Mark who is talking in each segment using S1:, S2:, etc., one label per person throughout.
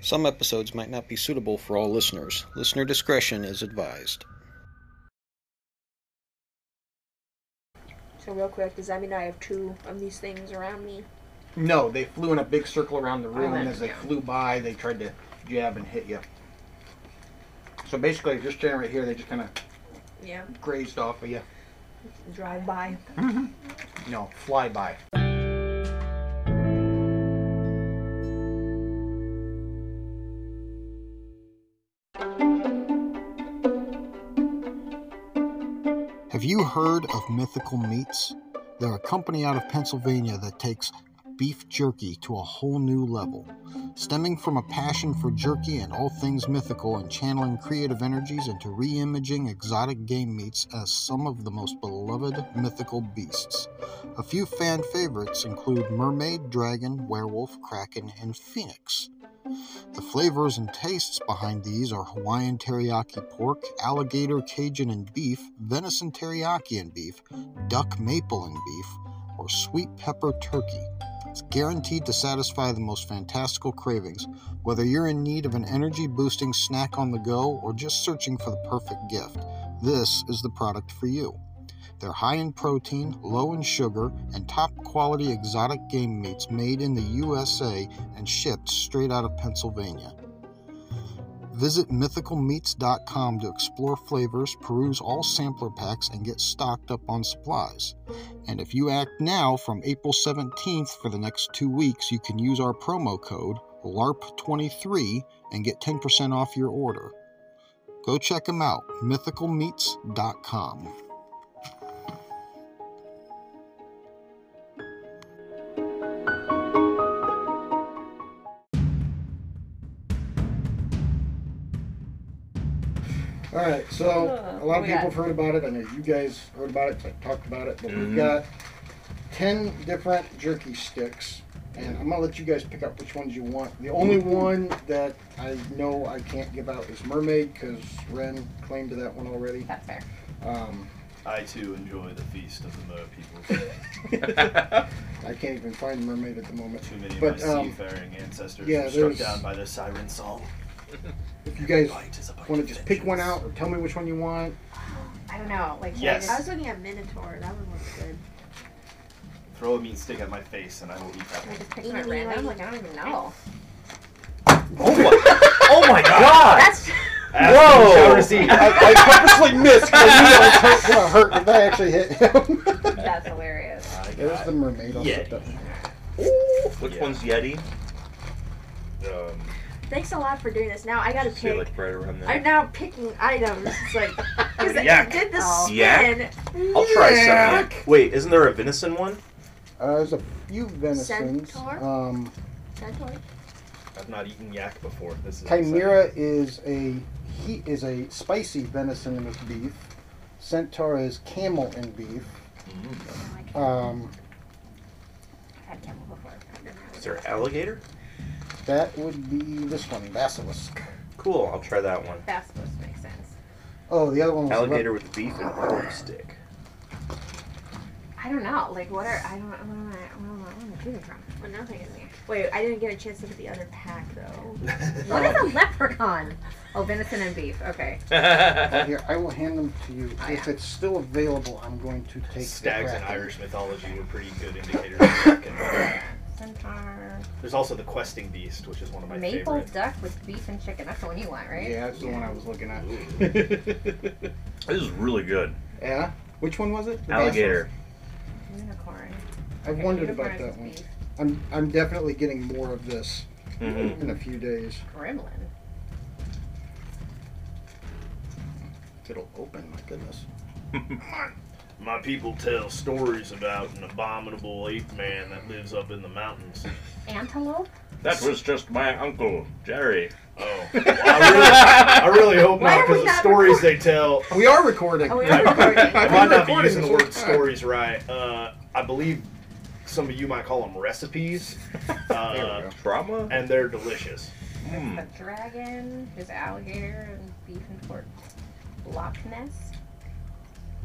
S1: Some episodes might not be suitable for all listeners. Listener discretion is advised.
S2: So real quick, does that mean I have two of these things around me?
S3: No, they flew in a big circle around the room,
S2: Oh,
S3: and as they
S2: yeah.
S3: flew by, they tried to jab and hit you. So basically, just standing right here, they just kind of
S2: Yeah.
S3: grazed off of you.
S2: Drive by.
S3: No, fly by.
S4: Have you heard of Mythical Meats? They're a company out of Pennsylvania that takes beef jerky to a whole new level. Stemming from a passion for jerky and all things mythical and channeling creative energies into reimagining exotic game meats as some of the most beloved mythical beasts. A few fan favorites include mermaid, dragon, werewolf, kraken, and phoenix. The flavors and tastes behind these are Hawaiian teriyaki pork, alligator Cajun and beef, venison teriyaki and beef, duck maple and beef, or sweet pepper turkey. It's guaranteed to satisfy the most fantastical cravings, whether you're in need of an energy boosting snack on the go or just searching for the perfect gift. This is the product for you. They're high in protein, low in sugar, and top quality exotic game meats made in the USA and shipped straight out of Pennsylvania. Visit mythicalmeats.com to explore flavors, peruse all sampler packs, and get stocked up on supplies. And if you act now from April 17th for the next two weeks, you can use our promo code LARP23 and get 10% off your order. Go check them out, mythicalmeats.com.
S3: All right, so
S2: Uh,
S3: a lot
S2: what
S3: of
S2: we
S3: people
S2: got?
S3: have heard about it. I know you guys heard about it, like, talked about it, but
S5: Mhm.
S3: we've got 10 different jerky sticks, and I'm going to let you guys pick out which ones you want. The only one that I know I can't give out is Mermaid, because Ren claimed to that one already.
S2: That's fair.
S3: Um,
S6: I too enjoy the feast of the mer people.
S3: I can't even find Mermaid at the moment.
S6: Too many of
S3: But,
S6: my
S3: um,
S6: seafaring ancestors
S3: yeah,
S6: were struck
S3: there's-
S6: down by the siren song.
S3: If you guys
S6: Bite is a bite
S3: want to
S6: of
S3: just pick one
S6: vengeance.
S3: out or tell me which one you want,
S2: I don't know. Like
S6: Yes.
S2: I was looking at Minotaur. That one looks good.
S6: Throw a meat stick at my face and I will eat
S2: Can
S6: that
S2: I
S6: one.
S2: just pick one at random? Like I don't even know.
S6: Oh my, oh my god!
S2: That's
S3: I, purposely missed because I knew I was hurt, gonna hurt if I actually hit him.
S2: that's hilarious.
S6: I
S3: It was
S6: got
S3: the mermaid. I'll
S6: Yeah.
S3: set that one.
S5: Which
S6: Yeah.
S5: one's Yeti? Um,
S2: Thanks a lot for doing this. Now I gotta
S5: say
S2: pick.
S5: like right around there.
S2: I'm now picking items. It's like because I
S5: Yuck.
S2: did the
S5: Oh.
S2: spin.
S5: I'll try some. Wait, isn't there a venison one?
S3: Uh, there's a few venisons.
S2: Centaur?
S3: Um,
S2: Centaur?
S5: I've not eaten yak before. This is
S3: chimera is a he is a spicy venison with beef. Centaur is camel and beef.
S2: Oh, I can't-
S3: Um,
S2: I've had camel before. I don't know.
S5: Is there alligator?
S3: that would be this one, basilisk.
S5: Cool. I'll try that one.
S2: That's supposed to make sense.
S3: Oh, the other one was the
S5: Alligator with beef and pork stick.
S2: I don't know. Like, what are I don't know. What am I, what am I, what am I choosing from? Well, nothing in there. Wait, I didn't get a chance to look at the other pack though. what is a leprechaun? Oh, venison and beef. Okay.
S3: rep- Here, I will hand them to you
S2: Oh,
S3: if
S2: yeah.
S3: it's still available. I'm going to take the
S5: Stags and
S3: kraken.
S5: Irish mythology were pretty good indicators. of Kraken.
S2: Centaur.
S5: There's also the questing beast, which is one of my
S2: Maple
S5: favorite.
S2: duck with beef and chicken. That's the one you want, right?
S3: Yeah, that's the one I was looking at.
S6: This is really good.
S3: Yeah. Which one was it? The
S5: Alligator.
S2: Unicorn.
S3: basilisk. I wondered about that one. I'm I'm definitely getting more of this
S7: Mm-hmm.
S5: Mhm.
S3: in a few days.
S2: Gremlin.
S3: It'll open. My goodness.
S6: My people tell stories about an abominable ape man that lives up in the mountains.
S2: Antelope.
S7: That was just my uncle, Jerry.
S6: Oh, I, really, I really hope
S2: Why
S6: not
S2: are we
S6: because the
S2: not
S6: stories they tell.
S3: We are recording.
S2: Oh, we are
S6: I
S2: recording.
S6: might not be
S3: Recording
S6: using
S3: is what
S6: the word
S3: we are.
S6: stories right. Uh, I believe some of you might call them recipes,
S3: There we
S6: uh,
S3: go.
S5: Trauma?
S6: and they're delicious.
S7: Hmm.
S2: A dragon. There's alligator and beef and pork. Loch Ness.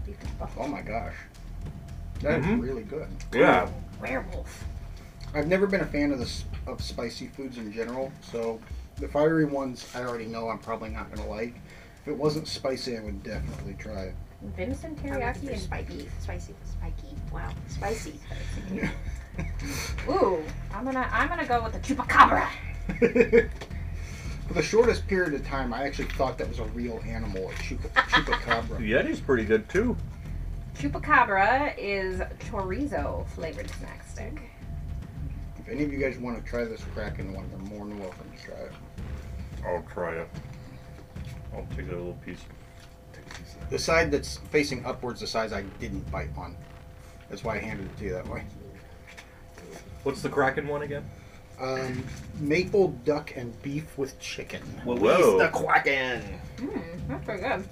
S2: Beef and
S3: Oh
S2: buffalo.
S3: my gosh. That's
S7: Mhm.
S6: Mm-hmm.
S3: really good.
S7: Yeah.
S2: Werewolf.
S3: I've never been a fan of this of spicy foods in general, so The fiery ones, I already know I'm probably not gonna like. If it wasn't spicy, I would definitely try it.
S2: Venison
S8: Teriyaki
S2: teriyaki
S8: and
S2: and
S8: spiky. Spicy. Spiky. Wow. Spicy.
S2: ooh, I'm gonna I'm gonna go with the chupacabra.
S3: For the shortest period of time, I actually thought that was a real animal, a chupa, chupacabra.
S7: Yeti's pretty good too.
S2: Chupacabra is chorizo flavored snack stick.
S3: If any of you guys want to try this Kraken one, you're more than welcome to try it.
S7: I'll try it. I'll take a little piece.
S3: The side that's facing upwards, the size I didn't bite on. That's why I handed it to you that way.
S5: What's the Kraken one again?
S3: Um, maple duck and beef with chicken.
S7: Whoa.
S5: the Kraken.
S2: Mm, that's pretty good.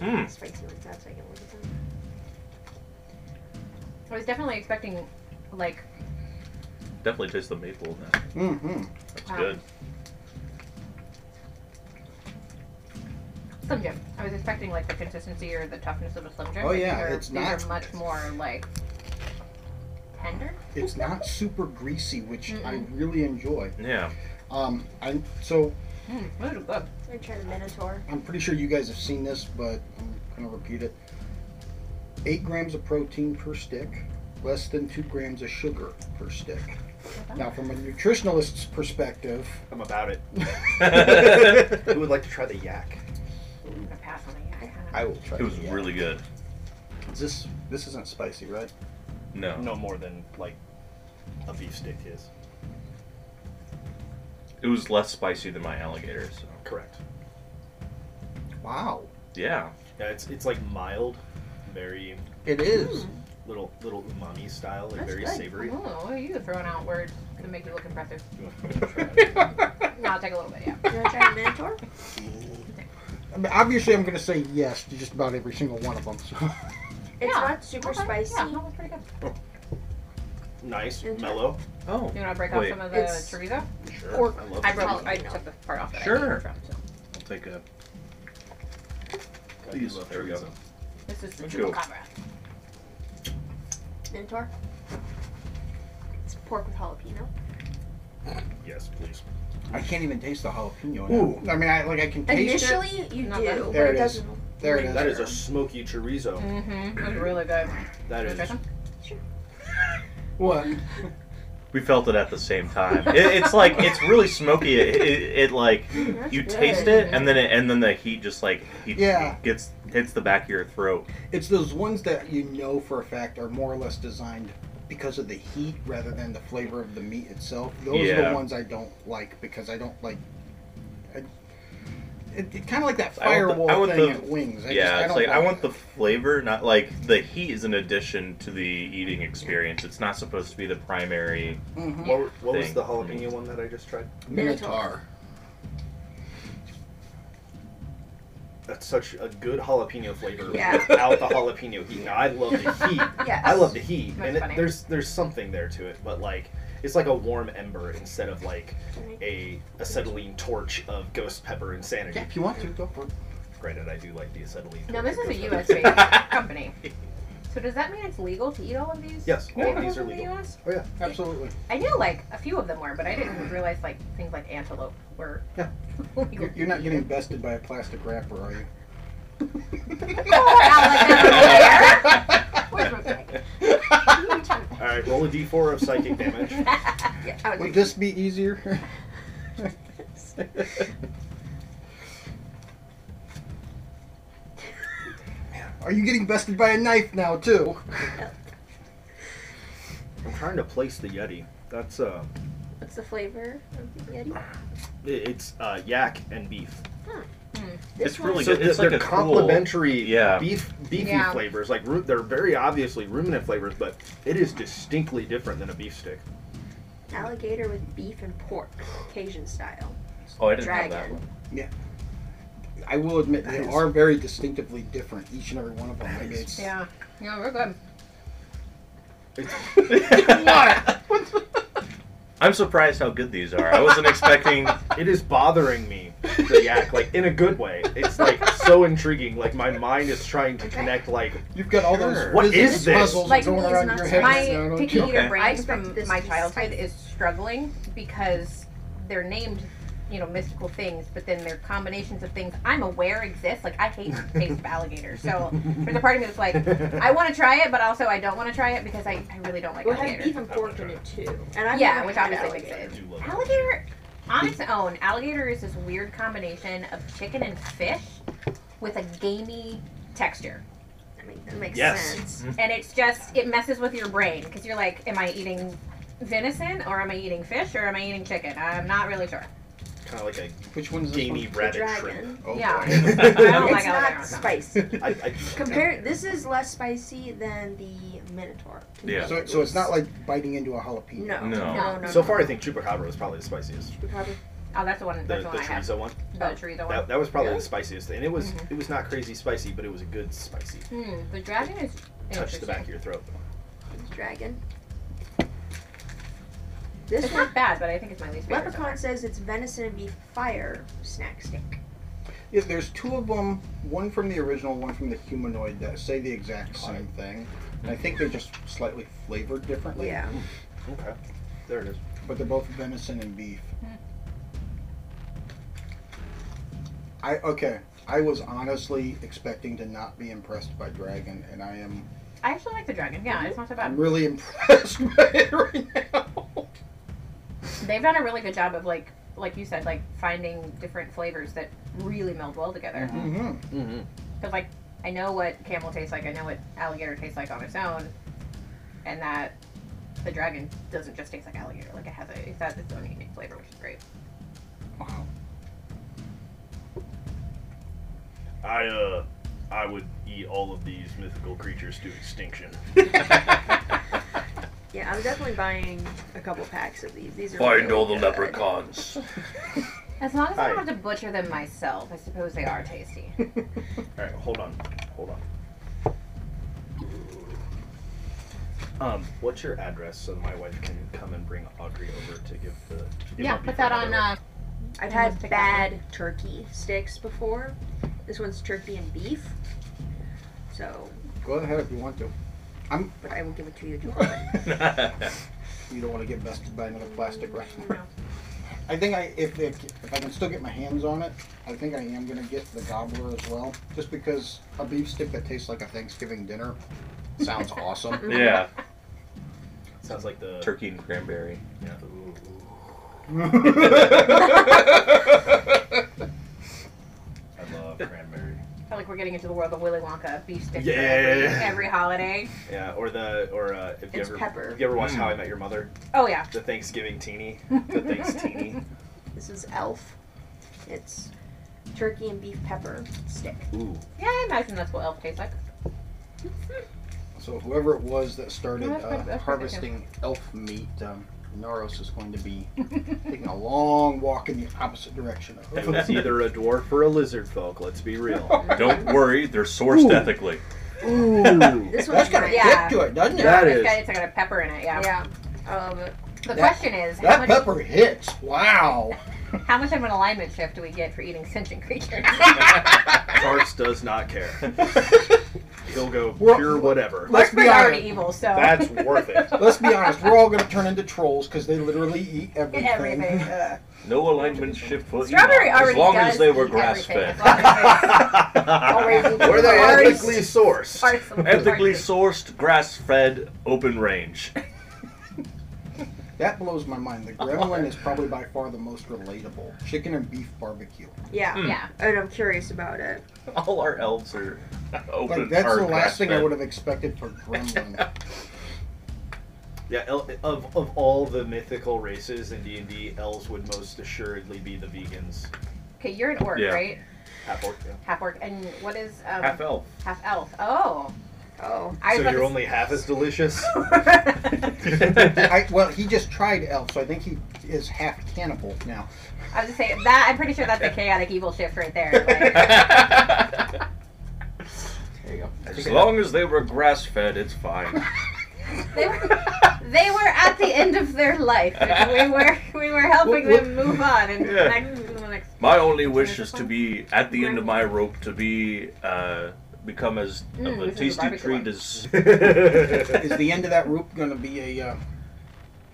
S7: Hmm.
S8: Spicy like that so I can look at them.
S2: I was definitely expecting like
S7: Definitely taste the maple in that.
S3: Mm-hmm.
S7: That's
S2: Wow.
S7: good.
S2: Slim Jim. I was expecting like the consistency or the toughness of a Slim Jim.
S3: Oh,
S2: but these
S3: yeah,
S2: are-
S3: it's
S2: these
S3: not-
S2: are much more like tender.
S3: It's not super greasy, which I
S2: Mm-mm.
S3: really enjoy.
S7: Yeah.
S3: Um, I so
S2: Mm, those are good.
S8: I'm gonna try the Minotaur.
S3: I'm pretty sure you guys have seen this, but I'm gonna repeat it. Eight grams of protein per stick, less than two grams of sugar per stick. Now, from a nutritionalist's perspective,
S5: I'm about it. Who would like to try the yak?
S2: I'm gonna pass on the yak.
S3: I will try.
S7: It was
S3: the yak.
S7: really good.
S3: Is this this isn't spicy, right?
S7: No.
S5: No more than like a beef stick is.
S7: It was less spicy than my alligator, so.
S5: Correct.
S3: Wow,
S7: Yeah.
S5: Yeah, it's it's like mild, very
S3: it is.
S5: little little umami style, like
S2: That's
S5: very
S2: good.
S5: savory.
S2: Oh, what are you throwing out words to make you look impressive? no, I'll take a little bit. Yeah.
S8: You wanna try the Minotaur?
S3: I mean, obviously, I'm gonna say yes to just about every single one of them. So.
S8: It's
S2: Yeah.
S8: not super
S2: Okay,
S8: spicy.
S2: Yeah, no, it's pretty good.
S5: nice,
S8: Enjoy.
S5: mellow.
S7: Oh.
S2: You want to break off
S7: Wait.
S2: some of the
S8: It's-
S2: chorizo?
S5: Sure.
S8: Pork.
S5: I love
S2: I
S5: it.
S2: broke.
S8: probably
S2: I
S8: not.
S2: took the part off that I
S7: Sure.
S2: ate from. So.
S7: I'll take a.
S5: I do
S7: These-
S5: love
S7: there we go.
S5: chorizo.
S2: This is the
S7: Let's go.
S2: chupacabra.
S8: Minotaur. It's pork with jalapeno.
S5: Yes, please.
S3: I can't even taste the jalapeno. Ooh, I mean, I like I can taste it.
S8: Initially, you
S2: No,
S8: do,
S2: that's-
S8: but
S3: There
S8: it
S3: it is.
S8: doesn't.
S3: There it is.
S5: That is a smoky chorizo.
S2: Mm-hmm. It was really good.
S5: That
S2: Wanna try
S5: is.
S2: some?
S3: what?
S7: We felt it at the same time. It, it's like it's really smoky. It, it, it like
S8: That's
S7: you
S8: good.
S7: taste it, and then it, and then the heat just like he
S3: Yeah.
S7: gets hits the back of your throat.
S3: It's those ones that you know for a fact are more or less designed because of the heat rather than the flavor of the meat itself. Those are
S7: Yeah.
S3: the ones I don't like because I don't like. I, it, it kind of like that
S7: I want the-
S3: firewall
S7: I want
S3: thing
S7: the-
S3: at wings. I
S7: yeah,
S3: just, I
S7: it's
S3: don't
S7: like I want the
S3: that.
S7: flavor, not like the heat is an addition to the eating experience. It's not supposed to be the primary.
S3: Mhm.
S5: What, what was
S7: Thing.
S5: the jalapeno one that I just tried?
S3: minotaur.
S5: That's such a good jalapeno flavor
S2: Yeah.
S5: without the jalapeno heat. Now I love the heat.
S2: Yes.
S5: I love the heat,
S2: That's
S5: and it,
S2: funny.
S5: there's there's something there to it, but like it's like a warm ember instead of like a acetylene torch of ghost pepper insanity.
S3: Yeah, Oh, if you want to, go for it.
S5: Granted, I do like the acetylene.
S2: Now
S5: torch
S2: this
S5: of
S2: is a
S5: ghost pepper.
S2: U.S. based company. So does that mean it's legal to eat all of these?
S5: Yes, all of
S2: Animals
S5: these are
S2: in the
S5: legal.
S2: US?
S5: Oh yeah,
S3: Absolutely.
S2: I knew like a few of them were, but I didn't realize like things like antelope were.
S3: Yeah.
S2: legal.
S3: You're, you're not getting bested by a plastic wrapper, are you?
S2: Where's my bag?
S5: All right, roll a d4 of psychic damage.
S2: yeah, I was
S3: Would
S2: like,
S3: this be easier? Are you getting bested by a knife now too?
S5: I'm trying to place the yeti. That's uh,
S8: What's the flavor of the Yeti?
S5: i- it's uh, yak and beef.
S8: This
S7: it's
S8: one-
S7: really
S5: so
S7: good. It's
S5: they're
S7: like a
S5: complementary
S7: complementary. yeah.
S5: beef beefy
S2: Yeah.
S5: flavors. Like ru- they're very obviously ruminant flavors, but it is distinctly different than a beef stick.
S8: Alligator with beef and pork, Cajun style.
S7: Oh, I didn't have that
S8: Dragon.
S7: one.
S3: I will admit they
S5: Nice.
S3: are very distinctively different, each and every one of them. Like,
S5: Nice.
S3: it's-
S2: yeah, yeah, we're good.
S7: I'm surprised how good these are. I wasn't expecting.
S5: It is bothering me, the yak, like in a good way. It's like so intriguing. Like my mind is trying to connect. Like
S3: You've got all those
S5: Sure.
S3: what is,
S5: What is
S3: this
S5: this?
S3: puzzles
S8: Like,
S3: going
S8: these
S3: around
S8: nuts
S3: your
S8: are
S3: head.
S8: my
S3: now,
S2: My
S3: don't
S2: picky
S3: you?
S2: eater
S7: Okay.
S8: I
S2: brain
S8: expect
S2: from
S8: this
S2: my
S8: to be
S2: childhood
S8: spicy.
S2: is struggling because they're named, you know, mystical things, but then they're combinations of things I'm aware exist. Like I hate the taste of alligator. So there's a part of me that's like, I want to try it, but also I don't want to try it because I, I really don't like
S8: Well, it has beef
S2: alligator.
S8: and pork in it too. And I've
S2: Yeah,
S8: never
S2: which
S8: had
S2: obviously makes
S8: alligator.
S2: it.
S5: do love it.
S2: Alligator on its own, alligator is this weird combination of chicken and fish with a gamey texture.
S8: That makes, that makes
S5: Yes.
S8: sense.
S2: and it's just it messes with your brain because you're like am i eating venison or am i eating fish or am i eating chicken i'm not really sure
S5: Kind of like a
S3: Which one is this
S5: gamey
S3: one?
S5: rabbit shrimp.
S8: Dragon.
S6: Oh,
S2: Yeah.
S6: boy.
S2: i
S8: It's
S2: don't like
S8: not
S2: alligator
S8: spicy.
S5: I, I,
S8: Compare this is less spicy than the Minotaur. to me.
S7: Yeah.
S3: So, so it's not like biting into a jalapeno.
S8: No.
S7: No.
S8: No. No.
S5: so far, I think chupacabra was probably the spiciest.
S8: no. Probably-
S2: oh that's the one
S5: The,
S2: that's
S5: the
S2: the one i have
S5: chorizo one.
S2: the chorizo one Mm-hmm.
S5: That, that was probably
S8: Really?
S5: the spiciest, and it was it was not crazy spicy, but it was a good spicy.
S2: hmm, the dragon is
S5: Touch the back
S2: interesting.
S5: of your throat.
S8: dragon. This
S2: it's
S8: one,
S2: not bad but i think it's my least favorite so
S8: Leprechaun says it's venison and beef fire snack steak.
S3: Yeah, there's two of them, one from the original, one from the humanoid that say the exact same thing. And I think they're just slightly flavored differently.
S8: Yeah.
S5: Okay, there it is.
S3: But they're both venison and beef. I okay. I was honestly expecting to not be impressed by dragon, and I am.
S2: far. i actually like the dragon yeah it's not so
S3: I'm
S2: bad
S3: really impressed by it right now.
S5: Mm-hmm.
S2: they've done a really good job of like like you said like finding different flavors that really meld well together
S3: hmm
S5: Mm-hmm.
S2: Because like I know what camel tastes like, I know what alligator tastes like on its own, and that the dragon doesn't just taste like alligator. Like it has a it's got its own unique flavor, which is great.
S3: Wow.
S6: I uh, I would eat all of these mythical creatures to extinction.
S8: Yeah, I'm definitely buying a couple packs of these. These are
S7: Find
S8: really
S7: all the
S8: good.
S7: leprechauns.
S2: As long as I don't
S5: Aye.
S2: have to butcher them myself, I suppose they are tasty.
S5: All right, hold on, hold on. Um, what's your address so my wife can come and bring Audrey over to give the? it
S2: yeah,
S5: might be
S2: put that
S5: for
S2: on.
S5: another-
S2: Uh,
S8: I've
S2: Yeah,
S8: had
S2: let's take that
S8: bad turkey sticks before. This one's turkey and beef. So,
S3: Go ahead if you want to.
S8: but I will give it to you to try.
S3: You don't want to get bested by another plastic wrapper.
S8: No.
S3: I think I if, if if I can still get my hands on it, I think I am gonna get the gobbler as well. Just because a beef stick that tastes like a Thanksgiving dinner sounds
S2: Mm-hmm.
S3: awesome.
S2: uh,
S7: yeah.
S5: Sounds like the
S7: Turkey and cranberry.
S5: I love cranberry.
S2: I feel like we're getting into the world of Willy Wonka beef sticks for
S5: Yeah.
S2: every, every holiday.
S5: Yeah, or the or uh, if you
S8: It's
S5: ever
S8: pepper.
S5: if you ever watched How I Met Your Mother,
S2: Oh yeah,
S5: the Thanksgiving teeny, the thanks teeny.
S8: This is elf. It's turkey and beef pepper stick.
S5: Ooh,
S2: yeah. I imagine that's what elf tastes like.
S3: so whoever it was that started
S2: No, that's
S3: uh,
S2: perfect- that's perfect, yeah.
S3: harvesting elf meat, um, Naros is going to be taking a long walk in the opposite direction of
S5: it was either a dwarf or a lizard folk. Let's be real.
S7: Don't worry, they're sourced
S3: Ooh.
S7: ethically.
S5: Ooh,
S8: This
S3: That's
S8: one's
S3: got a
S8: nice.
S2: Yeah.
S3: kick to it, doesn't it?
S5: That
S2: it's
S5: is-
S2: got, it's got a pepper in it. Yeah.
S8: Yeah. Um,
S2: The
S3: That-
S2: question is, how
S3: That
S2: much,
S3: pepper hits. Wow.
S2: how much of an alignment shift do we get for eating sentient creatures?
S5: Tarks does not care. He'll go
S3: Well,
S5: pure whatever.
S3: let's be
S2: We're already
S3: honest.
S2: evil, so
S5: That's worth it.
S3: Let's be honest, we're all going to turn into trolls because they literally eat everything.
S2: Everything.
S7: No alignment shift for
S2: Strawberry
S7: Elon,
S2: already
S7: As long
S2: does
S7: as they were
S2: eat
S7: grass
S2: everything, as
S7: fed.
S2: long as it's always eating
S5: Were they
S2: parts-
S5: ethically sourced?
S2: parts of-
S7: Ethically
S2: parts
S7: sourced, grass fed, open range.
S3: That blows my mind. The gremlin is probably by far the most relatable. Chicken and beef barbecue.
S8: yeah.
S7: Hmm.
S2: of- Yeah,
S8: And I'm curious about it.
S7: All our elves are open.
S3: Like that's
S7: are
S3: the last thing I
S7: grass-fed.
S3: would have expected for gremlin.
S5: Yeah, el- of of all the mythical races in D and D, elves would most assuredly be the vegans.
S2: okay, you're an orc,
S7: Yeah.
S2: right?
S5: Half orc. Yeah.
S2: Half orc, and what is um,
S7: Half elf.
S2: half elf? Oh,
S8: Oh.
S2: I was
S5: So
S2: about
S5: you're
S2: to-
S5: only half as delicious.
S3: I, well, he just tried elf, so I think he is half cannibal now.
S2: I was to say that I'm pretty sure that's a chaotic evil shift right there. Like,
S7: As long as they were grass fed, it's fine.
S2: they, were, they were at the end of their life, and we were we were helping them move on and
S7: Yeah.
S2: next, to the next.
S7: My only wish is to be at the end of my rope to be uh, become as
S2: Mm, this
S7: of a
S2: is a
S7: tasty
S2: barbecue
S7: treat
S2: one.
S7: as
S3: Is the end of that rope going to be a uh,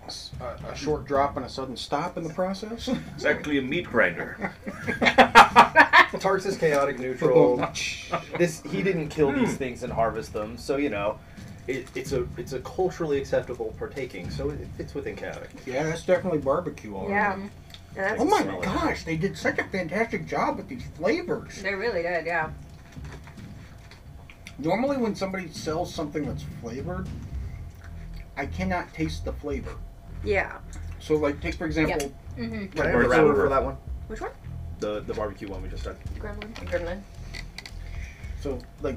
S3: s- a, a short drop and a sudden stop in the process?
S7: It's actually a meat grinder.
S5: Tarts is chaotic neutral.
S3: Shh.
S5: this he didn't kill these things and harvest them, so you know, it, it's a it's a culturally acceptable partaking, so it fits within chaotic.
S3: yeah, that's definitely barbecue
S7: Oh.
S3: all
S2: Yeah.
S3: right.
S2: Yeah, that's,
S3: Oh my
S5: Smell it.
S3: gosh, they did such a fantastic job with these flavors.
S2: they're really good, yeah.
S3: Normally, when somebody sells something that's flavored, I cannot taste the flavor.
S8: Yeah.
S3: So, like, take for example,
S2: Mm-hmm.
S5: Can I have
S7: Or
S5: a
S7: it's
S5: wrapper
S7: over.
S5: for that one?
S8: Which one?
S5: The the barbecue one we just done.
S8: Gremlin.
S2: Gremlin.
S3: so like,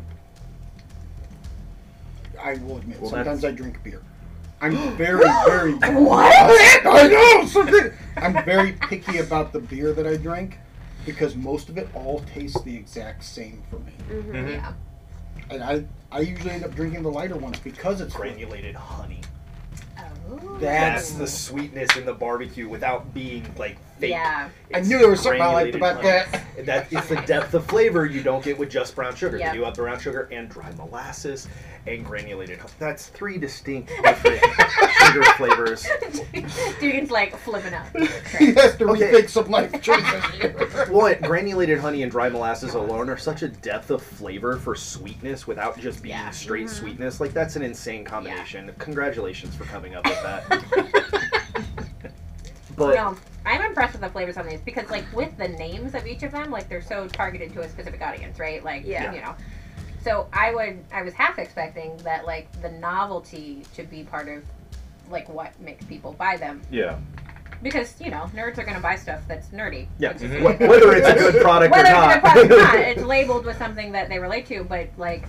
S3: I will admit,
S7: Well,
S3: sometimes
S7: that's-
S3: I drink beer. I'm very, very
S2: What?
S3: I know, so good. I'm very picky about the beer that I drink because most of it all tastes the exact same for me,
S7: Mhm.
S2: Yeah.
S3: and I I usually end up drinking the lighter ones because it's
S5: Granulated honey.
S2: Oh.
S5: That's the sweetness in the barbecue without being like fake.
S2: Yeah.
S3: I
S5: It's
S3: knew there was something I liked
S5: granulated
S3: about
S5: honey.
S3: that.
S5: And that it's the depth of flavor you don't get with just brown sugar.
S2: Yeah.
S5: You do have brown sugar and dry molasses and granulated. honey. That's three distinct different sugar flavors.
S2: Dugan's like flipping out.
S3: He has to
S5: Okay.
S3: rethink some life choices.
S5: Well, granulated honey and dry molasses alone are such a depth of flavor for sweetness without just being
S2: Yeah. Mm-hmm.
S5: straight sweetness. Like that's an insane combination. Congratulations for coming up with that. but
S2: No, I'm impressed with the flavors on these because, like, with the names of each of them, like they're so targeted to a specific audience, right? Like,
S8: Yeah.
S2: you know. So I would, I was half expecting that, like, the novelty to be part of, like, what makes people buy them
S7: Yeah.
S2: because you know nerds are gonna buy stuff that's nerdy.
S5: yeah,
S2: That's just-
S5: wh- whether it's a good product
S2: Whether
S5: or
S2: it's a
S5: not.
S2: good product or not, it's labeled with something that they relate to, but like.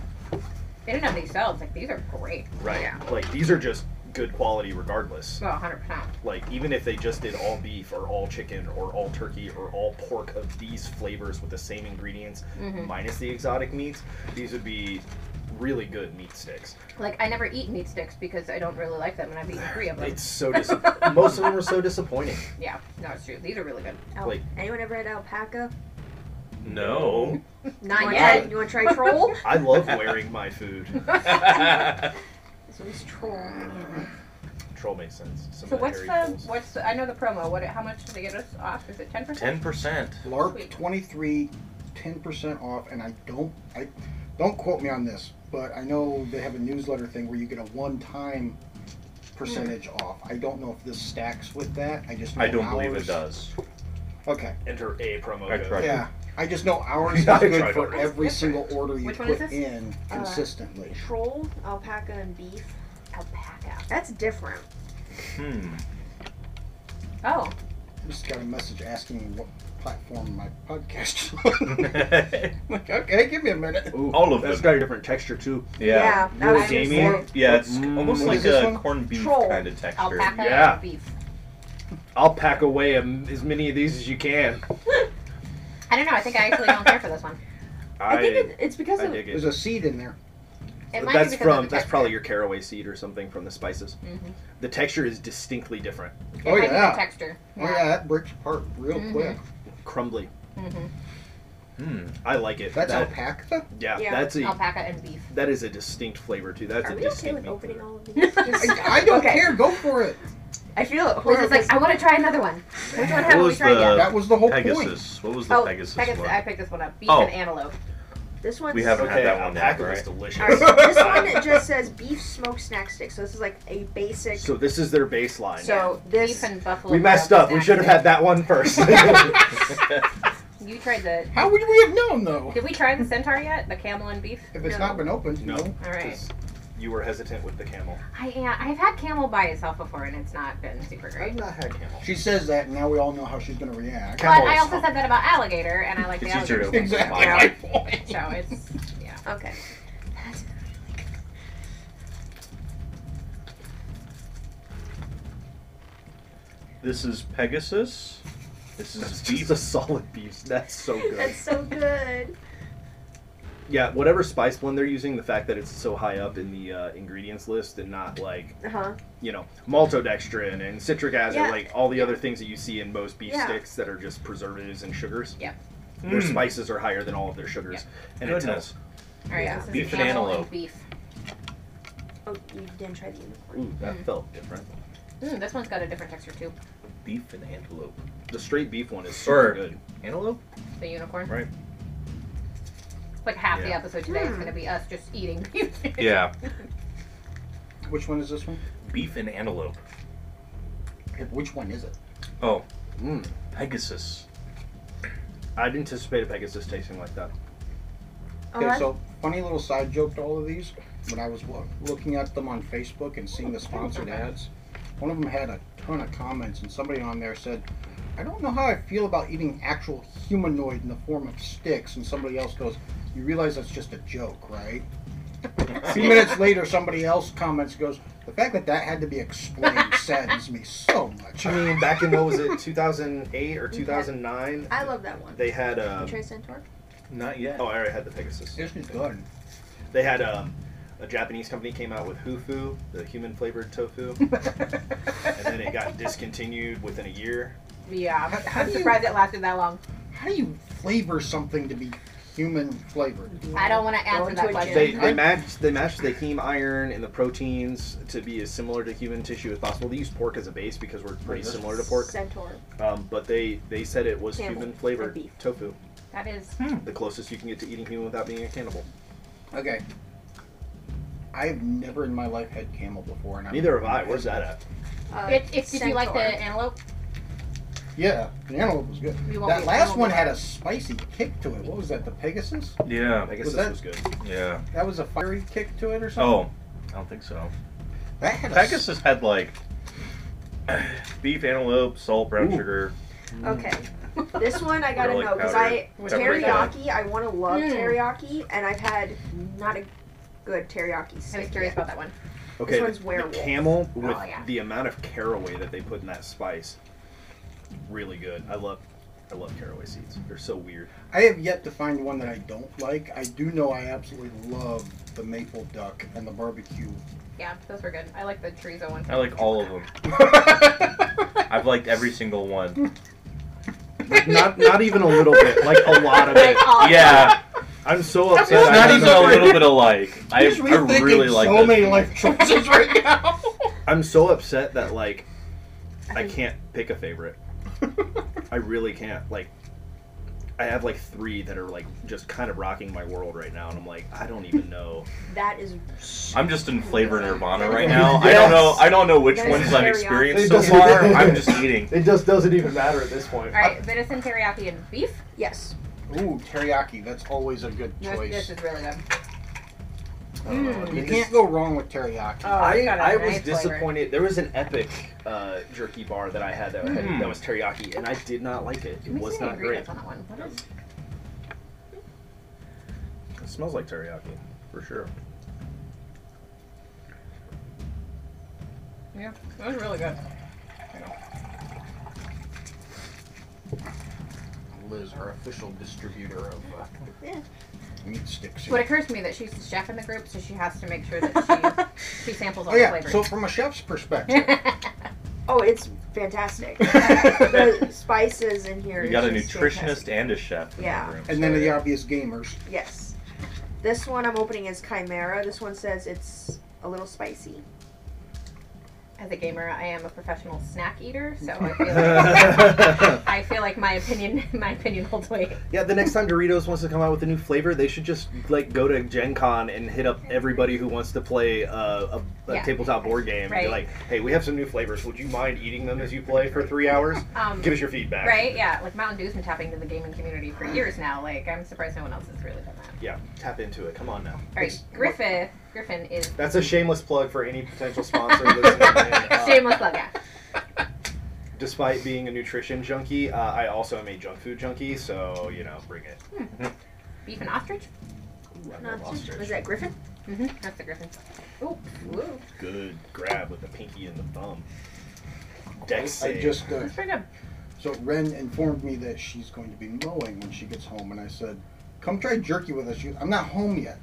S2: They didn't have these selves. Like these are great.
S5: right.
S2: Yeah.
S5: Like these are just good quality regardless.
S2: Well, 100. percent
S5: Like even if they just did all beef or all chicken or all turkey or all pork of these flavors with the same ingredients
S2: Mhm.
S5: minus the exotic meats, these would be really good meat sticks.
S2: Like I never eat meat sticks because I don't really like them, and I've eaten three of them.
S5: It's so dis- most of them are so disappointing.
S2: Yeah, no, it's true. These are really good.
S8: Al-
S5: Wait.
S8: Anyone ever had alpaca?
S7: No.
S8: you
S2: Not
S8: wanna
S2: yet.
S8: Try, you want to try troll?
S5: I love wearing my food.
S8: this one's troll.
S5: Troll makes sense. Some
S2: So what's
S5: military
S2: the
S5: tools.
S2: what's the, I know the promo? What how much did they get us off? Is it ten percent?
S7: Ten percent.
S3: LARP
S2: Sweet.
S3: 23, 10% off, and I don't, I don't quote me on this, but I know they have a newsletter thing where you get a one-time percentage
S2: Hmm.
S3: off. I don't know if this stacks with that. I just know
S7: I don't believe it
S3: ours-
S7: does.
S3: Okay,
S5: enter a promo
S7: I
S5: code?
S7: tried.
S3: yeah, I just know ours is
S7: I
S3: good
S7: tried
S3: for
S7: already.
S3: every single order you
S2: Which one is
S3: put
S2: this?
S3: in
S8: Uh,
S3: consistently.
S8: Troll, alpaca, and beef.
S2: Alpaca.
S8: That's different.
S7: Hmm.
S2: Oh,
S3: Just got a message asking me what platform my podcast. is on. like, okay, give me a minute.
S5: Ooh,
S7: All of
S5: that's
S7: them.
S5: got a different texture too.
S7: Yeah.
S8: that was
S5: gamey.
S8: just-
S5: More-
S7: Yeah, it's
S5: Mm.
S7: almost
S5: What
S7: like
S3: is this
S7: a
S3: one?
S7: corned beef
S8: Troll.
S7: kind of texture.
S2: alpaca
S5: Yeah.
S2: and beef.
S5: I'll pack away um, as many of these as you can.
S2: I don't know. I think I actually don't care for this one.
S8: I,
S7: I,
S8: think it, it's because
S5: I
S8: of.
S5: dig
S3: There's
S5: it.
S3: a seed in there.
S2: It might
S5: That's
S2: be because
S5: from
S2: of the
S5: that's
S2: texture.
S5: probably your caraway seed or something from the spices.
S8: Mm-hmm.
S2: Mhm.
S5: The texture is distinctly different,
S2: It
S3: Oh,
S2: might be the
S3: yeah.
S2: texture.
S3: Oh yeah, that breaks apart real
S2: Mhm.
S3: quick.
S5: crumbly.
S2: hmm
S7: hmm.
S5: I like it.
S3: That's
S5: That-
S3: alpaca.
S5: yeah,
S8: Mm-hmm. Yeah.
S5: That's a
S2: Alpaca and beef.
S5: that is a distinct flavor too. That's
S8: Are
S5: a
S8: we okay
S5: distinct
S8: with
S5: meat
S8: opening
S5: flavor.
S8: all of these? Just-
S3: I, I don't
S8: Okay.
S3: care. Go for it.
S8: I feel
S2: Liz is
S8: horrible.
S2: like, I want to try another one. Which one haven't we
S7: was
S2: tried
S7: the-
S2: yet?
S3: That was the whole point.
S7: Pegasus. What was the
S2: oh,
S7: Pegasus,
S2: Pegasus.
S7: one?
S2: I picked this one up. Beef
S7: Oh.
S2: and antelope.
S8: this one's.
S7: We haven't had
S5: Okay,
S7: that one yet,
S5: alpaca is
S7: right?
S5: delicious.
S8: All right, this one it just says beef smoked snack stick. So this is like a basic.
S5: so this is their baseline.
S8: So
S2: Beef
S8: this.
S2: and buffalo.
S5: we messed
S2: grill
S5: up. We
S2: snack.
S5: should have had that one first.
S2: You tried the.
S3: How would we have known though?
S2: Did we try the centaur yet? The camel and beef.
S3: If it's
S8: No.
S3: not been opened,
S5: No.
S3: no.
S2: All right.
S5: 'Cause You were hesitant with the camel.
S2: I am. I've had camel by itself before, and it's not been super great.
S5: not had camel.
S3: She says that, and now we all know how she's going to react.
S2: But
S5: Camel
S2: I
S5: is
S2: also
S5: fun.
S2: said that about alligator, and I like the
S7: It's easier
S2: alligator.
S7: to open.
S3: Exactly
S7: Yeah.
S3: my point.
S2: So it's yeah.
S8: Okay.
S7: This is Pegasus. This is
S5: That's just a solid beef. That's so good.
S8: That's so good.
S5: yeah, whatever spice blend they're using, the fact that it's so high up in the uh, ingredients list and not like
S8: Uh huh.
S5: you know maltodextrin and citric acid,
S8: Yeah.
S5: like all the other things that you see in most beef
S8: Yeah.
S5: sticks that are just preservatives and sugars.
S2: Yeah.
S5: Their
S7: Mm.
S5: spices are higher than all of their sugars, and it
S7: Goodness.
S5: tells.
S2: All right.
S8: Yeah.
S2: This is
S7: Beef and
S2: camel
S7: antelope.
S2: beef.
S8: Oh, you didn't try the unicorn.
S5: Mm, Ooh, that felt different.
S2: Mm, this one's got a different texture too.
S5: Beef and antelope. The straight beef one is super
S7: Or-
S5: good. Antelope?
S2: The unicorn.
S7: Right.
S2: Like half the
S7: Yeah.
S2: episode today
S3: Hmm.
S2: is gonna be us just eating.
S7: Yeah,
S3: Which one is this one?
S7: beef and antelope.
S3: Okay, Which one is it?
S7: Oh,
S5: Mm.
S7: Pegasus.
S5: I'd anticipate a Pegasus tasting like that.
S2: Uh-huh.
S3: Okay,
S8: Alright.
S3: so funny little side joke to all of these. When I was lo- looking at them on Facebook and seeing the sponsored ads, one of them had a ton of comments, and somebody on there said, "I don't know how I feel about eating actual humanoid in the form of sticks." And somebody else goes, "You realize that's just a joke, right?" a few minutes later, somebody else comments goes, "The fact that that had to be explained saddens me so much."
S5: I mean, back in what was it, 2008 or 2009?
S8: I love that one.
S5: They had uh,
S8: Trey Centaur?
S7: Not yet.
S5: oh, I already had the Pegasus.
S3: This is good.
S5: They had um, a Japanese company came out with Hufu, the human flavored tofu, and then it got discontinued within a year.
S2: yeah.
S3: How- how
S2: I'm
S3: do you-
S2: surprised it lasted that long.
S3: How do you flavor something to be human flavored?
S2: I don't want to
S8: Go
S2: answer
S8: into
S2: that
S8: a
S2: question.
S5: They
S8: I-
S5: they matched they matched the heme iron and the proteins to be as similar to human tissue as possible. They used pork as a base because we're pretty similar to pork,
S8: Centaur.
S5: um, but they they said it was
S8: Cannibal.
S5: human flavored
S8: Or beef.
S5: tofu,
S2: that is
S3: Hmm.
S5: the closest you can get to eating human without being a cannibal.
S3: Okay. I have never in my life had camel before, and I'm
S5: Neither have I. Where's that at?
S8: Uh,
S2: It, if did you like the
S8: centaur.
S2: antelope?
S3: Yeah, the antelope was good.
S2: You won't
S3: That
S2: be-
S3: last
S2: you won't
S3: one
S2: be-
S3: had a spicy kick to it. What was that? The Pegasus?
S7: Yeah,
S5: I guess
S3: Was
S5: this
S3: that-
S5: was good.
S7: yeah.
S3: That was a fiery kick to it, or something.
S7: Oh, I don't think so.
S5: Oh.
S3: that had a s-
S7: Pegasus had like beef, antelope, salt, brown
S5: Ooh.
S7: sugar.
S8: Okay. This one I gotta
S7: Garlic
S8: know because
S7: powder,
S8: I
S7: pepper
S8: teriyaki. I want to love
S2: Mm.
S8: teriyaki, and I've had not a good teriyaki
S2: I was
S8: steak.
S2: curious
S8: yet.
S2: about that one.
S5: Okay,
S8: This one's
S5: the,
S8: werewolf.
S5: the camel with
S2: Oh, yeah.
S5: the amount of caraway that they put in that spice, really good. I love, I love caraway seeds. They're so weird.
S3: I have yet to find one that I don't like. I do know I absolutely love the maple duck and the barbecue.
S2: Yeah, those were good. I like the chorizo one.
S7: I like all of them. I've liked every single one.
S5: not, not even a little bit. Like a lot of it.
S2: All-
S7: Yeah,
S5: I'm so
S7: it's
S5: upset. I
S7: not
S5: don't
S7: even
S5: know-
S7: a little bit alike. I,
S3: He's
S7: I
S3: rethinking
S7: really like
S3: so
S7: this.
S3: many life choices right now.
S5: I'm so upset that like, I can't pick a favorite. I really can't. Like, I have like three that are like just kind of rocking my world right now, and I'm like, I don't even know.
S8: That is
S7: I'm just in flavor nirvana right now. I don't know. I don't know which
S8: Yes.
S7: ones I've
S8: Teriyaki.
S7: experienced
S5: It
S7: so
S5: doesn't-
S7: far. I'm just eating.
S5: It just doesn't even matter at this point.
S2: All right, venison teriyaki and beef.
S8: yes.
S3: Ooh, teriyaki. That's always a good
S2: This, this
S3: choice.
S2: is really good.
S3: Hmm. You can't go wrong with teriyaki.
S2: Oh,
S5: I,
S2: it's got a
S5: I was
S2: nice flavor.
S5: disappointed. There was an epic uh, jerky bar that I had that, had
S7: Mm.
S5: that was teriyaki, and I did not like it.
S2: Let
S5: It
S2: me see
S5: was
S2: the
S5: not great.
S2: ingredients on that one. What is-
S5: It smells like teriyaki, for sure.
S2: Yeah, that was really good.
S3: Liz, our official distributor of uh,
S8: Yeah.
S3: meat sticks.
S2: But it occurs to me that she's the chef in the group, so she has to make sure that she she samples all
S3: Oh yeah.
S2: the
S3: So
S2: flavors.
S3: from a chef's perspective,
S8: Oh, it's fantastic. the spices in here.
S7: You
S8: is
S7: got a
S8: just
S7: nutritionist
S8: fantastic.
S7: and a chef. in
S8: Yeah.
S7: the room,
S3: and then
S7: so
S3: the
S7: yeah.
S3: obvious gamers.
S8: Yes. This one I'm opening is Chimera. This one says it's a little spicy.
S2: As a gamer, I am a professional snack eater, so I feel like I feel like my opinion my opinion holds weight.
S5: yeah, the next time Doritos wants to come out with a new flavor, they should just like go to Gen Con and hit up everybody who wants to play uh, a, a
S2: Yeah.
S5: tabletop board game and
S2: Right.
S5: be like, "Hey, we have some new flavors. Would you mind eating them as you play for three hours?
S2: Um,
S5: Give us your feedback."
S2: Right? Yeah. Like Mountain Dew's been tapping to the gaming community for years now. Like I'm surprised no one else has really done that.
S5: Yeah, tap into it. Come on now.
S2: All right, Griffith. Griffin is
S5: That's a shameless plug for any potential sponsor listening. in. Uh,
S2: shameless plug. Yeah.
S5: despite being a nutrition junkie, uh, I also am a junk food junkie. So you know, bring it.
S2: Beef and ostrich.
S5: Ooh, I love
S8: Not too-
S5: ostrich.
S8: Was that Griffin?
S2: Mm-hmm. That's the Griffin. Oh, woo.
S5: Good grab with the pinky and the thumb. Dex
S3: I
S5: save.
S3: just uh,
S2: That's pretty good.
S3: so Ren informed me that she's going to be mowing when she gets home, and I said, "Come try jerky with us." She, I'm not home yet.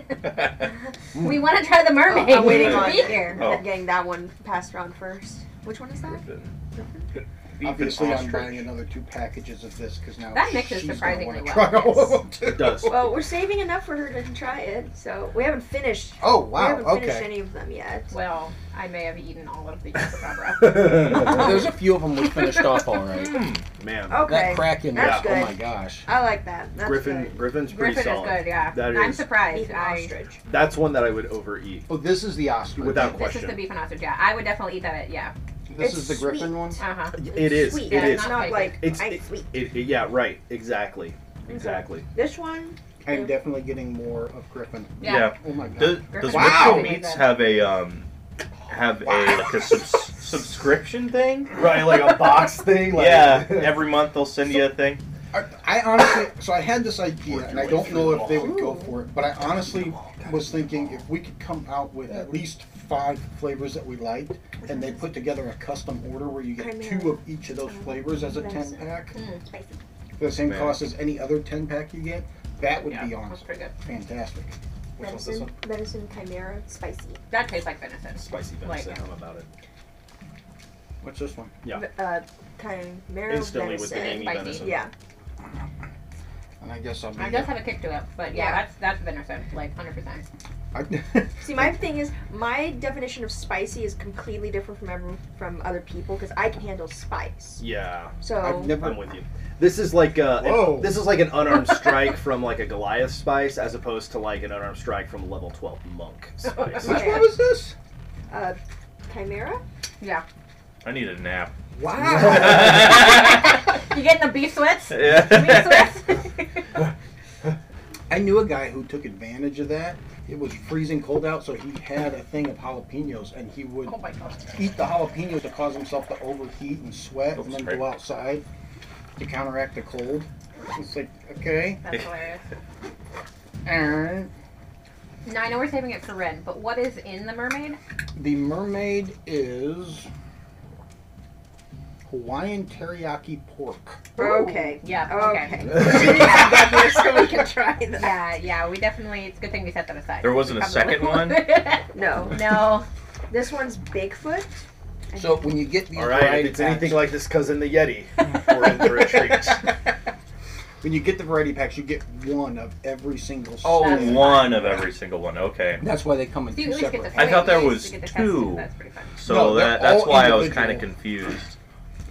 S5: Mm.
S2: We want to try the mermaid.
S8: Oh, I'm waiting on
S2: Be here.
S7: Oh.
S8: I'm getting that one passed around first. Which one is that?
S7: beef
S3: Obviously,
S7: and
S3: I'm
S7: ostrich.
S3: buying another two packages of this because now
S2: That mixes
S3: she's gonna
S2: surprisingly
S3: wanna
S2: well,
S3: Try all of
S2: yes.
S3: them too.
S5: It does.
S8: Well, we're saving enough for her to try it, so we haven't finished.
S4: Oh
S8: we
S4: wow.
S8: haven't finished
S4: Okay.
S8: any of them yet.
S2: Well, I may have eaten all of the Yusababra.
S1: There's a few of them we finished off all right.
S8: Mm,
S5: Man,
S8: Okay,
S1: That Kraken,
S8: that's
S1: oh
S8: good.
S1: my gosh.
S8: I like that. That's
S5: Griffin
S8: good.
S5: Griffin's pretty
S2: Griffin is
S5: solid.
S2: good, yeah.
S5: That
S2: I'm
S5: is-
S8: Beef
S2: surprised.
S8: and
S2: I,
S8: ostrich.
S5: That's one that I would overeat
S4: Oh, this is the ostrich.
S5: without
S2: this is
S5: question.
S2: the beef and ostrich. Yeah, I would definitely eat that. At, yeah.
S4: This is
S8: It's
S4: the griffin
S8: sweet.
S4: one.
S2: Uh huh.
S5: it is.
S8: Sweet.
S5: It
S8: yeah,
S5: is.
S8: It's not like
S5: It's-
S8: I
S5: it-
S8: sweet.
S5: It, it- yeah, right. Exactly. Exactly.
S8: This one,
S3: I'm definitely getting more of Griffin.
S2: Yeah.
S3: Oh my god.
S7: Does,
S2: Griffin
S7: does
S2: Wow.
S7: Mitchell
S2: Griffin.
S7: Meats have a um have a like a subs- subscription thing?
S5: Right, like a box thing.
S7: yeah, every month they'll send you a thing.
S3: I, I honestly, so I had this idea,
S5: Work
S3: and
S5: your
S3: I
S5: way
S3: don't
S5: through
S3: know
S5: the
S3: if they would go
S8: wall.
S3: for it, but I honestly was thinking if we could come out with at least five flavors that we liked, and they put together a custom order where you get
S8: Chimera.
S3: two of each of those flavors as a ten
S8: Venison.
S3: pack
S8: spicy.
S3: for the same
S7: Man.
S3: cost as any other ten pack you get, that would
S2: yeah,
S3: be on
S2: That's pretty good.
S3: fantastic.
S4: Which one's this
S8: Medicine,
S4: one?
S8: medicine chimera, spicy.
S2: That tastes like venison.
S5: Spicy
S2: Like
S5: venison.
S2: it.
S5: I'm about it.
S3: What's this one?
S5: Yeah.
S8: V- Uh, chimera
S5: Instantly with the
S8: medicine.
S5: gamey
S2: Spicy.
S5: venison.
S8: Yeah,
S3: And I guess I'll be.
S2: It does have a kick to it, but yeah,
S8: Yeah.
S2: that's that's venison, like 100. percent
S3: I-
S8: See, my thing is, my definition of spicy is completely different from every, from other people because I can handle spice.
S5: Yeah.
S8: So
S3: I've never.
S5: I'm with you. This is like uh
S3: Whoa.
S5: this is like an unarmed strike from like a Goliath spice as opposed to like an unarmed strike from a level 12 monk spice.
S3: Which one was this?
S8: uh, chimera.
S2: Yeah.
S7: I need a nap.
S3: Wow.
S2: You getting the beef sweats? Beef
S7: Yeah.
S2: sweats?
S3: I knew a guy who took advantage of that. It was freezing cold out, so he had a thing of jalapenos, and he would
S2: oh my gosh.
S3: eat the jalapenos to cause himself to overheat and sweat, and
S7: Oops,
S3: then
S7: right.
S3: go outside to counteract the cold. It's like, okay,
S2: That's hilarious.
S3: alright.
S2: Now I know we're saving it for Ren, but what is in the mermaid?
S3: The mermaid is Hawaiian teriyaki pork.
S8: Okay.
S2: Yeah.
S8: Okay.
S2: Okay.
S8: We need some butter so we can try that.
S2: Yeah, yeah, we definitely. It's a good thing we set that aside.
S7: There wasn't a
S2: Probably. Oh,
S7: second one?
S8: No,
S2: no.
S8: this one's Bigfoot.
S3: So when you get these
S5: All right,
S3: variety
S5: if it's anything
S3: packs-
S5: like this cousin the Yeti, we're in for a treat.
S3: when you get the variety packs, you get one of every single.
S7: Oh,
S3: stand.
S7: one of every single one. okay.
S3: That's why they come in
S2: So you
S3: two
S2: at least get the
S3: separate.
S2: first.
S7: I thought there
S2: you at
S7: was
S2: least get the first
S7: two.
S2: one, That's pretty fun.
S7: So
S3: No, they're
S7: that that's
S3: all
S7: why I was kind of
S3: individual.
S7: confused.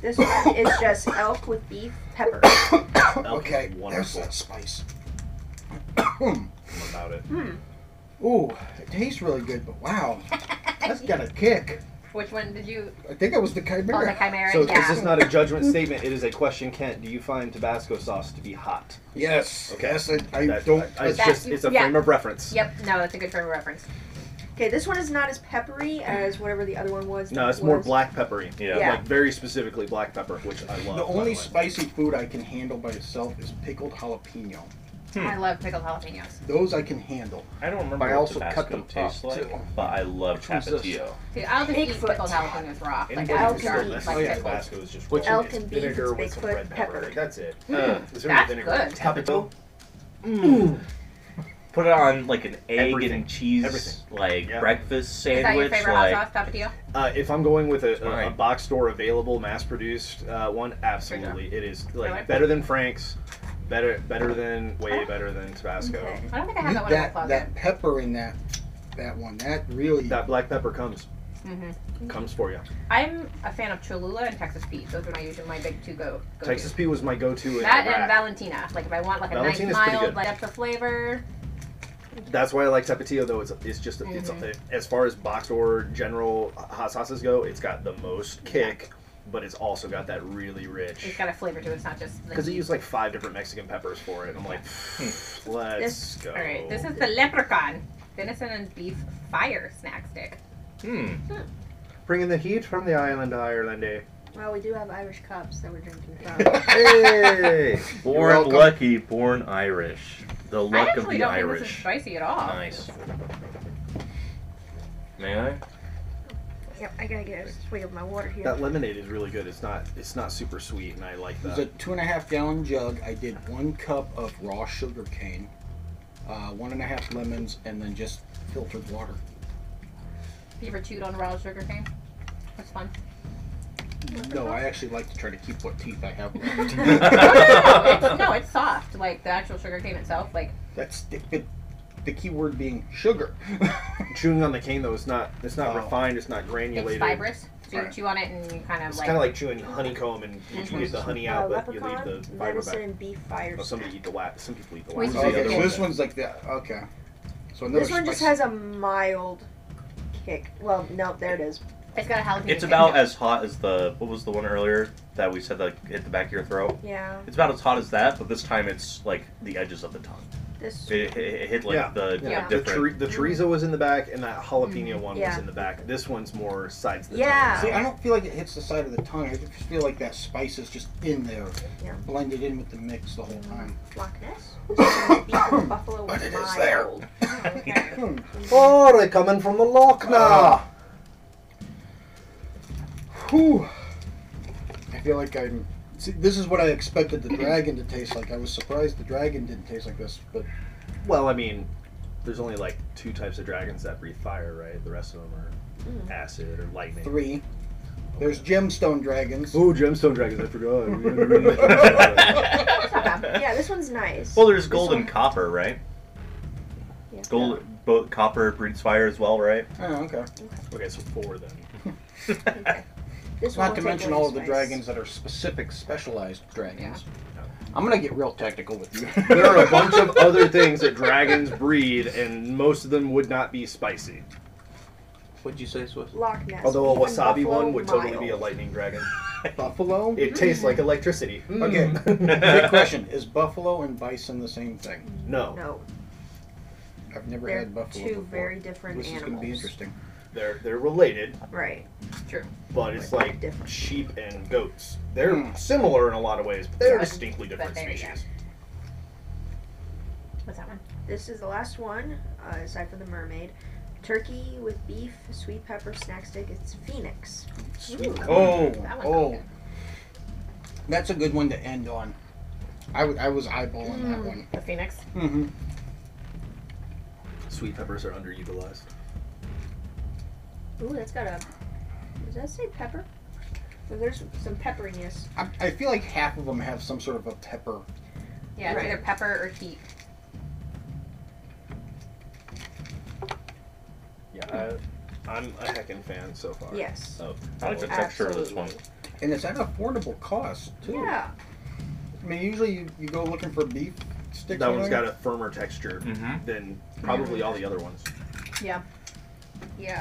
S8: This one is just elk with beef pepper.
S3: Okay, there's
S5: Wonderful.
S3: that spice.
S5: I'm about it.
S3: Ooh, it tastes really good, but wow, that's got a kick.
S2: Which one did you?
S3: I think it was the chimera.
S2: Oh, the chimera.
S5: So
S2: yeah.
S5: this is not a judgment statement. It is a question, Kent. Do you find Tabasco sauce to be hot?
S3: Yes.
S5: Okay.
S3: Yes, I, I
S5: That-
S3: don't.
S5: I- It's
S2: That-
S5: just it's a
S2: yeah.
S5: frame of reference.
S2: Yep. No, that's a good frame of reference.
S8: Okay, this one is not as peppery as whatever the other one was.
S5: No,
S8: that
S5: it's more
S8: was-
S5: black peppery.
S7: Yeah.
S8: Yeah.
S5: Like very specifically black pepper, which I love. by
S3: the only
S5: way.
S3: spicy food I can handle by itself is pickled jalapeno.
S7: Hmm.
S2: I love pickled jalapenos.
S3: Those I can handle.
S7: I don't remember
S3: But I
S7: what
S3: also
S7: Tabasco
S3: cut them up,
S7: tastes like,
S3: too.
S7: but I love
S3: Which one's this?
S7: Tapatio.
S2: See, I'll just eat
S8: Bigfoot.
S2: pickled jalapenos raw. Like,
S5: Anybody
S8: I'll
S5: who's
S8: just
S5: got
S8: eat
S5: less
S2: like
S5: than
S2: pickled.
S5: Tabasco is just
S8: Elk
S5: it's
S8: and beans,
S5: vinegar
S8: it's
S5: with some
S8: Bigfoot
S5: red pepper.
S8: pepper.
S5: That's it. Is
S7: Uh,
S5: there any
S2: Hmm. That's
S5: vinegar?
S2: good.
S5: Tapatio?
S7: Put it on like an egg
S5: Everything.
S7: and cheese
S5: Everything.
S7: like
S5: Yeah.
S7: breakfast
S2: Is that your
S7: sandwich.
S2: favorite
S7: like
S2: hot sauce, Tapatio?
S5: Uh, if I'm going with a, a, a
S7: Fine.
S5: box store available, mass produced uh, one, absolutely, it is like
S2: Really?
S5: better than Frank's, better better than way
S2: Oh.
S5: better than Tabasco.
S8: Okay.
S2: I don't think I have
S3: You-
S2: that one in my
S3: that
S2: closet.
S3: that pepper in that that one that really
S5: That black pepper comes
S2: hmm
S5: comes for you.
S2: I'm a fan of Cholula and Texas Pete. Those are my usually my big two go. go
S5: Texas P was my go-to. In
S2: That and
S5: Iraq.
S2: Valentina. Like if I want like a nice
S5: Valentina's pretty
S2: mild
S5: good.
S2: like up to flavor.
S5: That's why I like Tapatio though. It's it's just it's
S2: Mm-hmm.
S5: as far as box or general hot sauces go, it's got the most kick, but it's also got that really
S2: It's
S5: rich.
S2: got a flavor to it. It's not just like-
S5: Because they use like five different Mexican peppers for it. I'm like, let's
S8: This-
S5: go.
S2: All right, this is the leprechaun venison and beef fire snack stick.
S7: hmm.
S5: bringing the heat from the island of Ireland. Eh?
S8: Well, we do have Irish cups that we're drinking from.
S5: Hey!
S7: Born lucky, born Irish. The
S2: I
S7: luck of
S2: actually
S7: the
S2: don't think this is
S7: Irish.
S2: spicy at all.
S7: Nice. May I?
S8: yep, I gotta get a swig of my water here. Uh,
S5: that lemonade is really good. It's not it's not super sweet, and I like
S3: It was a
S5: that.
S3: two and a half gallon jug. I did one cup of raw sugar cane, uh, one and a half lemons, and then just filtered water.
S2: Have you ever chewed on raw sugar cane? That's fun.
S3: No, I actually like to try to keep what teeth I have left.
S2: it's, no, it's soft, like the actual sugar cane itself. Like
S3: That's the, the, the key word being sugar.
S5: Chewing on the cane though, it's not it's not
S3: Oh.
S5: refined, it's not
S2: it's
S5: granulated.
S2: fibrous, so you
S3: Right.
S2: chew on it and you kind of
S5: It's
S2: like.
S5: kind of like chewing honeycomb, and you leave the honey out, but you leave
S8: leprechaun,
S5: the fiber
S8: venison,
S5: back.
S8: and beef fire.
S5: Oh, some people eat the wax. Some people eat the
S2: Where's
S5: wax.
S2: the
S5: The
S3: okay,
S5: other
S3: so this one's
S5: one's
S3: like that. Okay. So another
S8: this one just has
S3: spice-
S8: a mild kick. Well, no, there it is.
S2: it's got a jalapeno.
S7: It's about as hot as the what was the one earlier that we said that hit the back of your throat.
S8: Yeah.
S7: It's about as hot as that, but this time it's like the edges of the tongue.
S8: This.
S7: It, it, it hit like
S5: Yeah.
S7: the
S2: Yeah.
S7: a
S5: the,
S7: different.
S5: chori- the chorizo was in the back, and that jalapeno one was
S8: Yeah.
S5: in the back. This one's more sides. Of the
S8: Yeah.
S3: See, I don't feel like it hits the side of the tongue. I just feel like that spice is just in there,
S8: Yeah.
S3: blended in with the mix the whole time.
S8: Loch Ness. Buffalo
S3: But
S8: was
S3: it is
S8: mild.
S3: there.
S2: okay.
S3: Hmm.
S5: tongue. Oh, they're coming from the Loch now.
S3: Whew. I feel like I'm. See, this is what I expected the dragon to taste like. I was surprised the dragon didn't taste like this, but
S5: well, I mean, there's only like two types of dragons that breathe fire, right? The rest of them are acid or lightning.
S3: three. There's gemstone dragons.
S5: Oh, gemstone dragons! I forgot.
S8: Yeah, this one's nice.
S7: Well, there's gold and copper, right?
S8: Yeah.
S7: Gold, both copper breeds fire as well, right?
S3: Oh, okay.
S5: okay, so four then.
S8: This one
S3: Not to
S8: will take
S3: mention
S8: away
S3: all of the
S8: spice.
S3: dragons that are specific, specialized dragons.
S5: Yeah.
S3: I'm gonna get real technical with you.
S5: There are a bunch of other things that dragons breed, and most of them would not be spicy.
S9: What'd you say, Swiss?
S8: Loch Ness.
S5: Although a
S8: even
S5: wasabi
S8: Buffalo
S5: one would totally be a
S8: mild.
S5: lightning dragon.
S3: buffalo.
S5: It Hmm. tastes like electricity. Mm,
S3: Okay. Good question. Is buffalo and bison the same thing?
S5: No,
S8: No,
S3: I've never
S8: they're
S3: had buffalo
S8: two
S3: before.
S8: very different
S3: this
S8: animals.
S3: is gonna be interesting.
S5: they're they're related,
S8: Right.
S5: but it's like
S8: Different.
S5: sheep and goats. They're
S3: Hmm.
S5: similar in a lot of ways, but they're
S2: But-
S5: distinctly different
S2: but there you go.
S5: species.
S2: What's that one?
S8: This is the last one, uh, aside from the mermaid. Turkey with beef, sweet pepper, snack stick. It's Phoenix.
S3: Sweet.
S5: Oh,
S2: That one's
S3: Oh,
S2: okay.
S3: that's a good one to end on. I w- I was eyeballing that one.
S2: The phoenix.
S3: Mm-hmm.
S5: Sweet peppers are underutilized.
S8: Ooh, that's got a. Does that say pepper? So there's some pepperiness.
S3: I, I feel like half of them have some sort of a pepper.
S2: Yeah, it's
S8: Right.
S2: either pepper or heat.
S5: Yeah, I, I'm a heckin' fan so far.
S8: Yes.
S7: Oh, I like the texture of this one.
S3: And it's at affordable cost, too.
S8: Yeah.
S3: I mean, usually you, you go looking for beef sticks.
S5: That
S3: or
S5: one's
S3: whatever.
S5: got a firmer texture
S7: Mhm.
S5: than probably all the other ones.
S8: Yeah.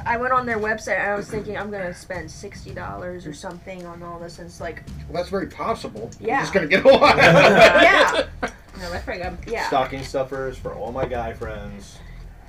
S8: I went on their website and I was thinking I'm gonna spend sixty dollars or something on all this, and it's like,
S3: Well, that's very possible.
S8: Yeah.
S3: You're just going to get a lot.
S8: yeah,
S2: No, that's pretty good.
S8: yeah.
S5: Stocking stuffers for all my guy friends.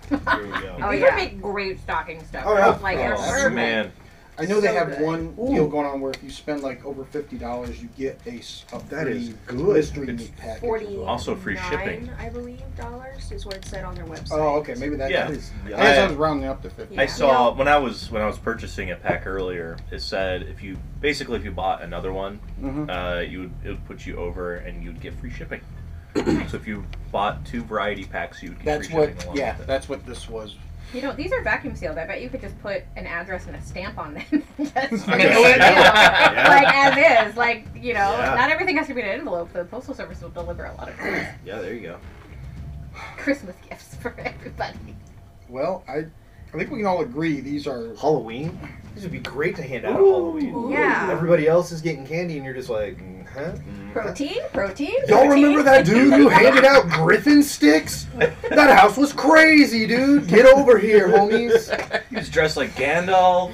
S5: Here we go.
S8: Oh,
S2: you
S8: yeah.
S2: could make great stocking stuff.
S3: Oh, yeah.
S2: Like,
S3: Oh,
S2: they're
S7: Oh
S2: perfect.
S7: man,
S3: I know they
S8: So
S3: have
S8: good.
S3: one deal going on where if you spend like over $50, you get a, s- a
S5: That is
S3: free
S5: good.
S3: mystery
S7: It's
S3: meat package.
S8: Forty.
S7: Also free shipping.
S8: I believe dollars is what it said on their website.
S3: Oh, okay. Maybe that,
S7: Yeah.
S3: that is. I
S5: Yeah.
S3: guess I was rounding up to 50.
S8: Yeah.
S7: I saw when I was when I was purchasing a pack earlier. It said if you basically if you bought another one,
S5: Mm-hmm.
S3: Mhm.
S7: uh, you would it would put you over and you'd get free shipping. so if you bought two variety packs, you would get
S3: That's
S7: free
S3: what,
S7: shipping along
S3: yeah,
S7: with it.
S3: that's what this was.
S2: You know, these are vacuum sealed. I bet you could just put an address and a stamp on them. and just mail
S3: Okay.
S2: it out.
S5: Yeah.
S2: Like, as is. Like, you know,
S5: Yeah.
S2: not everything has to be in an envelope. The Postal Service will deliver a lot of things.
S5: Yeah, there you go.
S2: Christmas gifts for
S5: Mm-hmm.
S2: everybody.
S3: Well, I, I think we can all agree these are.
S5: Halloween? These would be great to hand out
S7: Ooh.
S5: at Halloween.
S8: Yeah.
S5: Everybody else is getting candy and you're just like, mm, huh?
S2: Protein? Protein?
S5: Y'all
S2: protein?
S5: remember that dude who handed out griffin sticks? That house was crazy, dude. Get over here, homies.
S7: He was dressed like Gandalf.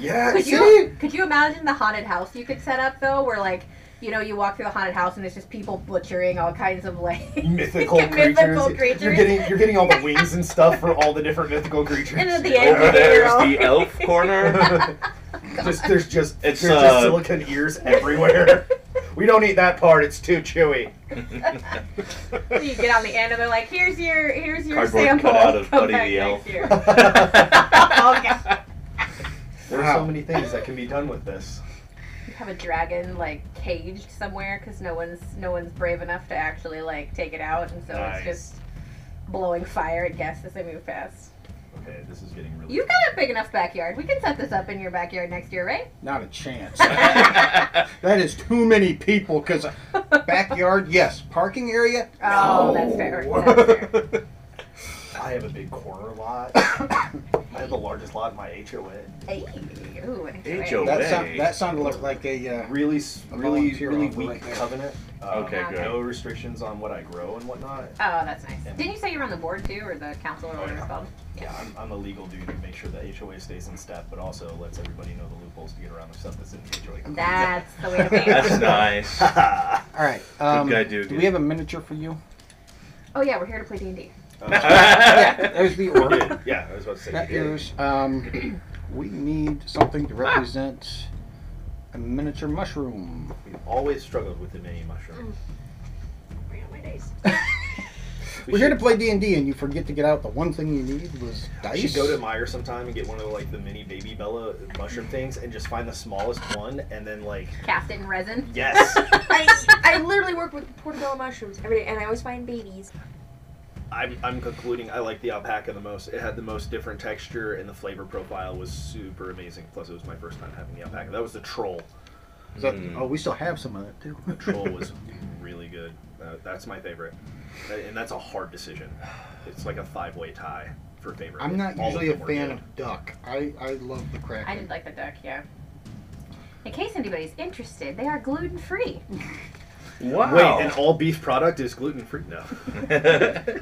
S5: Yeah,
S2: Could
S5: see?
S2: you, could you imagine the haunted house you could set up, though, where, like, you know, you walk through the haunted house and it's just people butchering all kinds of, like,
S5: Mythical creatures.
S2: mythical
S5: You're
S2: creatures.
S5: getting you're getting all the wings and stuff for all the different mythical creatures.
S2: And at the end,
S7: Over
S2: you get your
S7: there's
S2: own.
S7: the elf corner.
S5: just there's just
S7: It's,
S5: there's
S7: uh,
S5: just silicon ears everywhere. we don't eat that part; it's too chewy.
S2: you get on the end, and they're like, "Here's your, here's your
S7: Cardboard
S2: sample."
S7: cutout of
S2: Come
S7: Buddy
S2: back next
S7: the Elf.
S2: year."
S7: Oh,
S5: There's so
S3: Wow.
S5: many things that can be done with this.
S2: You have a dragon like caged somewhere because no one's no one's brave enough to actually like take it out, and so it's
S5: Nice.
S2: just blowing fire. It guesses as they move past.
S5: Okay, this is getting really.
S2: You got a big enough backyard. We can set this up in your backyard next year, right?
S3: Not a chance. that is too many people because backyard, yes. Parking area,
S2: Oh, that's fair. That's fair.
S5: I have a big corner lot. I have the largest lot in my HOA.
S2: Hey, ooh, an
S7: Hey,
S2: HOA.
S7: Joe.
S3: that,
S7: Way.
S3: sound, that sounded like, like a. Uh,
S5: Really, s-
S3: A
S5: really,
S3: volunteer
S5: really
S3: offer
S5: weak
S3: right there.
S5: covenant. Um,
S7: Okay, good.
S5: No restrictions on what I grow and whatnot.
S2: Oh, that's nice. Didn't you say you're on the board too, or the council, or whatever it's called?
S5: Oh, Yeah, I'm, I'm a legal dude to make sure the HOA stays in step, but also lets everybody know the loopholes to get around the stuff that's in the HOA. code.
S2: That's the way to be.
S7: That's nice.
S3: all right. Um,
S7: guy, dude.
S3: do we have a miniature for you?
S2: Oh yeah, we're here to play D and D.
S3: yeah, there's the orb.
S5: yeah, I was about to say.
S3: That is, um, we need something to represent a miniature mushroom.
S5: We've always struggled with the mini mushroom.
S8: Bring out my dice.
S5: We
S3: We're here to
S5: should-
S3: play D and D, and you forget to get out the one thing you need was
S5: I
S3: dice.
S5: should go to Meyer sometime and get one of the, like the mini baby Bella mushroom things, and just find the smallest one, and then like
S2: Cast it in resin.
S5: yes,
S8: I, I literally work with portobello mushrooms every day, and I always find babies.
S5: I'm I'm concluding I like the alpaca the most. It had the most different texture, and the flavor profile was super amazing. Plus, it was my first time having the alpaca. That was the troll.
S3: Is that- Oh, we still have some of it too.
S5: The troll was really good. Uh, that's my favorite, That- and that's a hard decision. It's like a five way tie for favorite.
S3: I'm not
S5: All of
S3: usually a
S5: them were
S3: fan
S5: good.
S3: of duck. I, I love the kraken.
S2: I did like the duck, yeah. In case anybody's interested, they are gluten free.
S7: Wow.
S5: Wait, an all beef product is gluten free? No.
S3: I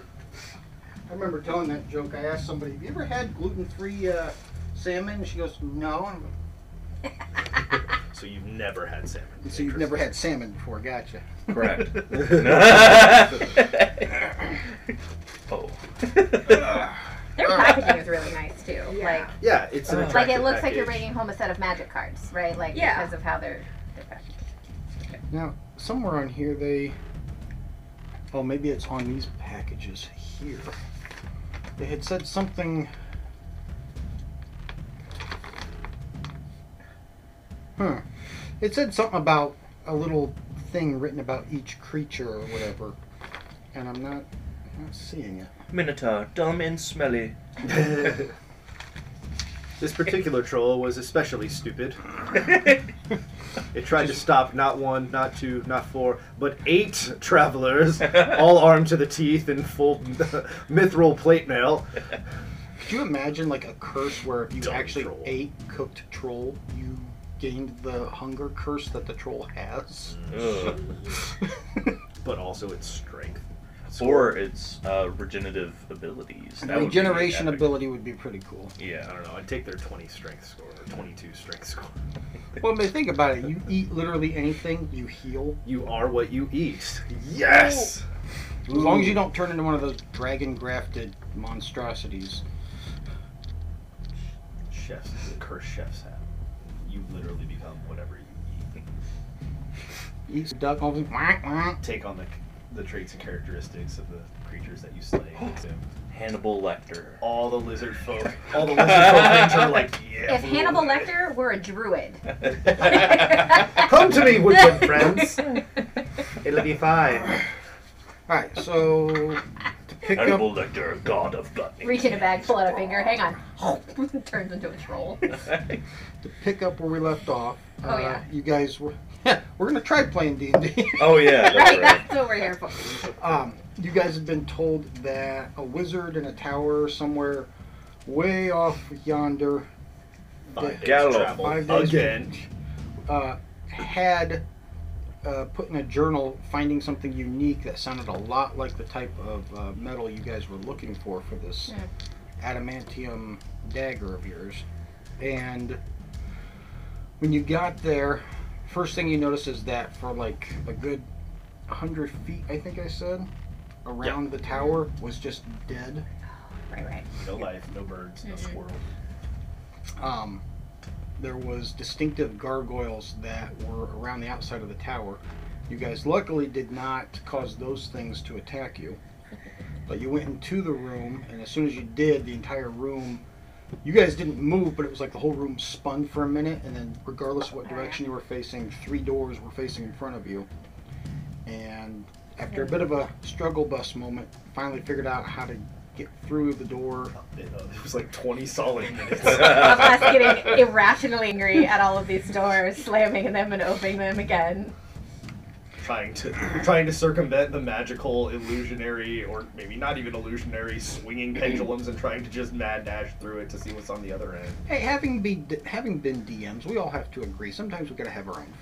S3: remember telling that joke. I asked somebody, "Have you ever had gluten-free uh, salmon?" And she goes, "No." And I'm like,
S5: So you've never had salmon.
S3: so you've never had salmon before? Gotcha.
S7: Correct. oh.
S2: Their packaging is really nice too.
S8: Yeah.
S5: Yeah, it's an
S3: Like, it
S2: Like, like
S5: attractive
S2: it looks like you're
S5: package.
S2: bringing home a set of magic cards, right? Like
S8: Yeah.
S2: because of how they're. they're packaged.
S3: Now, somewhere on here they. Oh, maybe it's on these packages here. They had said something. Huh. It said something about a little thing written about each creature or whatever, and I'm not, I'm not seeing it.
S7: Minotaur, dumb and smelly.
S5: This particular troll was especially stupid. It tried to stop not one, not two, not four, but eight travelers, all armed to the teeth and full mithril plate mail.
S3: Could you imagine like a curse where if you
S5: Dumb
S3: actually
S5: troll.
S3: ate cooked troll, you gained the hunger curse that the troll has?
S7: Mm. Ugh.
S5: But also its strength.
S7: Or its uh, regenerative abilities. That would be
S3: Regeneration
S7: epic.
S3: ability would be pretty cool.
S5: I
S7: Yeah.
S5: don't know. I'd take their 20 strength score or 22 strength score.
S3: Well, but think about it. You eat literally anything, you heal.
S5: You are what you eat. Yes.
S3: As long as you don't turn into one of those dragon grafted monstrosities.
S5: Chefs, the curse chefs have. You literally become whatever you eat.
S3: Eat duck, all the- whack, whack.
S5: Take on the the traits and characteristics of the creatures that you slay. So
S7: Hannibal Lecter.
S5: all the lizard folk, all the lizard folk are like, yeah.
S2: If Hannibal Lecter were a druid,
S5: Come to me, woodland friends. It'll be fine.
S3: All right, so to pick up
S7: Hannibal Lecter, god of gluttony.
S2: reach in a bag, pull out a finger, hang on, turns into a troll.
S3: to pick up where we left off.
S2: Oh,
S3: uh,
S2: yeah.
S3: You guys were. we're gonna try playing D and D.
S7: oh yeah, that's
S2: right,
S7: right.
S2: that's what we're here for.
S3: Um, you guys have been told that a wizard in a tower somewhere, way off yonder,
S5: Five
S7: Gallop.
S5: days travel
S3: Five days.
S5: again.
S3: uh, had uh, put in a journal finding something unique that sounded a lot like the type of uh, metal you guys were looking for for this adamantium dagger of yours. And when you got there, first thing you notice is that for like a good 100 feet, I think I said, around the tower was just dead.
S2: Right, right.
S5: No life, no birds,
S2: Mm-hmm.
S5: no squirrel.
S3: um, there was distinctive gargoyles that were around the outside of the tower. You guys luckily did not cause those things to attack you, but you went into the room, and as soon as you did, the entire room. You guys didn't move, but it was like the whole room spun for a minute, and then, regardless of what direction you were facing, three doors were facing in front of you. And after a bit of a struggle bus moment, finally figured out how to get through the door.
S5: It uh, it was like 20 solid minutes.
S2: Of us getting irrationally angry at all of these doors, slamming them and opening them again.
S5: trying to trying to circumvent the magical illusionary or maybe not even illusionary swinging pendulums and trying to just mad dash through it to see what's on the other end.
S3: Hey, having be having been DMs, we all have to agree. Sometimes we gotta have our own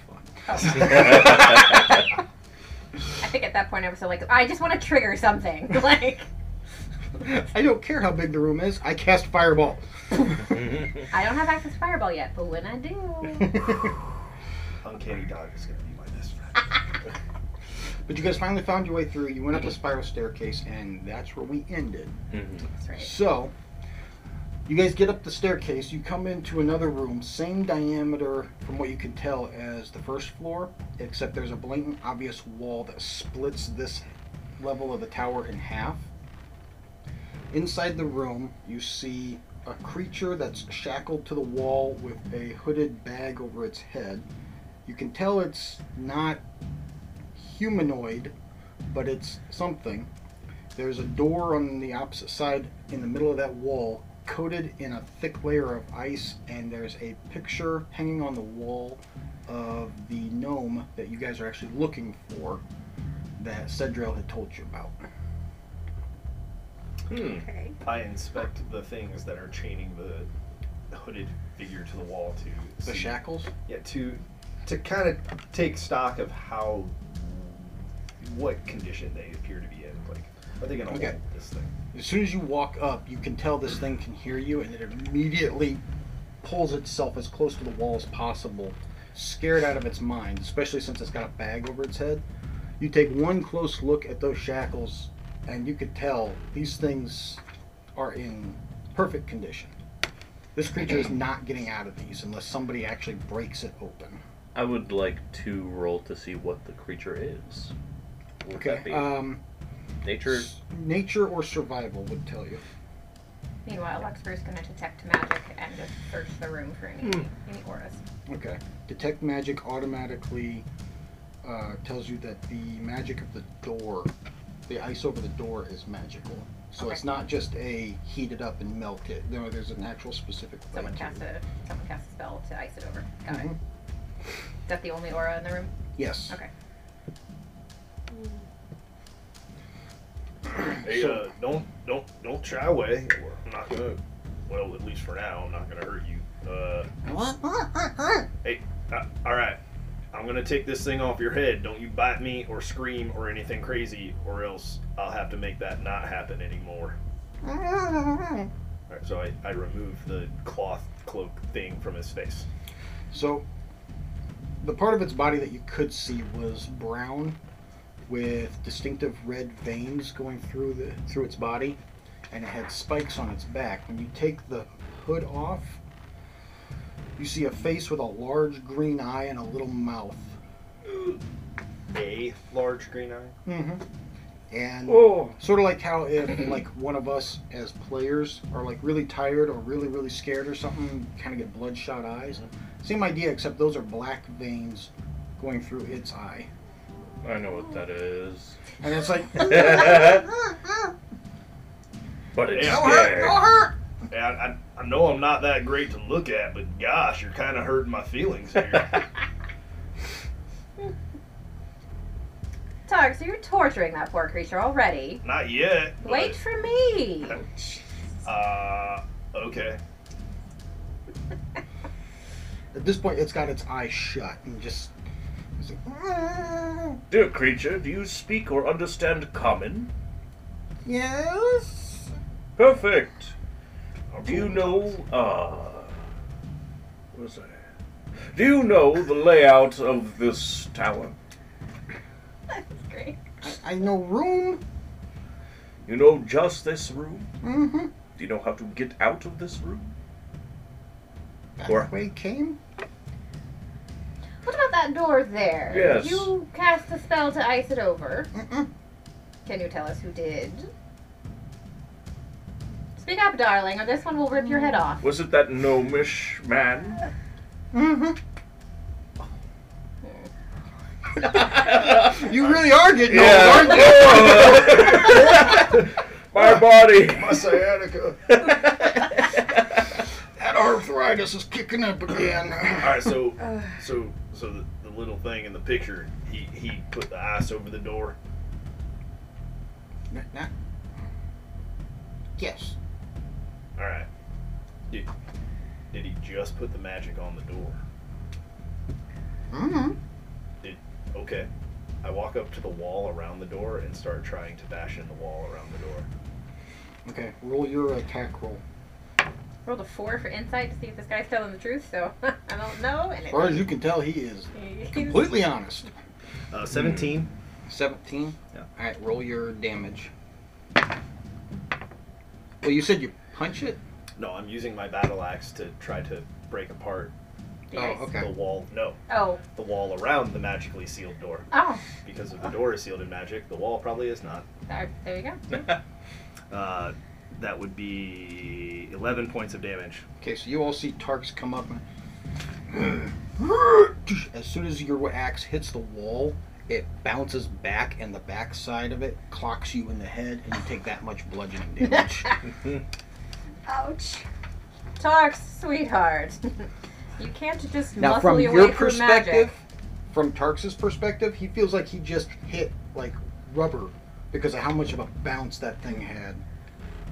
S3: fun.
S5: Oh,
S2: I think at that point I was so like, I just want to trigger something. Like,
S3: I don't care how big the room is. I cast fireball.
S2: I don't have access to Fireball yet, but when I do,
S5: Uncanny dog is gonna be my best friend.
S3: Ah, But you guys finally found your way through. You went up the spiral staircase, and that's where we ended.
S2: that's right.
S3: So, you guys get up the staircase. You come into another room, same diameter from what you can tell as the first floor, except there's a blatant, obvious wall that splits this level of the tower in half. Inside the room, you see a creature that's shackled to the wall with a hooded bag over its head. You can tell it's not humanoid, but it's something. There's a door on the opposite side in the middle of that wall, coated in a thick layer of ice, and there's a picture hanging on the wall of the gnome that you guys are actually looking for that Cedril had told you about.
S5: Hmm.
S8: Okay.
S5: I inspect the things that are chaining the hooded figure to the wall to
S3: The
S5: see-
S3: shackles?
S5: Yeah, to to kind of take stock of how what condition they appear to be in. Like, are they gonna
S3: Okay.
S5: hold this thing?
S3: As soon as you walk up, you can tell this thing can hear you, and it immediately pulls itself as close to the wall as possible, scared out of its mind, especially since it's got a bag over its head. You take one close look at those shackles, and you could tell these things are in perfect condition. This creature is not getting out of these unless somebody actually breaks it open.
S7: I would like to roll to see what the creature is. What would that
S3: Okay.
S7: be?
S3: Um,
S7: Nature.
S3: s- nature or survival would tell you.
S2: Meanwhile, Luxburg's gonna detect magic and just search the room for any any auras.
S3: Okay. Detect magic automatically uh, tells you that the magic of the door, the ice over the door, is magical. So it's
S2: Okay.
S3: not just a heat it up and melt it. No, there's an actual specific. way
S2: Someone
S3: to-
S2: cast a someone cast a spell to ice it over. Got it.
S3: Mhm.
S2: Is that the only aura in the room?
S3: Yes.
S2: Okay.
S6: Hey, uh, don't don't don't shy away. I'm not gonna. Well, at least for now, I'm not gonna hurt you. Uh, hey, uh, all right. I'm gonna take this thing off your head. Don't you bite me or scream or anything crazy, or else I'll have to make that not happen anymore. All right, so I, I remove the cloth cloak thing from his face.
S3: So the part of its body that you could see was brown, with distinctive red veins going through the through its body, and it had spikes on its back. When you take the hood off, you see a face with a large green eye and a little mouth.
S5: A large green eye.
S3: Mm-hmm. And
S9: Oh.
S3: sort of like how if like one of us as players are like really tired or really really scared or something kind of get bloodshot eyes same idea except those are black veins going through its eye
S7: I know what that is.
S3: and it's like
S7: But it's
S6: Yeah.
S7: scared.
S6: Hey, I, I, I know I'm not that great to look at, but gosh, you're kind of hurting my feelings here.
S2: Targ, so you're torturing that poor creature already.
S6: not yet. but-
S2: Wait for me.
S6: Uh, okay.
S3: at this point it's got its eye shut and just it's "Mm, like,
S7: Dear creature, do you speak or understand common?
S3: yes
S7: Perfect.
S6: I'll
S7: Do you
S6: roll
S7: know, uh, what was I? Do you know the layout of this tower?
S2: That's great.
S3: I, I know room
S7: You know just this room?
S3: mm-hmm
S7: Do you know how to get out of this room?
S3: that's
S7: Or-
S3: the way it came
S2: What about that door there?
S7: Yes.
S2: You cast a spell to ice it over.
S3: Mm-mm.
S2: Can you tell us who did? Speak up, darling, or this one will rip your head off.
S7: Was it that gnomish man?
S3: Mm-hmm. you really are getting old, aren't you?
S7: Yeah. My body.
S3: My sciatica. That arthritis is kicking up again.
S5: All right, so so so the, the little thing in the picture, he he put the ice over the door.
S10: N- not- Yes.
S5: All right. Did, did he just put the magic on the door?
S10: Mm-hmm.
S5: Okay. I walk up to the wall around the door and start trying to bash in the wall around the door.
S3: Okay, roll your attack roll.
S2: Rolled a four for insight to see if this guy's telling the truth, so I don't know. And
S3: As
S2: it,
S3: far as you can tell, he is
S2: He's-
S3: completely honest.
S5: Uh, 17.
S10: 17?
S5: Yeah.
S10: Alright, roll your damage. Well, you said you punch it?
S5: No, I'm using my battle axe to try to break apart
S2: the ice.
S10: Oh, okay.
S5: the wall. No,
S2: Oh,
S5: the wall around the magically sealed door.
S2: oh,
S5: Because if the door is sealed in magic, the wall probably is not.
S2: there, there you go.
S5: Uh, that would be 11 points of damage.
S3: Okay, so you all see Tarks come up and.
S10: As soon as your axe hits the wall, it bounces back, and the back side of it clocks you in the head, and you take that much bludgeoning damage.
S8: Ouch.
S2: Tarks, sweetheart. you can't just
S10: now,
S2: muscle
S10: from
S2: your,
S10: your
S2: way through magic.
S10: perspective,
S3: From Tarks' perspective, he feels like he just hit, like, rubber because of how much of a bounce that thing had.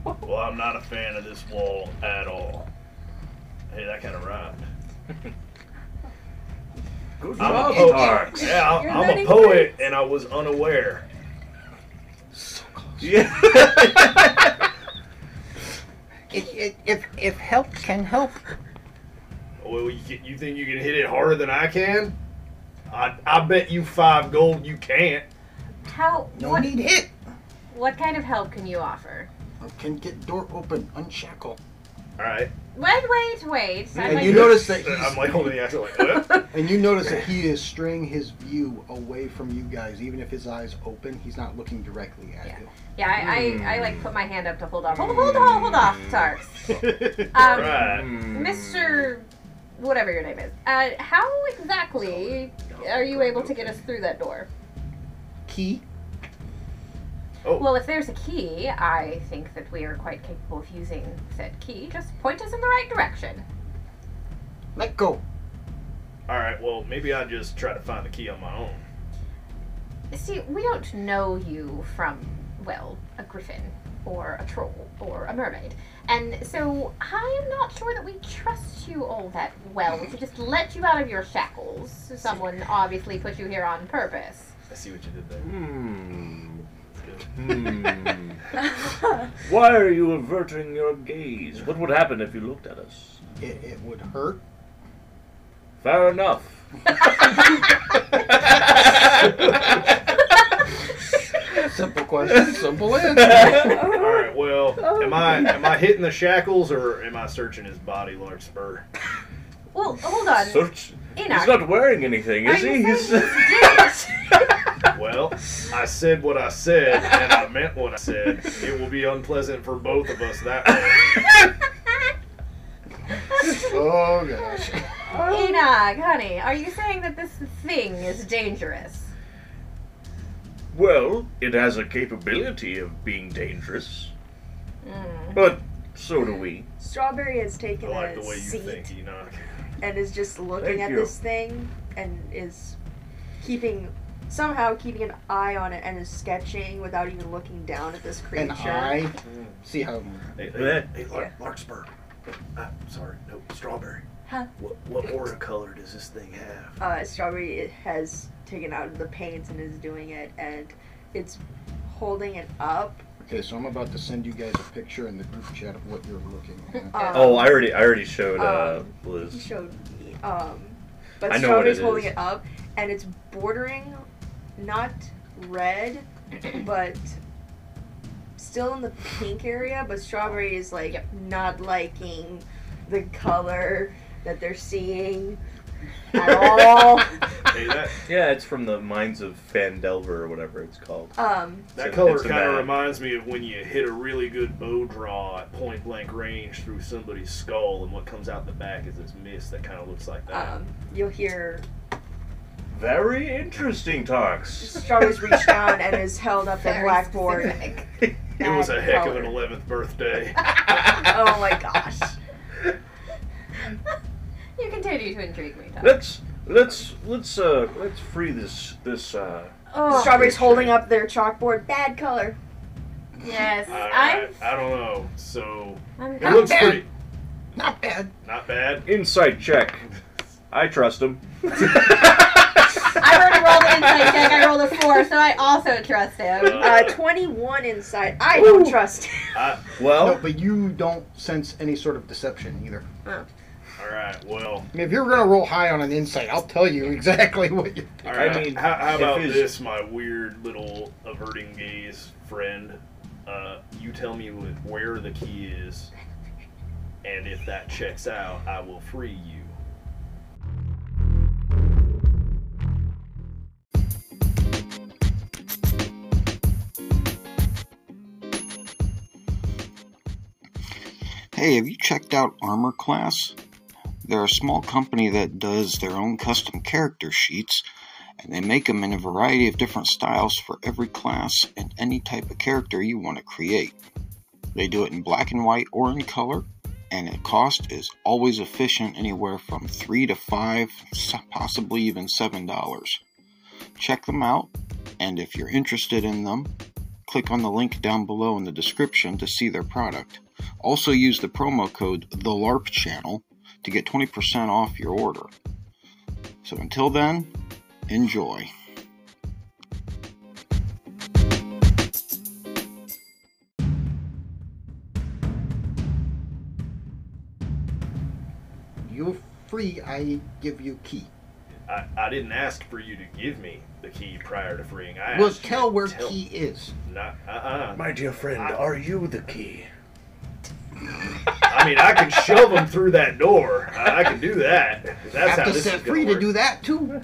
S5: Well, I'm not a fan of this wall at all. Hey, that kind of rhymed.
S7: Good
S5: I'm
S7: job,
S5: a poet.
S7: Tarks.
S5: Yeah,
S2: You're
S5: I- I'm a
S2: learning
S5: poet, and I was unaware.
S7: Yeah.
S10: if, if- if, if help can help,
S5: Well, you, can- you think you can hit it harder than I can? I, I bet you five gold you can't.
S2: How?
S10: no
S2: what,
S10: need hit.
S2: what kind of help can you offer?
S3: I can get door open, unshackle.
S5: All right.
S2: Wait, wait, wait. Sound
S3: And
S2: like
S3: you
S2: you're-
S3: notice that he's,
S5: I'm like holding the axe. I'm like, what?
S3: and you notice that he is straying his view away from you guys, even if his eyes open, he's not looking directly at
S2: Yeah.
S3: you.
S2: Yeah, I, I, I like put my hand up to hold off. Hold, hold, hold, hold off, Tarks.
S5: All
S2: Um,
S5: right.
S2: Mr. Whatever your name is. Uh, how exactly are you able to get us through that door?
S3: Key.
S5: Oh,
S2: Well, if there's a key, I think that we are quite capable of using said key. Just point us in the right direction.
S3: Let go.
S5: all right. Well, maybe I just try to find the key on my own.
S2: See, we don't know you from, well, a griffin or a troll or a mermaid. And so I'm not sure that we trust you all that well. We should just let you out of your shackles. Someone obviously put you here on purpose.
S5: I see what you did there.
S7: Hmm.
S5: It's good.
S7: Hmm. Why are you averting your gaze? What would happen if you looked at us?
S3: It, it would hurt.
S7: Fair enough.
S3: Simple question, simple answer.
S5: All right. Well, am I am I hitting the shackles or am I searching his body, Lord Spur?
S2: Well, hold on.
S7: Search. He's
S2: Enoch.
S7: not wearing anything, is
S2: Are
S7: he?
S2: you
S7: He's.
S2: saying he's
S5: Well, I said what I said, and I meant what I said. It will be unpleasant for both of us that way.
S3: Oh gosh.
S2: Enoch, honey, are you saying that this thing is dangerous?
S7: well, it has a capability of being dangerous,
S2: Mm.
S7: but so do we.
S8: Strawberry has
S5: I
S8: taken
S5: like
S8: a
S5: the way you
S8: seat
S5: think, Enoch.
S8: and is just looking
S7: Thank
S8: at
S7: you.
S8: this thing and is keeping somehow keeping an eye on it and is sketching without even looking down at this creature.
S3: And I see how
S5: Hey,
S7: Yeah.
S5: hey, hey Lark, Larkspur. i Uh, sorry, no, Strawberry.
S8: Huh?
S5: What, what aura color does this thing have?
S8: uh, Strawberry has taken out the paints and is doing it, and it's holding it up.
S3: Okay, so I'm about to send you guys a picture in the group chat of what you're looking at.
S8: Um,
S7: Oh, I already, I already showed uh,
S8: Um, he
S7: Liz.
S8: showed me. Um, but
S7: I know what it
S8: Strawberry's holding
S7: is.
S8: it up, and it's bordering, not red, but still in the pink area. But Strawberry is like not liking the color that they're seeing at all.
S5: Hey, that,
S7: Yeah, it's from the Mines of Fandelver or whatever it's called.
S8: um,
S5: that
S7: It's a-
S5: color
S7: it's a
S5: kind of
S7: bad-
S5: reminds me of when you hit a really good bow draw at point blank range through somebody's skull, and what comes out the back is this mist that kind of looks like that.
S8: um, you'll hear
S7: Very interesting talks.
S8: Strawberry's reached down and has held up the
S2: Very
S8: blackboard.
S2: specific.
S5: It was a
S8: bad
S5: heck of
S8: color.
S5: an 11th birthday.
S8: Oh my gosh.
S2: You continue to intrigue me, Todd.
S7: Let's let's let's uh let's free this this uh
S8: The
S2: Oh,
S8: Strawberry's holding up their chalkboard. Bad color.
S2: yes.
S5: I, I, I don't know. So
S2: I'm,
S5: it
S2: I'm
S5: looks
S11: bad.
S5: pretty.
S11: Not bad.
S5: Not bad.
S7: insight check. I trust him.
S2: I already rolled an insight check. I rolled a four, so I also trust him.
S8: Uh, 21 inside. I don't trust.
S3: No,
S7: Well,
S3: but you don't sense any sort of deception either.
S5: All right. Well,
S3: I mean, if you're gonna roll high on an insight, I'll tell you exactly what you.
S5: all right.
S7: mean,
S5: how, how
S7: if
S5: about
S7: his-
S5: this, my weird little averting gaze friend? Uh, you tell me wh- where the key is, and if that checks out, I will free you.
S4: Hey, have you checked out Armor Class? They're a small company that does their own custom character sheets, and they make them in a variety of different styles for every class and any type of character you want to create. They do it in black and white or in color, and the cost is always efficient anywhere from 3 to 5, so- possibly even $7. Check them out, and if you're interested in them, click on the link down below in the description to see their product. Also use the promo code the LARP channel to get 20% off your order. So until then, enjoy.
S3: You're free. I give you key.
S5: I, I didn't ask for you to give me the key prior to freeing. I
S3: Well,
S5: asked you
S3: tell
S5: to
S3: where key is.
S5: Not, uh-uh.
S7: my dear friend, are you the key?
S5: I mean, I can shove them through that door. I, I can do that. That's
S3: I
S5: how
S3: have to
S5: this
S3: set
S5: is gonna
S3: free to
S5: work.
S3: do that too.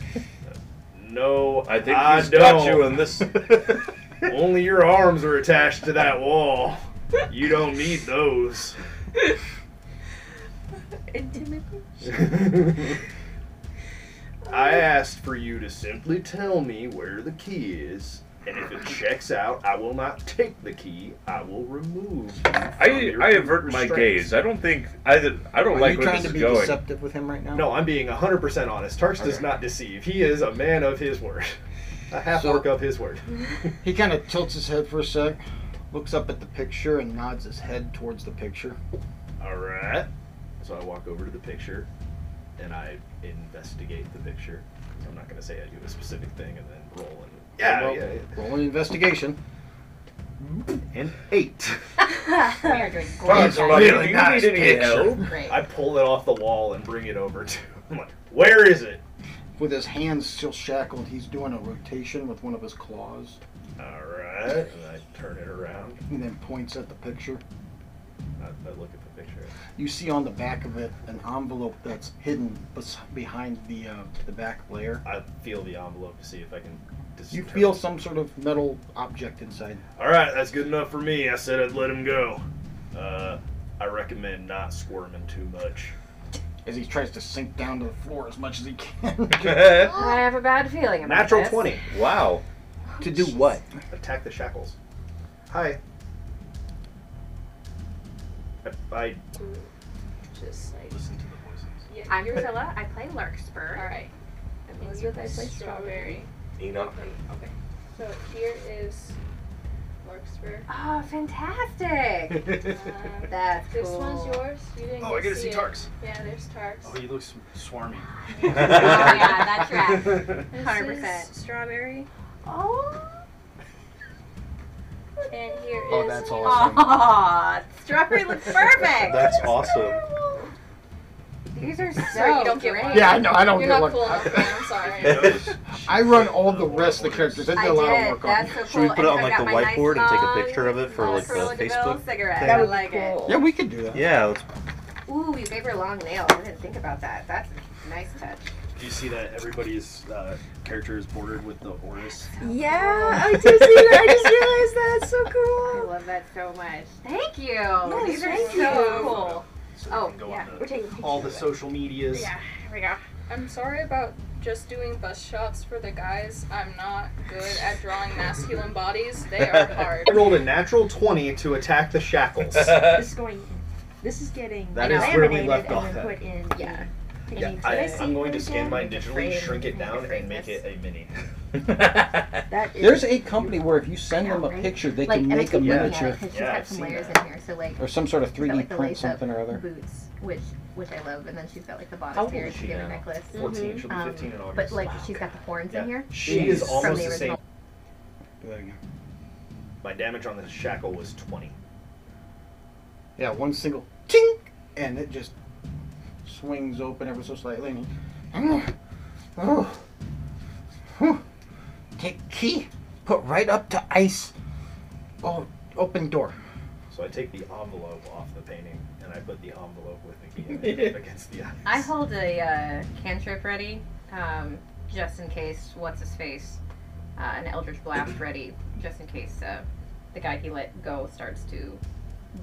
S5: No,
S7: I think
S5: I
S7: he's got
S5: don't.
S7: you in this.
S5: Only your arms are attached to that wall. You don't need those. I asked for you to simply tell me where the key is, and if it checks out, I will not take the key. I will remove. you from
S7: I
S5: your
S7: I avert my
S5: restraints.
S7: gaze. I don't think I did- I don't
S3: Are
S7: like
S3: you
S7: where
S3: trying
S7: this
S3: to be
S7: is going.
S3: deceptive with him right now?
S5: No, I'm being 100% honest. Tarsh does
S3: Okay.
S5: not deceive. He is a man of his word. A half
S3: So-
S5: work of his word.
S3: He kind of tilts his head for a sec, looks up at the picture, and nods his head towards the picture.
S5: All right. So I walk over to the picture, and I investigate the picture. 'Cause I'm not going to say I do a specific thing and then roll and yeah,
S3: Well,
S5: yeah,
S3: Roll an investigation.
S5: yeah. and eight.
S2: we are doing
S7: Todd's
S2: great.
S7: like,
S2: guys.
S7: "Do you need any help?"
S2: Great.
S5: I pull it off the wall and bring it over to. I'm like, where is it?
S3: With his hands still shackled, he's doing a rotation with one of his claws,
S5: All right. And I turn it around.
S3: and then points at the picture.
S5: I, I look at the picture.
S3: You see on the back of it an envelope that's hidden bes- behind the uh, the back layer.
S5: I feel the envelope to see if I can.
S3: You
S5: disinter-
S3: feel some sort of metal object inside.
S5: All right, that's good enough for me. I said I'd let him go. Uh, I recommend not squirming too much.
S3: as he tries to sink down to the floor as much as he can.
S2: I have a bad feeling about
S5: Natural
S2: this.
S5: twenty.
S7: wow.
S3: to do what?
S5: Attack the shackles. Hi. I, I
S8: Just like.
S5: listen to the voices.
S2: I'm Priscilla. I play Larkspur.
S12: Alright.
S8: Elizabeth, I play strawberry.
S7: Enoch.
S12: Okay. So here is Larkspur.
S2: Oh, fantastic!
S12: Uh,
S2: That's
S12: this
S2: cool.
S12: one's yours. You didn't
S5: Oh, I get to see
S12: it.
S5: Tarks.
S12: Yeah, there's Tarks.
S5: he looks swarmy.
S2: Oh, yeah, that tracks.
S12: This
S2: 100%.
S12: is Strawberry.
S2: Oh,
S12: And here is.
S3: Oh, that's awesome.
S2: Aw, strawberry looks perfect.
S7: That's awesome.
S2: These are so
S12: Sorry, you don't get
S2: great.
S12: one.
S3: Yeah, I know. I don't
S12: You're
S3: get one.
S12: not cool enough.
S3: I,
S12: I'm sorry.
S3: I run all the rest of the characters. I did
S2: I
S3: a lot of
S2: did.
S3: work on.
S2: That's
S3: it.
S2: so cool.
S13: Should we put it
S2: And
S13: on,
S2: I've
S13: like,
S2: got
S13: the
S2: my
S13: white-board
S2: nice
S13: and take a
S2: long,
S13: picture of it for,
S2: uh,
S13: like, the
S2: Cruella de Vil
S13: Facebook
S2: cigarette.
S13: thing?
S2: I
S13: That would
S2: like it.
S3: Yeah, we could do that.
S13: Yeah, let's
S2: Ooh, you gave her long nails. I didn't think about that. That's a nice touch.
S5: Do you see that everybody's uh, character is bordered with the Horus?
S8: Yeah, I just, see that. I just realized that. It's so
S2: I
S8: cool.
S2: love that so much. Oh. Thank you. These are
S8: thank
S2: so
S8: you.
S2: cool.
S5: Oh, So
S2: Oh,
S5: we can go
S2: yeah.
S5: on
S8: We're taking pictures.
S5: all the social medias.
S2: Yeah, here we go.
S12: I'm sorry about just doing bust shots for the guys. I'm not good at drawing masculine bodies. They are hard.
S14: I rolled a natural 20 to attack the shackles.
S2: this is going. This is getting
S14: That is where we
S2: laminated
S14: left
S2: and
S14: off
S2: then
S14: at.
S2: put in. Yeah.
S5: Yeah, I, I'm going to scan mine digitally, shrink it down, and make it a mini.
S9: There's a company where if you send them a picture, they
S2: like,
S9: can
S2: and I
S9: make a
S2: keep looking at it
S9: miniature
S2: 'cause she's
S5: Yeah,
S2: got
S5: I've
S2: some
S5: seen
S2: layers
S5: that.
S2: in here. So like,
S9: or some sort of
S2: she's got,
S9: 3D
S2: like, the
S9: print,
S2: lace-up
S9: something or other.
S2: Boots, which which I love, and then she's got like the
S5: How
S2: bottom
S5: old
S2: tier
S5: is
S2: to
S5: she
S2: get a
S5: now?
S2: necklace.
S5: 14, she'll be
S2: Um,
S5: 15 in
S2: But
S5: August.
S2: like, she's got the horns
S5: Yeah.
S2: in here.
S5: She is
S2: from
S5: almost the same.
S2: original.
S5: My damage on the shackle was 20.
S3: Yeah, one single tink, and it just swings open ever so slightly. And he, oh, oh, take key, put right up to ice. Oh, open door.
S5: So I take the envelope off the painting and I put the envelope with the key in it against the eye.
S2: I hold a uh, cantrip ready, um, just in case. What's his face? Uh, an Eldritch Blast ready, just in case uh, the guy he let go starts to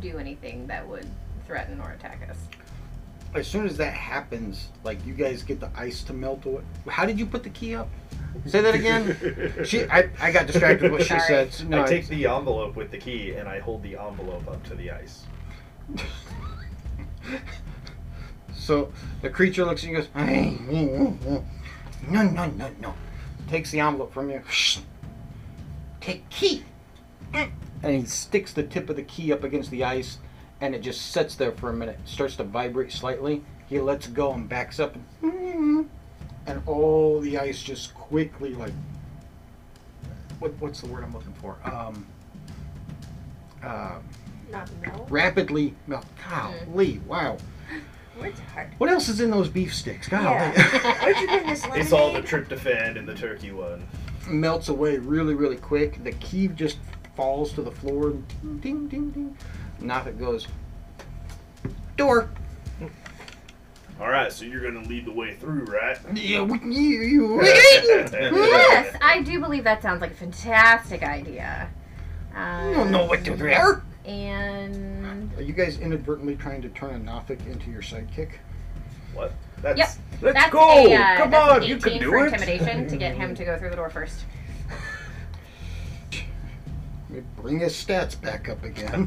S2: do anything that would threaten or attack us.
S9: As soon as that happens, like you guys get the ice to melt away. How did you put the key up? Say that again. she, I, I got distracted with what she said. So, No,
S5: I take
S9: it's-
S5: the envelope with the key and I hold the envelope up to the ice.
S9: so the creature looks at you and goes, "Hey, mm, mm, mm. no, no, no, no. Takes the envelope from you. Take key. Mm. And he sticks the tip of the key up against the ice, and it just sits there for a minute. Starts to vibrate slightly. He lets go and backs up, and all the ice just quickly like what, what's the word I'm looking for? Um, uh,
S8: Not melt.
S9: rapidly melt. Golly, wow.
S8: We're tired.
S9: What else is in those beef sticks? Golly.
S8: Where'd you bring this lemonade?
S5: It's all the tryptophan and the turkey one.
S9: Melts away really, really quick. The key just falls to the floor. Ding, ding, ding, ding. Now it goes. Door.
S6: All right, so you're gonna lead the way through, right?
S9: Yeah, we, you, you.
S2: yes, I do believe that sounds like a fantastic idea. Um,
S9: don't know what to do.
S2: And
S3: Are you guys inadvertently trying to turn a Nothic into your sidekick?
S5: What?
S2: yep,
S7: Let's
S2: that's
S7: go!
S2: A, uh,
S7: Come
S2: that's an
S7: on, you
S2: 18
S7: can do
S2: for
S7: it.
S2: Intimidation to get him to go through the door first.
S3: Bring his stats back up again.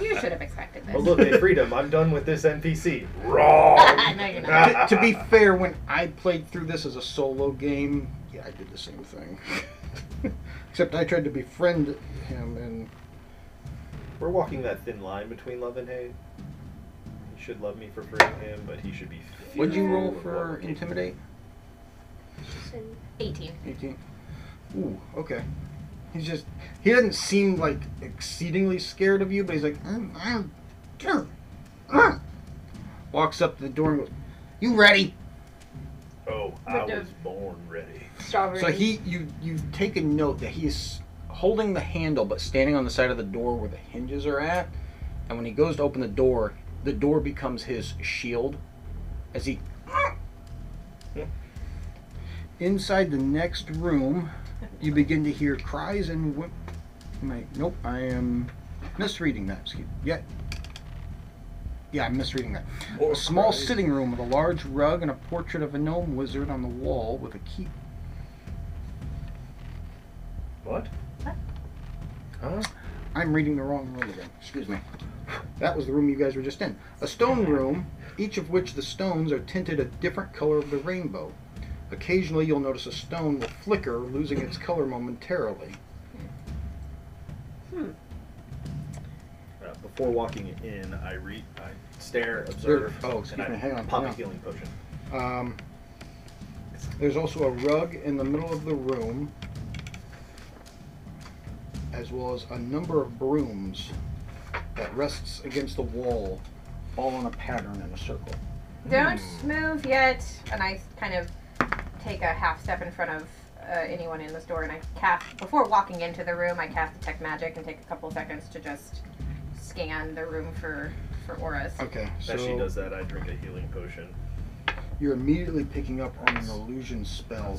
S2: You should have expected this.
S5: Well, look, at freedom. I'm done with this NPC.
S2: no, you're not.
S9: to, to be fair, when I played through this as a solo game, yeah, I did the same thing.
S3: Except I tried to befriend him, and
S5: We're walking that thin line between love and hate. He should love me for freeing him, but he should be.
S9: What'd you roll
S5: fearful of
S9: for
S5: what we-
S9: intimidate?
S2: 18.
S9: 18. Ooh, okay. He's just, he doesn't seem like exceedingly scared of you, but he's like, "Mm, mm, mm, mm." walks up to the door and goes, You ready?
S5: Oh, I
S12: But the-
S5: was born ready.
S12: Strawberry.
S9: So he, you, you take a note that he's holding the handle but standing on the side of the door where the hinges are at. And when he goes to open the door, the door becomes his shield as he.
S3: inside the next room, you begin to hear cries and. Whi- I'm like, nope, I am misreading that. Excuse- Yeah. Yeah, I'm misreading that. a small sitting room with a large rug and a portrait of a gnome wizard on the wall with a key.
S7: What? Huh?
S3: I'm reading the wrong room again. Excuse me. That was the room you guys were just in. A stone room, each of which the stones are tinted a different color of the rainbow. Occasionally, you'll notice a stone will flicker, losing its color momentarily.
S5: Uh, before walking in, I read, I stare, observe,
S3: oh, excuse
S5: and I
S3: me, hang on,
S5: pop
S3: hang
S5: a
S3: on.
S5: healing potion.
S3: Um, there's also a rug in the middle of the room, as well as a number of brooms that rests against the wall, all in a pattern in a circle.
S2: Don't move yet. And I kind of take a half step in front of uh, anyone in this door, and I cast before walking into the room. I cast detect magic and take a couple seconds to just scan the room for for auras.
S3: Okay, so
S5: As she does that, I drink a healing potion.
S3: you're immediately picking up on an illusion spell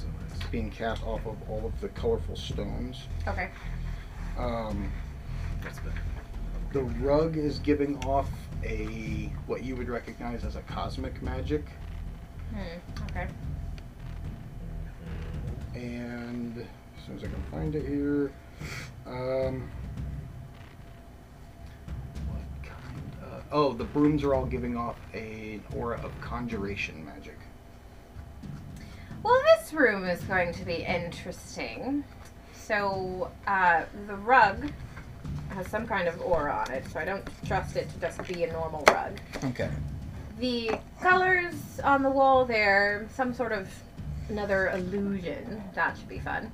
S3: being cast off of all of the colorful stones.
S2: Okay.
S3: Um,
S5: That's been
S3: the rug is giving off a what you would recognize as a cosmic magic.
S2: Hmm. Okay.
S15: and as soon as I can find it here, um,
S3: Uh, oh, the brooms are all giving off an aura of conjuration magic.
S2: Well, this room is going to be interesting. So, uh, the rug has some kind of aura on it, so I don't trust it to just be a normal rug.
S3: Okay.
S2: The colors on the wall there, some sort of another illusion. That should be fun.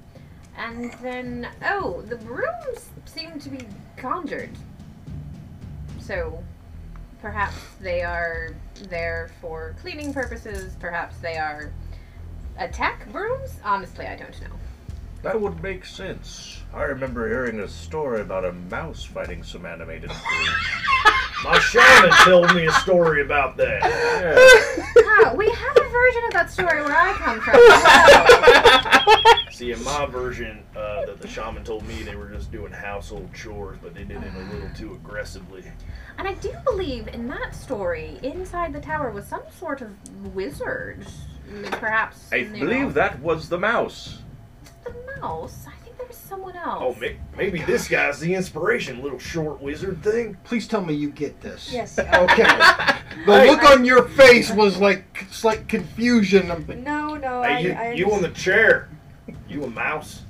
S2: And then, oh, the brooms seem to be conjured. So, perhaps they are there for cleaning purposes, perhaps they are attack brooms? Honestly, I don't know.
S7: That would make sense. I remember hearing a story about a mouse fighting some animated creature.
S5: My shaman told me a story about that.
S2: Ah, we have a version of that story where I come from. Wow.
S5: See, in my version, uh, that the shaman told me they were just doing household chores, but they did it a little too aggressively.
S2: And I do believe in that story, inside the tower was some sort of wizard. mm, Perhaps
S7: I
S2: Nero.
S7: believe that was the mouse.
S2: the mouse. I think there was someone
S5: Oh,
S2: else.
S5: may- maybe this guy's the inspiration, little short wizard thing.
S3: Please tell me you get this.
S8: Yes.
S3: Okay. The
S5: Hey.
S3: look on your face was like slight confusion. I'm like,
S8: No, no, Oh, I,
S5: Hey, you,
S8: I
S5: you on the chair? You a mouse?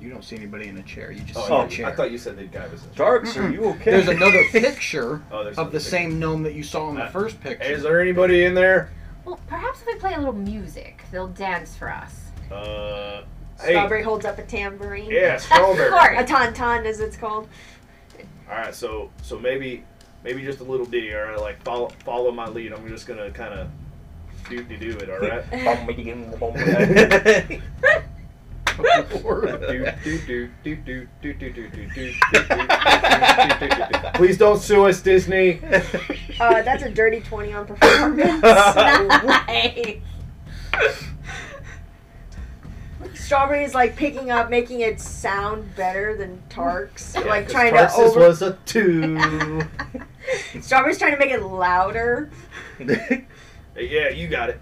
S3: you don't see anybody in a chair. You just see
S5: Oh, I
S3: a
S5: thought-
S3: chair.
S5: I thought you said they'd guide us. in.
S7: Darks, are
S3: Mm-mm.
S7: you okay?
S3: There's another picture
S5: Oh, there's
S3: of
S5: another
S3: the same gnome that you saw in the first picture.
S5: Is there anybody in there?
S2: Well, perhaps if we play a little music, they'll dance for us.
S5: Uh, hey.
S8: Strawberry holds up a tambourine.
S5: Yeah, strawberry.
S2: Of course.
S8: A tauntaun, as it's called.
S5: All right, so so maybe maybe just a little ditty. All right, like follow follow my lead. I'm just gonna kind of do do do it. All right. Please don't sue us, Disney.
S8: Uh, that's a dirty 20 on performance.
S2: nice.
S8: Strawberry is like picking up, making it sound better than Tark's.
S5: Yeah,
S8: like
S5: 'cause
S8: trying
S5: Tarsus
S8: to over.
S5: was a two.
S8: Strawberry's trying to make it louder.
S5: yeah, you got it.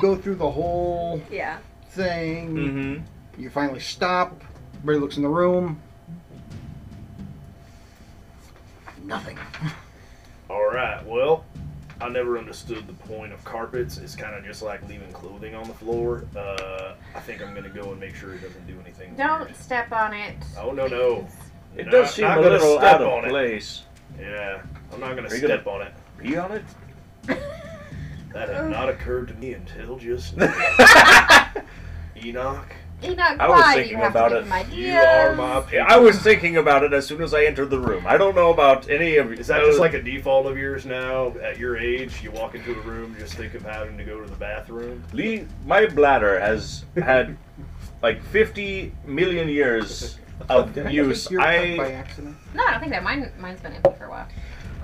S15: go through the whole
S8: Yeah.
S15: thing.
S7: Mm-hmm.
S15: You finally stop. Everybody looks in the room. Nothing.
S5: All right. Well, I never understood the point of carpets. It's kind of just like leaving clothing on the floor. Uh, I think I'm gonna go and make sure it doesn't do anything.
S2: Don't step on it.
S5: Oh no no.
S7: It
S5: Not-
S7: does seem
S5: not
S7: a
S5: gonna
S7: little
S5: step
S7: out of
S5: on it.
S7: place.
S5: Yeah, I'm not gonna
S7: Are you gonna-
S5: step on it.
S7: Pee on it?
S5: That had not occurred to me until just now. Enoch.
S2: You're not
S7: I was
S2: quiet, you
S7: thinking
S2: have
S7: about
S2: to
S7: it.
S2: give my
S5: You are my
S2: DMs.
S7: Yeah, I was thinking about it as soon as I entered the room. I don't know about any of
S5: Is that just like a default of yours now? At your age, you walk into a room, just think of having to go to the bathroom.
S7: Lee, my bladder has had like 50 million years of
S3: Did I
S7: use.
S3: think you're cut by
S7: I
S3: accident?
S2: No, I don't think that. Mine, mine's been empty for a while.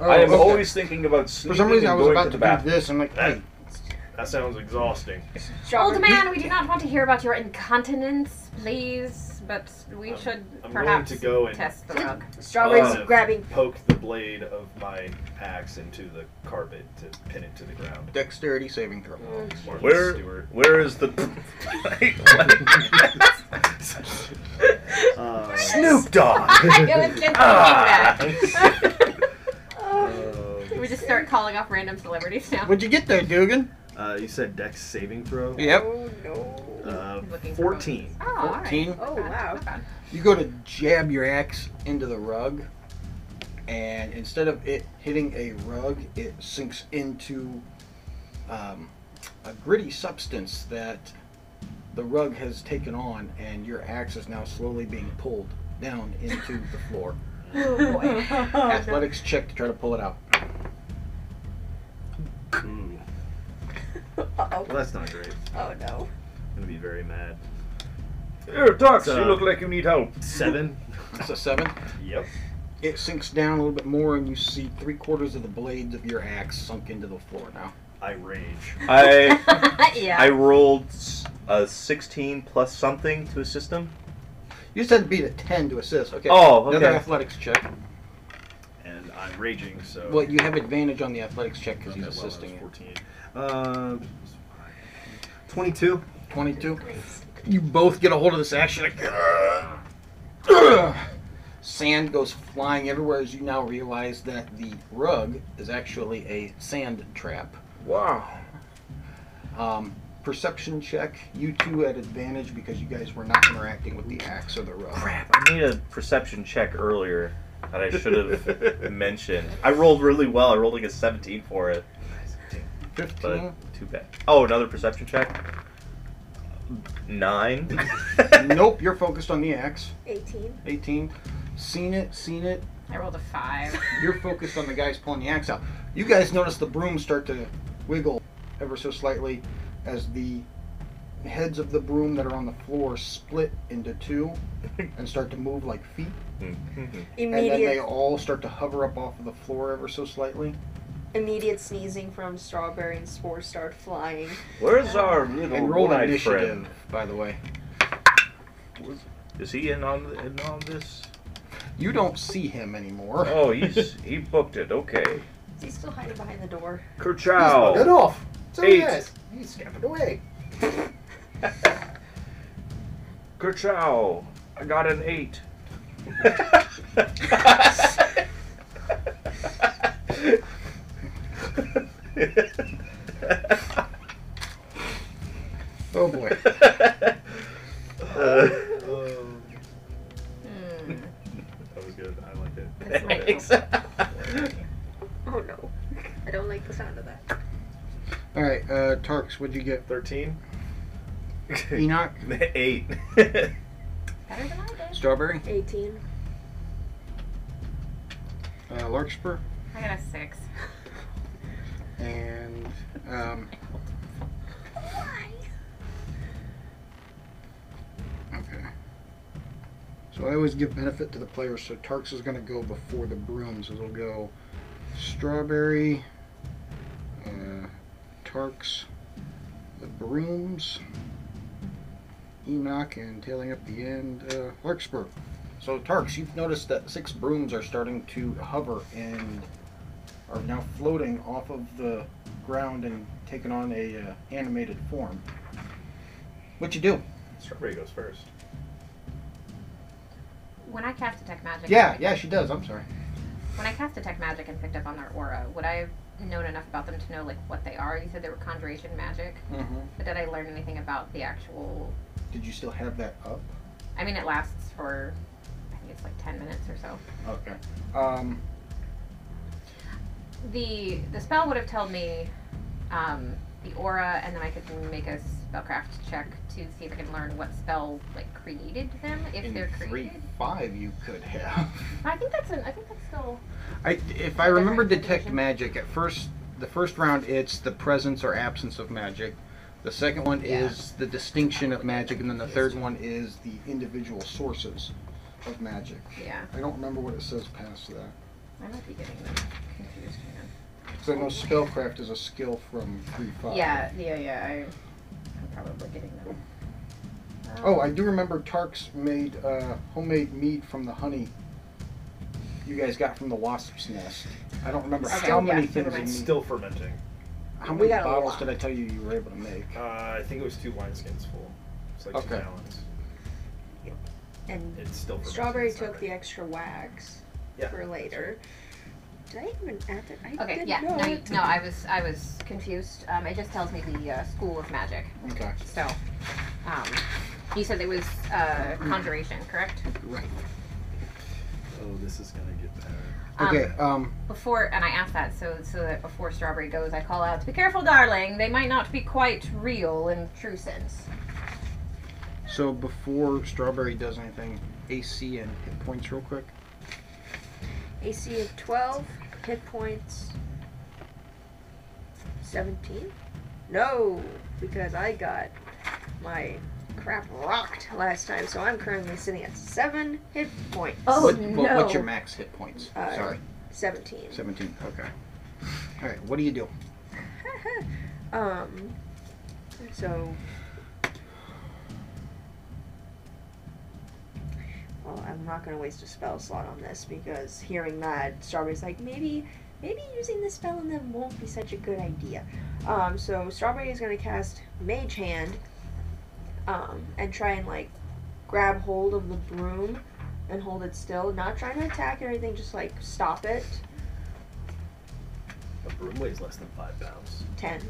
S15: Oh,
S7: I am
S15: okay.
S7: always thinking about sleeping
S15: For some reason, I
S7: and
S15: was
S7: going
S15: about
S7: to
S15: to,
S7: the
S15: do
S7: bathroom.
S15: this. I'm like, hey,
S5: That sounds exhausting.
S2: Old
S8: Strawberry.
S2: man, we do not want to hear about your incontinence, please. But we
S5: I'm-
S2: should
S5: I'm
S2: perhaps
S5: going to go and-
S2: test the rug.
S8: Strawberry's
S5: Uh,
S8: grabbing.
S5: Poke the blade of my axe into the carpet to pin it to the ground.
S3: Dexterity saving throw.
S5: Martha
S7: Where,
S5: Stewart.
S7: where is the
S5: Uh,
S7: Snoop Dogg?
S2: I was just thinking
S7: Ah.
S2: that.
S5: um,
S8: Oh,
S2: we just start calling off random celebrities now.
S3: What'd you get there, Dugan?
S5: uh, you said dex saving throw?
S3: Yep.
S8: Oh no.
S5: Uh,
S2: Looking for
S5: 14.
S2: Oh, all right.
S3: 14.
S8: Oh
S2: Not bad,
S8: wow.
S2: not bad.
S3: You go to jab your axe into the rug, and instead of it hitting a rug, it sinks into um, a gritty substance that the rug has taken on, and your axe is now slowly being pulled down into the floor.
S2: Oh, boy.
S3: Athletics check to try to pull it out.
S5: Ooh,
S8: Uh oh.
S5: well, that's not great.
S8: Oh no.
S5: I'm going to be very mad.
S7: Here, Docs,
S5: It's, uh,
S7: you look like you need help.
S5: Seven?
S3: That's a seven.
S5: Yep.
S3: It sinks down a little bit more, and you see three quarters of the blades of your axe sunk into the floor now.
S5: I rage.
S7: I
S2: yeah.
S7: I rolled s- a 16 plus something to a system.
S3: You said beat a 10 to assist. Okay.
S7: Oh,
S3: Another
S7: okay.
S3: athletics check.
S5: And I'm raging, so.
S3: Well, you have advantage on the athletics check because
S5: Okay,
S3: he's
S5: well, that was
S3: assisting you.
S5: 14.
S16: Uh, 22.
S3: 22. You both get a hold of this action. Like, "Ugh." sand goes flying everywhere as you now realize that the rug is actually a sand trap. Wow. Um, perception check. You two at advantage because you guys were not interacting with the axe or the rug. Crap.
S7: I made a perception check earlier that I should have mentioned. I rolled really well. I rolled like a 17 for it. But too bad. Oh, another perception check. Nine.
S3: nope, you're focused on the axe.
S17: 18.
S3: 18. Seen it, seen it.
S2: I rolled a five.
S3: You're focused on the guys pulling the axe out. You guys notice the broom start to wiggle ever so slightly as the heads of the broom that are on the floor split into two and start to move like feet. And then they
S8: Immediate.
S3: all start to hover up off of the floor ever so slightly.
S8: Immediate sneezing from Strawberry and Spore start flying.
S7: Where's our little
S3: And roll
S7: wide
S3: initiative,
S7: friend?
S3: by the way.
S7: Is he in on in on this?
S3: You don't see him anymore.
S7: Oh, he's he booked it. Okay.
S8: Is he still hiding behind the door?
S7: Kerchow.
S18: He's buggered off. So he
S7: Eight.
S18: has. He's scampering away.
S7: Kerchow. I got an eight.
S3: Oh boy.
S2: Hmm.
S5: That was good. I liked it.
S17: That's my
S7: Thanks.
S17: Oh no. I don't like the sound of that.
S3: All right, uh, Tarks, what'd you get?
S5: 13.
S3: Enoch?
S7: Eight.
S17: Better than I did.
S3: Strawberry?
S17: 18.
S3: Uh, Larkspur?
S2: I got a six.
S3: And, um... Okay. So I always give benefit to the players, so Tarks is going to go before the brooms. It'll go Strawberry, uh, Tarks, the brooms, Enoch, and tailing up the end, uh, Larkspur. So, Tarks, you've noticed that six brooms are starting to hover and are now floating off of the ground and taking on a uh, animated form. What you do?
S5: Strawberry goes first.
S2: When I cast Detect Magic.
S3: Yeah, yeah, she does. I'm sorry.
S2: When I cast Detect Magic and picked up on their aura, would I have known enough about them to know like what they are? You said they were conjuration magic.
S3: Mm-hmm.
S2: But did I learn anything about the actual?
S3: Did you still have that up?
S2: I mean, it lasts for I think it's like ten minutes or so.
S3: Okay. Um,
S2: The the spell would have told me um, the aura, and then I could make a spellcraft check to see if I can learn what spell like created them if
S3: in
S2: they're
S3: three
S2: created.
S3: five, you could have.
S2: I think that's an, I think that's still.
S3: I, if I remember detect magic, at first, the first round it's the presence or absence of magic. The second one is the distinction of magic, and then the third one is the individual sources of magic.
S2: Yeah.
S3: I don't remember what it says past that.
S2: I might be getting them confused. Hang on.
S3: Because I know spellcraft is a skill from three five.
S2: Yeah, yeah, yeah. I, I'm probably getting them. Um,
S3: Oh, I do remember Tarks made uh, homemade mead from the honey you guys got from the wasp's nest. I don't remember
S5: Okay,
S3: how
S5: yeah,
S3: many
S5: never
S3: things
S5: mind.
S3: you made.
S5: Still fermenting.
S3: How many
S5: We got a
S3: bottles
S5: lot.
S3: did I tell you you were able to make?
S5: Uh, I think it was two wineskins full. It's like two
S3: Okay.
S5: gallons.
S8: And
S5: It's still fermenting.
S8: Strawberry
S5: It's not
S8: took the extra wax
S5: Yeah,
S8: for later. Did I even add that? I
S2: Okay,
S8: did
S2: yeah. No, you-
S8: not.
S2: no, I was I was confused. Um, it just tells me the uh, school of magic.
S3: Okay.
S2: So, um, you said it was uh, conjuration, correct?
S3: Right.
S5: Oh, this is gonna get better.
S2: Um,
S3: Okay, um,
S2: Before, and I asked that so so that before strawberry goes, I call out, "Be careful, darling. They might not be quite real in true sense."
S3: so before Strawberry does anything, AC and hit points real quick.
S8: AC of 12, hit points 17? No, because I got my crap rocked last time, so I'm currently sitting at 7 hit points.
S5: Oh,
S2: Oh,
S3: what, what- What's your max hit points?
S8: Uh,
S3: Sorry,
S8: 17.
S3: 17. Okay. All right, what do you do?
S8: Um, so. Well, I'm not going to waste a spell slot on this because hearing that, Strawberry's like, maybe. Maybe using this spell on them won't be such a good idea. Um, so Strawberry is going to cast Mage Hand um, and try and like grab hold of the broom and hold it still. Not trying to attack or anything, just like stop it.
S5: A broom weighs less than five pounds.
S8: Ten.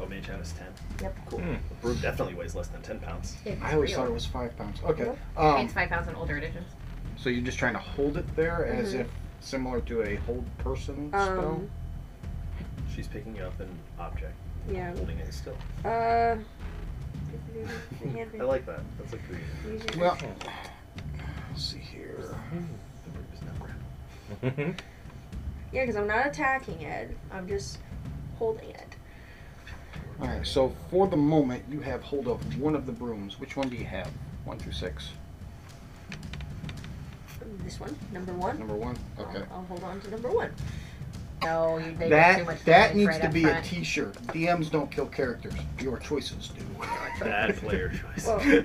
S5: Oh, Mage Hand is ten.
S8: Yep.
S5: Cool.
S8: Hmm.
S5: A broom definitely weighs less than ten pounds.
S3: I always thought it was five pounds. Okay.
S2: I think
S3: Um,
S2: it's 5,000 older editions.
S3: so you're just trying to hold it there as
S2: Mhm.
S3: if similar to a hold person spell?
S8: Um,
S5: She's picking up an object.
S8: Yeah.
S5: Holding it still.
S8: Uh.
S5: I like that. That's a creative.
S3: Well, let's see here.
S8: Yeah, because I'm not attacking it. I'm just holding it.
S3: All right. So for the moment, you have hold of one of the brooms. Which one do you have? One through six.
S8: This one, number one.
S3: Number one. Okay.
S8: I'll hold on to number one.
S2: No, you they did too much
S3: That that
S2: damage
S3: needs
S2: right
S3: to
S2: up
S3: be a
S2: front.
S3: T-shirt. DMs don't kill characters. Your choices do.
S5: Bad player choice.
S8: Whoa.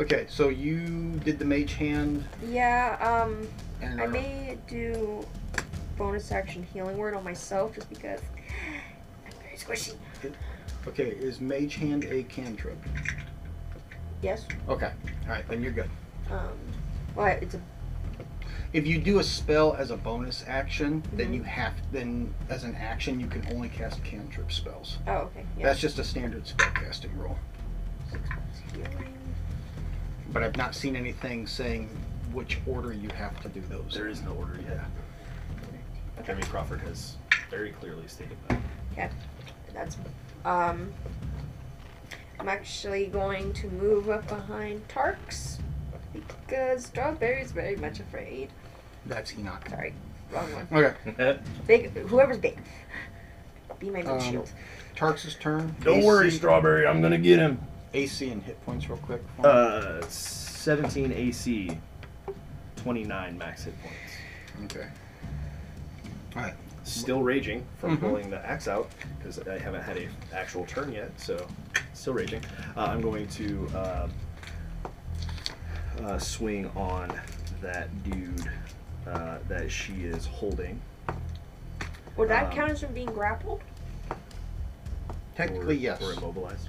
S3: okay. So you did the mage hand.
S8: Yeah, um,
S3: And,
S8: I
S3: uh,
S8: may do bonus action healing word on myself just because I'm very squishy.
S3: Okay. Is mage hand a cantrip?
S8: Yes.
S3: Okay. All right. Then you're good.
S8: Um, well, it's a
S3: If you do a spell as a bonus action,
S8: Mhm.
S3: then you have then as an action you can only cast cantrip spells.
S8: oh okay. Yeah.
S3: That's just a standard spellcasting rule. But I've not seen anything saying which order you have to do those.
S5: There is no order yet. Jeremy Crawford has very clearly stated that.
S8: Okay. That's um. I'm actually going to move up behind Tarks because Strawberry's very much afraid.
S3: That's Enoch.
S8: Sorry, wrong one.
S3: Okay.
S8: Big, whoever's big. Be my
S3: Um,
S8: windshield.
S3: Tarx's turn.
S5: Don't worry, Strawberry, I'm gonna get him.
S3: AC and hit points real quick. for me.
S5: Uh, 17 AC, 29 max hit points.
S3: Okay. Alright.
S5: Still raging from
S3: Mhm.
S5: pulling the axe out because I haven't had a actual turn yet, so still raging. Uh, I'm going to uh, uh, swing on that dude uh, that she is holding.
S8: Would that
S5: um,
S8: count as from being grappled?
S3: Technically,
S5: or,
S3: yes.
S5: Or immobilized.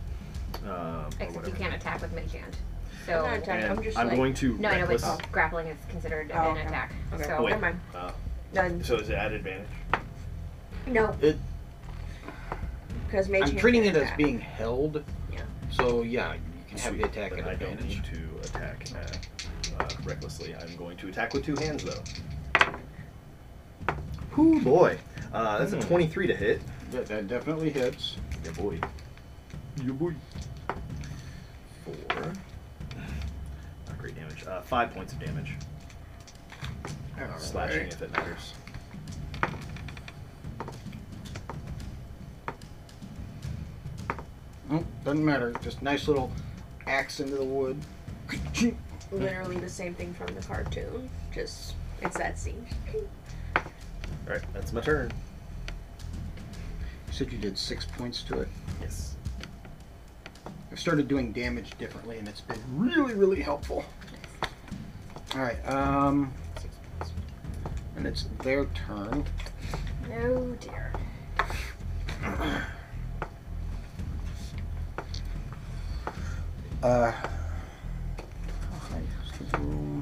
S5: Um, or
S2: Except you
S5: whatever.
S2: can't attack with mage hand.
S8: I'm
S2: So
S8: not attacking, I'm
S5: And
S8: just
S5: I'm
S8: like-
S5: going to
S2: No, I know, but
S5: reckless-
S2: grappling is considered
S8: Oh,
S2: an
S8: okay.
S2: attack.
S8: Okay.
S2: So
S8: Oh, wait. never mind.
S5: Uh,
S8: Done.
S5: So is it at advantage?
S8: No,
S3: It,
S8: because mage.
S3: I'm
S8: hand
S3: treating it
S8: can't
S3: as
S8: attack.
S3: being held.
S8: Yeah.
S3: So yeah, you can have
S5: Sweet,
S3: the attack
S5: then
S3: at
S5: I don't
S3: advantage.
S5: need to attack uh, uh, recklessly. I'm going to attack with two hands though. Whoo boy, uh, that's a
S3: Hmm.
S5: 23 to hit.
S3: That, that definitely hits.
S5: Yeah boy. Yeah boy. Four. Not great damage. Uh, five points of damage. Slashing if it matters.
S3: Nope, doesn't matter. Just nice little axe into the wood.
S8: literally the same thing from the cartoon. Just it's that scene.
S5: All right, that's my turn.
S3: You said you did six points to it.
S5: Yes.
S3: I've started doing damage differently, and it's been really, really helpful. All right, um, and it's their turn.
S19: No, dear.
S3: Uh, alright, so roll.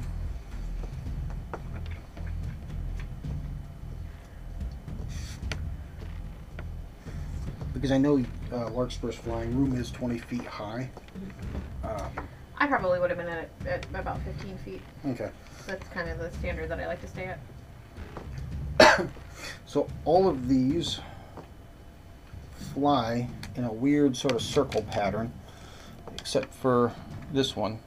S3: because I know uh, Larkspur's flying room is 20 feet high. Um,
S2: I probably would have been at, at about 15 feet.
S3: okay.
S2: That's kind of the standard that I like to stay at.
S3: So all of these fly in a weird sort of circle pattern, except for this one.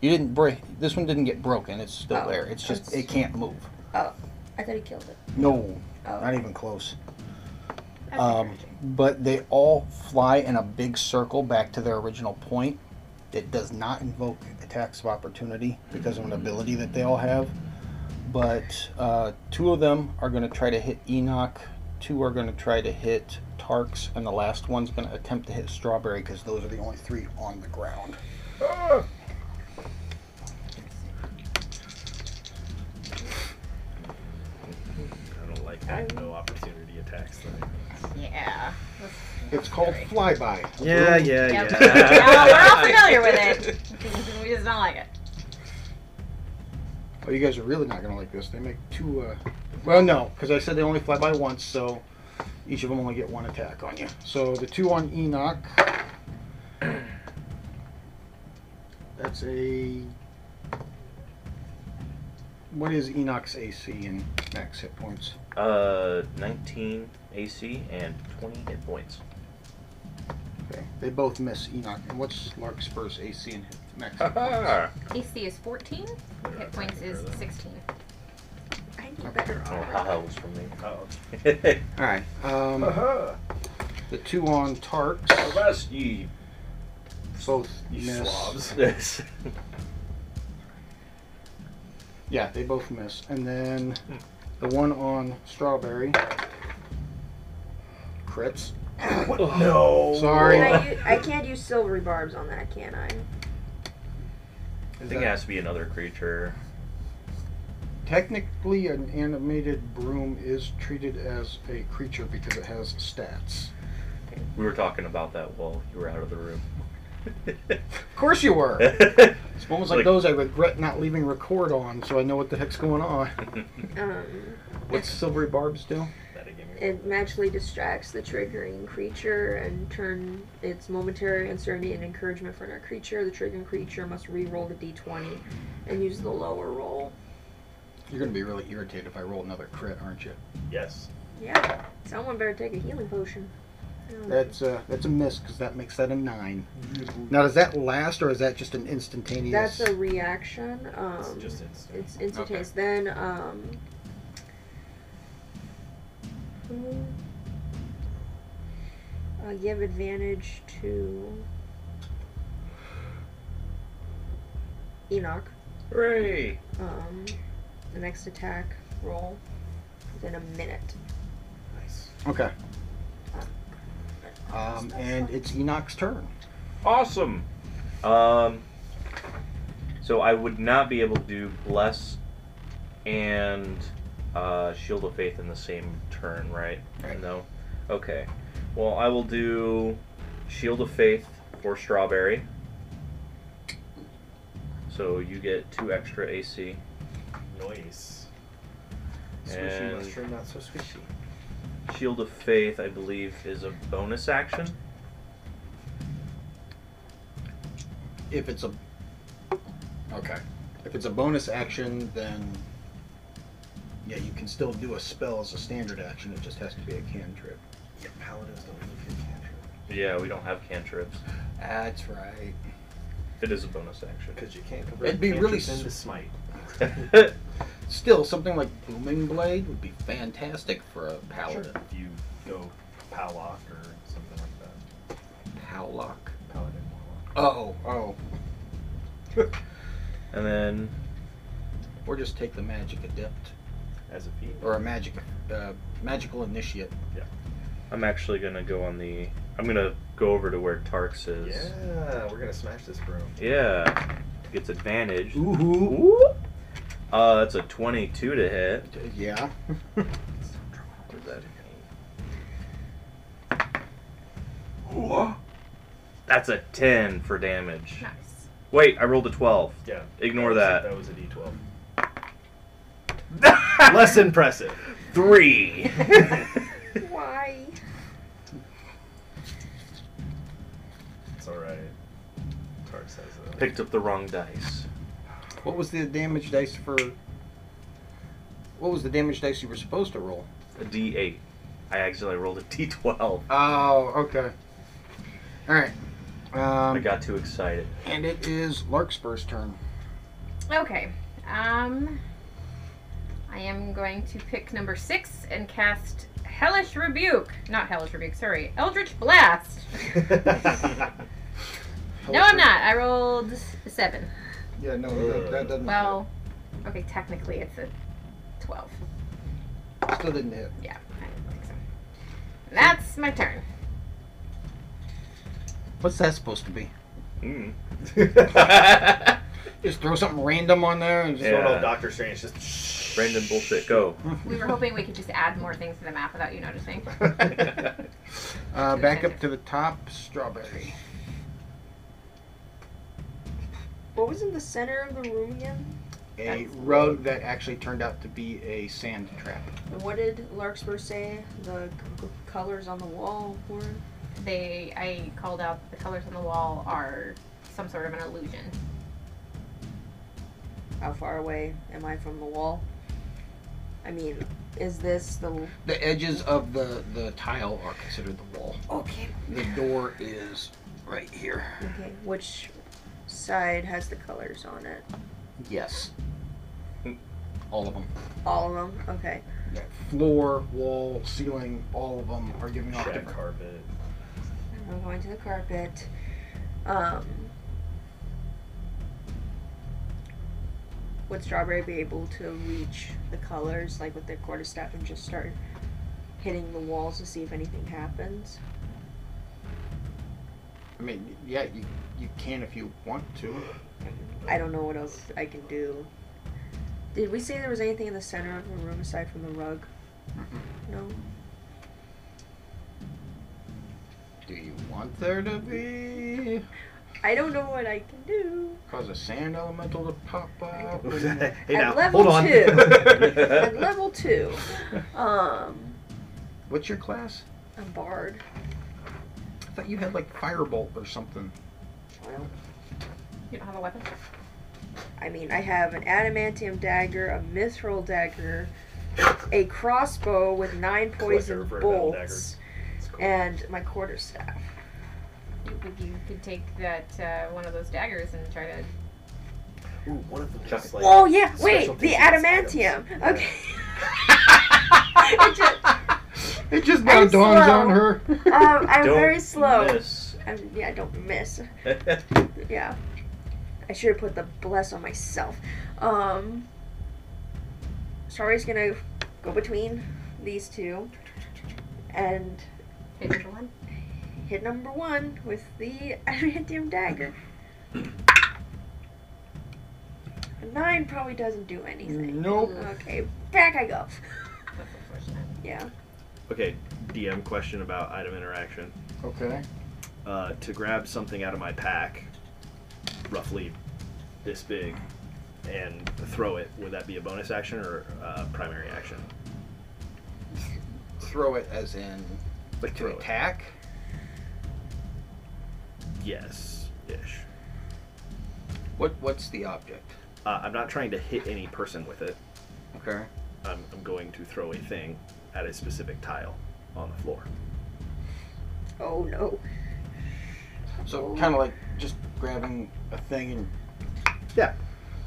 S3: You didn't break. This one didn't get broken. It's still
S8: Oh,
S3: there. It's just
S8: that's-
S3: it can't move.
S8: Oh, I thought he killed it.
S3: No,
S8: Oh.
S3: not e- even close. Um, but they all fly in a big circle back to their original point. It does not invoke attacks of opportunity because of an ability that they all have. But uh, two of them are going to try to hit Enoch, two are going to try to hit Tarks, and the last one's going to attempt to hit Strawberry because those are the only three on the ground.
S5: I don't like that no opportunity attacks thing.
S2: Yeah. Let's
S3: It's called flyby.
S5: Yeah, yeah,
S2: Yep.
S5: yeah.
S2: Yeah, we're all familiar with it. we just don't like it.
S3: Oh, you guys are really not gonna like this. They make two. Uh, well, no, because I said they only fly by once, so each of them only get one attack on you. So the two on Enoch. That's a. What is Enoch's AC and max hit points?
S7: Uh, 19 AC and 20 hit points.
S3: Okay, they both miss Enoch. And what's Larkspur's AC and hit, max hit points?
S7: Ah.
S2: AC E is 14. Hit points is 16.
S7: Oh, haha was from me.
S3: All right. Um,
S7: Uh-huh.
S3: The two on Tarks.
S20: Arrest ye.
S3: Both
S20: ye
S3: miss.
S20: slobs.
S7: Yes.
S3: yeah, they both miss. And then the one on Strawberry crits.
S5: Oh, No.
S3: Sorry.
S8: Can I, u- I can't use silvery barbs on that, can I?
S7: I think it has to be another creature.
S3: Technically, an animated broom is treated as a creature because it has stats.
S7: We were talking about that while you were out of the room.
S3: Of course you were. it's moments like,
S7: Like-
S3: those I regret not leaving record on, so I know what the heck's going on.
S8: Um,
S3: What's silvery barbs do?
S8: it magically distracts the triggering creature and turn its momentary uncertainty and encouragement for another creature. The triggering creature must re-roll the d20 and use the lower roll.
S3: You're gonna be really irritated if I roll another crit, aren't you?
S5: Yes.
S8: Yeah, someone better take a healing potion. Um,
S3: That's uh, that's a miss because that makes that a nine. Now, does that last or is that just an instantaneous?
S8: Mm-hmm. That's a reaction. Um,
S3: It's
S5: just
S8: instant. It's instantaneous. Then, um, mm, uh, give advantage to Enoch.
S7: Hooray!
S8: Um, the next attack roll within a minute.
S3: Okay. Um, and it's Enoch's turn.
S7: Awesome. Um, so I would not be able to do bless and uh, shield of faith in the same turn, right? No. Okay. Well, I will do shield of faith for strawberry. So you get two extra AC.
S5: Nice.
S7: And-
S21: Squishy mushroom, not so squishy.
S7: Shield of Faith, I believe, is a bonus action.
S3: If it's a okay, if it's a bonus action, then yeah, you can still do a spell as a standard action. It just has to be a cantrip.
S5: Yeah, paladins don't really get cantrips.
S7: Yeah, we don't have cantrips.
S3: That's right.
S7: It is a bonus action.
S5: Because you can't convert
S3: It'd be really
S5: cantrips into
S3: s-
S5: smite.
S3: Still, something like Booming Blade would be fantastic for a paladin.
S5: If you go Pallock or something like that.
S3: Pallock.
S5: Paladin
S3: Oh, oh.
S7: And then,
S3: or just take the magic adept
S5: as a feat,
S3: or a magic uh, magical initiate.
S5: Yeah.
S7: I'm actually gonna go on the. I'm gonna go over to where Tarks is.
S5: Yeah, we're gonna smash this broom.
S7: Yeah. Gets advantage.
S3: Ooh.
S7: Uh, that's a 22 to hit.
S3: Yeah.
S7: What does that mean? That's a 10 for damage.
S2: Nice.
S7: Wait, I rolled a 12.
S5: Yeah.
S7: Ignore
S5: That
S7: that.
S5: was a D12. Less impressive.
S7: Three.
S8: Why?
S5: It's alright. Tark says that.
S7: Picked up the wrong dice.
S3: What was the damage dice for? What was the damage dice you were supposed to roll?
S7: A D8. I accidentally rolled a D12.
S3: Oh, okay. All right. Um,
S7: I got too excited.
S3: And it is Larkspur's turn.
S2: Okay. Um, I am going to pick number six and cast Hellish Rebuke. Not Hellish Rebuke, sorry. Eldritch Blast. No, I'm not. I rolled a seven.
S3: Yeah, no, that, that doesn't.
S2: Well, okay, technically it's a 12.
S3: Still didn't hit.
S2: Yeah, I don't think so. And that's my turn.
S7: Hmm.
S3: What's that supposed to be?
S7: Mm.
S22: Just throw something random on there and just
S5: Yeah. Throw it on
S7: Doctor
S5: Strange. Just
S7: random bullshit. Go.
S2: We were hoping we could just add more things to the map without you noticing.
S22: Uh, back up to the top, strawberry.
S8: What was in the center of the room again?
S3: A rug that actually turned out to be a sand trap.
S8: What did Larkspur say the c- c- colors on the wall were?
S2: They, I called out the colors on the wall are some sort of an illusion.
S8: How far away am I from the wall? I mean, is this the.
S22: The edges of the, the tile are considered the wall.
S8: Okay.
S22: The door is right here.
S8: Okay, which side has the colors on it?
S22: Yes. All of them.
S8: All of them? Okay.
S22: Floor, wall, ceiling, all of them are giving off
S8: Shag
S22: different
S5: carpet.
S8: I'm going to the carpet. Um, would Strawberry be able to reach the colors, like with their quarterstaff, and just start hitting the walls to see if anything happens?
S3: I mean, yeah, you, you can if you want to.
S8: I don't know what else I can do. Did we say there was anything in the center of the room aside from the rug? No.
S3: Do you want there to be?
S8: I don't know what I can do.
S3: Cause a sand elemental to pop up.
S5: hey
S8: At level two. At level two. Um,
S3: What's your class?
S8: I'm barred.
S3: I thought you had like firebolt or something.
S2: You don't have a weapon?
S8: I mean, I have an adamantium dagger, a mithril dagger, a crossbow with nine poison
S2: for a battle
S8: bolts, and my quarterstaff.
S2: You, could- you could take that uh, one of those daggers and try to.
S5: Ooh, one of them just like.
S8: oh yeah, wait,
S5: specialty
S8: the
S5: items.
S8: adamantium. Okay.
S22: It just now
S8: I'm
S22: dawns
S8: slow.
S22: on her.
S8: Um, I'm
S22: Don't
S8: very slow.
S22: miss.
S8: I'm, yeah, I don't miss. yeah, I should have put the bless on myself. Um, Strawberry's gonna go between these two and
S2: hit number one.
S8: Hit number one with the adamantium dagger. A Nine probably doesn't do anything.
S5: Nope.
S8: Okay, back I go. yeah.
S5: Okay, DM question about item interaction.
S22: Okay.
S5: Uh, to grab something out of my pack, roughly this big, and throw it, would that be a bonus action or uh, primary action?
S3: Throw it as in like to attack.
S5: Yes, ish.
S3: What What's the object?
S5: Uh, I'm not trying to hit any person with it.
S3: Okay.
S5: I'm, I'm going to throw a thing at a specific tile on the floor.
S8: Oh no.
S3: So kind of like just grabbing a thing and
S5: yeah,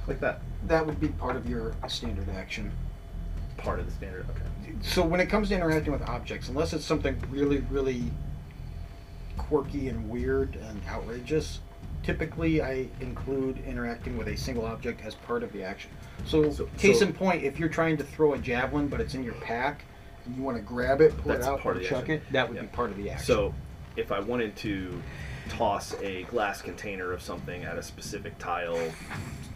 S5: like that.
S3: That would be part of your standard action.
S5: Part of the standard. Okay.
S3: So when it comes to interacting with objects, unless it's something really, really quirky and weird and outrageous, typically I include interacting with a single object as part of the action. So, case
S22: so-
S3: in point, if you're trying to throw a javelin but it's in your pack and you want to grab it, pull
S5: That's
S3: it out,
S5: part
S3: and
S5: of the
S3: chuck
S5: action.
S3: it, that would be part of the action.
S5: So, if I wanted to toss a glass container of something at a specific tile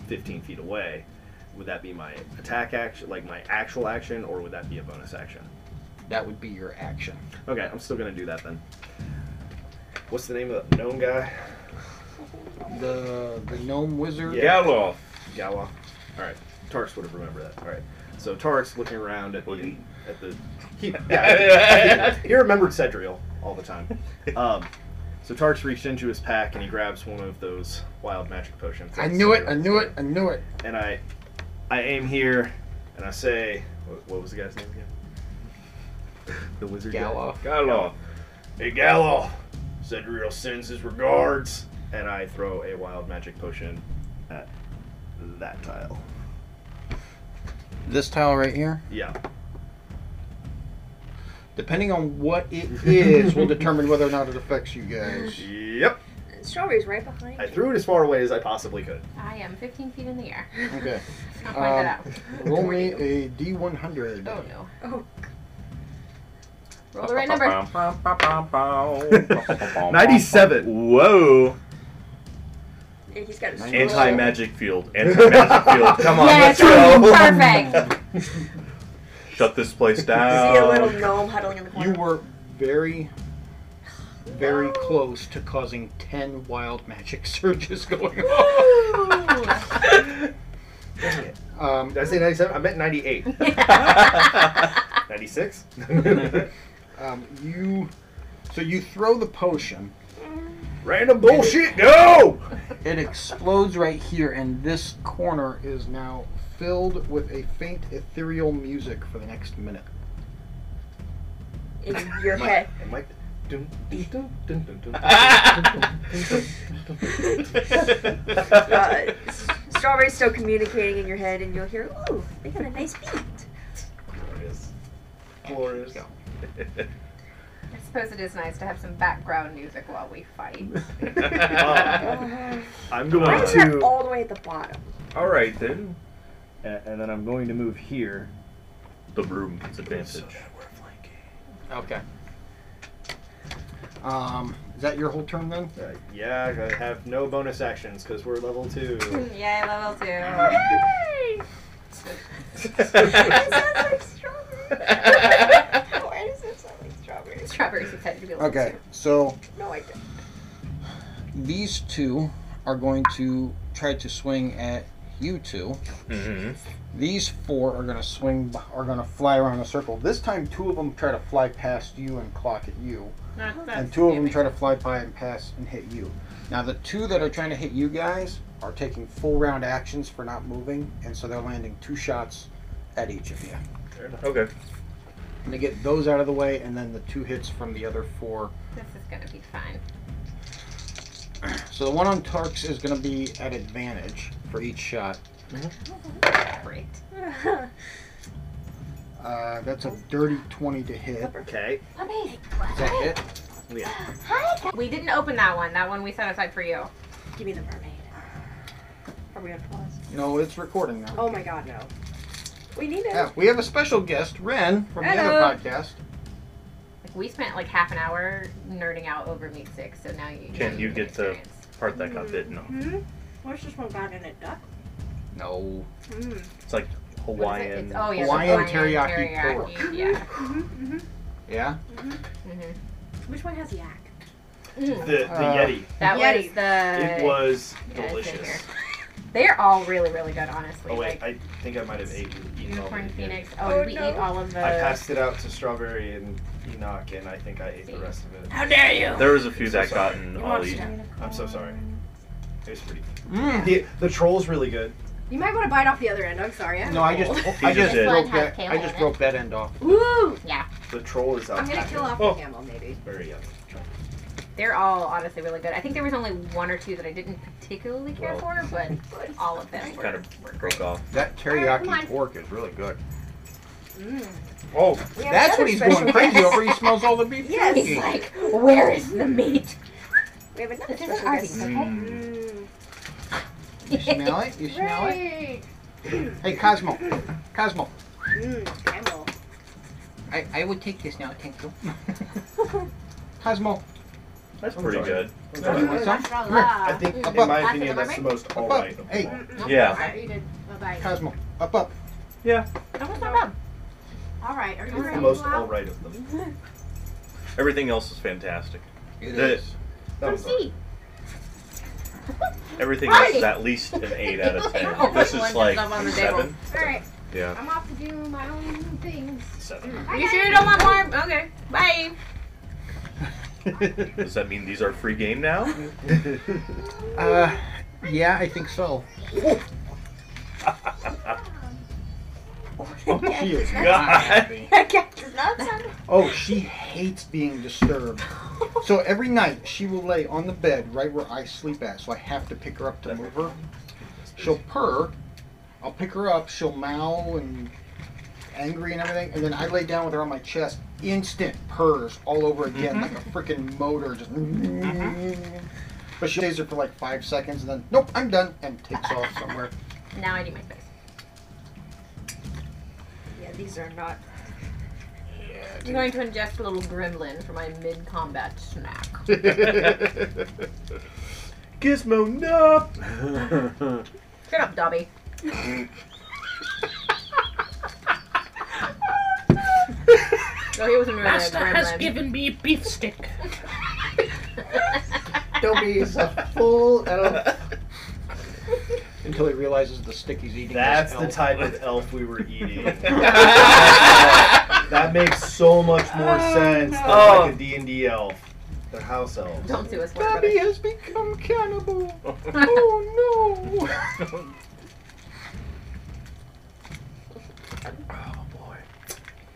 S5: 15 feet away, would that be my attack action, like my actual action, or would that be a bonus action?
S3: That would be your action.
S5: Okay, I'm still going to do that then. What's the name of that gnome guy?
S3: The the gnome wizard.
S5: Galoff. Galoff. All right. Tarks would have remembered that. All right. So Tarks looking around at the at the he, yeah, he, he remembered Cedriel all the time. Um, so Tarks reached into his pack and he grabs one of those wild magic potions.
S22: I knew it, I knew it, I knew it.
S5: And I I aim here and I say what, what was the guy's name again? The wizard guy?
S23: Galoff.
S5: Galoff. Hey Galoff. Cedriel sends his regards. And I throw a wild magic potion at that tile.
S3: This tile right here?
S5: Yeah.
S3: Depending on what it is, will determine whether or not it affects you guys.
S5: Yep.
S8: Strawberry's right behind.
S5: I threw it as far away as I possibly could.
S2: I am 15 feet in the air.
S3: Okay.
S2: I'll point that
S3: Um,
S2: out.
S3: roll me a D100.
S2: Oh no.
S8: Oh.
S2: Roll the right number.
S5: 97. Whoa.
S8: Yeah, he's got a scroll.
S7: Anti magic field. Anti magic field. Come on, let's go. Shut this place down.
S8: See a little gnome huddling in the corner.
S24: Oh. You were very, very close to causing 10 wild magic surges going on.
S25: Um, Did I say 97? I meant 98. 96?
S24: um, you, so you throw the potion.
S25: Random bullshit, go!
S24: It explodes right here, and this corner is now filled with a faint ethereal music for the next minute.
S8: in your head.
S25: It might. Dun, dun, dun, dun, dun, dun.
S8: uh, s- strawberry's still communicating in your head, and you'll hear, "Ooh, they got a nice beat."
S25: Glorious. Glorious.
S2: I suppose it is nice to have some background music while we fight.
S5: Um, I'm going
S8: Why is
S5: to.
S8: that all the way at the bottom?
S5: All right then. And, and then I'm going to move here. The broom gets advantage.
S24: Okay. Um, is that your whole turn then?
S5: Uh,
S25: Yeah, I have no bonus actions because we're level two.
S2: Yay, level two. Yay!
S8: Why does it sound like strawberry?
S2: Strawberry's excited to be level
S3: Okay, so
S8: two. No, I don't.
S3: these two are going to try to swing at you 2
S7: Mm-hmm.
S3: These four are going to swing, are going to fly around a circle. This time, two of them try to fly past you and clock at you,
S2: Not
S3: and two of them try to fly by and pass and hit you. Now, the two that are trying to hit you guys are taking full round actions for not moving, and so they're landing two shots at each of you.
S7: Okay.
S3: I'm going to get those out of the way, and then the two hits from the other four.
S2: This is gonna be fun.
S3: So the one on Tarks is going to be at advantage for each shot.
S2: Great.
S3: Uh, that's a dirty 20 to hit.
S25: Okay.
S2: Amazing.
S3: Is that hit?
S2: We didn't open that one. That one we set aside for you.
S8: Give me the mermaid. Are we gonna pause?
S3: No, it's recording now.
S8: Oh my god, no. We need it.
S3: Yeah, we have a special guest, Ren, from the
S2: Hello.
S3: other podcast.
S2: Like we spent like half an hour nerding out over Meat Six, so now you
S7: Can't you get the part that got bitten off?
S8: Hmm? What's this one got in it, duck?
S3: No.
S8: Mm.
S7: It's like Hawaiian.
S2: It's, oh yeah, the
S3: Hawaiian teriyaki
S2: teriyaki, Yeah.
S8: Mm-hmm,
S3: Yeah?
S8: mm-hmm, mm-hmm. Which one has yak?
S2: Mm.
S5: The, the
S25: Uh,
S5: Yeti.
S2: That
S8: Yeti.
S2: was the.
S5: It was
S2: Yeah, it's in here.
S5: delicious.
S2: They're all really, really good, honestly.
S5: Oh wait,
S2: like
S5: I think I might have ate, eaten all of
S2: unicorn
S5: it.
S2: phoenix. uh,
S5: yeah.
S2: Oh, did we eat all of the.
S5: I passed it out to Strawberry and Enoch, and I think I ate the rest of it.
S2: How dare you!
S7: There was a few
S5: I'm so
S7: that got
S5: sorry.
S7: in all eaten.
S5: I'm so sorry. It was pretty.
S3: Mm.
S5: The, the troll's really good.
S8: You might want to bite off the other end. I'm sorry.
S3: No, I just, I
S5: just
S3: just,
S5: did.
S3: broke
S2: This one has
S3: that, I
S2: kale
S3: just
S2: in it.
S3: broke that end off.
S8: Woo!
S2: Yeah,
S5: The troll is out.
S8: I'm gonna kill off
S5: Oh.
S8: the camel, maybe.
S5: Very yummy.
S2: they're all honestly really good. I think there was only one or two that I didn't particularly care
S7: Well.
S2: for, but all of them were.
S7: Kind of broke off.
S24: That
S2: Alright, come on.
S24: teriyaki pork is really good.
S8: Mm.
S24: Oh,
S8: We have
S24: that's what
S8: another
S24: he's
S8: special
S24: going crazy
S8: guest.
S24: over. He smells all the beef.
S8: Yes.
S24: jerky.
S8: He's like,
S2: Where is the meat?
S8: We have another
S2: This is
S8: special guest.
S2: Arby's, okay?
S7: Mm-hmm.
S8: Mm.
S3: You smell it? You smell it?
S2: Yay.
S3: Hey, Cosmo. Cosmo.
S8: Mm, camel.
S3: I, I would take this now, thank you. Cosmo.
S7: That's
S5: I'm
S7: pretty
S5: sorry.
S7: good.
S5: I'm sorry.
S3: want some? Come here.
S5: I think, in
S3: Above.
S5: my opinion, that's the most all
S3: Above.
S5: right. of
S3: Hey.
S5: them all.
S7: Yeah.
S26: I eat it. Bye bye.
S3: Cosmo. Up, up.
S7: Yeah.
S2: That was not bad.
S26: All right, are you
S5: It's
S26: ready?
S5: the most all right of them.
S7: Everything else is fantastic.
S3: It
S7: The-
S3: is.
S5: That
S2: Come
S5: was all right.
S2: see.
S7: Everything else is
S2: Right.
S7: at least an eight out of
S2: Oh,
S7: ten. This
S2: one
S7: is like
S2: up on the table.
S7: seven.
S26: All right,
S7: Yeah.
S26: I'm off to do my own things.
S8: Mm.
S5: Seven.
S2: You sure you don't want more? Okay. Bye.
S7: Does that mean these are free game now?
S3: Uh, yeah, I think so. Oh, she is not happy.
S8: That cat does not sound.
S3: Oh, she hates being disturbed. So every night she will lay on the bed right where I sleep at, so I have to pick her up to move her. She'll purr, I'll pick her up, she'll mowl and angry and everything, and then I lay down with her on my chest. Instant purrs all over again, like
S5: Mm-hmm.
S3: a freaking motor. Just. But she stays there for like five seconds and then, nope, I'm done, and takes off somewhere.
S2: Now I do my face.
S8: Yeah, these are not.
S2: I'm going to ingest a little gremlin for my mid combat snack.
S27: Gizmo, no!
S2: Shut up, Dobby. No, Oh, he wasn't really
S6: Master
S2: a grand
S6: has
S2: lad.
S6: given me beef stick.
S3: Dobby is a full elf. Until he realizes the stick he's eating. is
S5: That's the
S3: elf.
S5: type of elf we were eating. that makes so much more sense than
S3: Oh.
S5: like a D&D elf. They're house elves.
S2: Don't do us well.
S3: Dobby has become cannibal.
S5: oh
S3: no.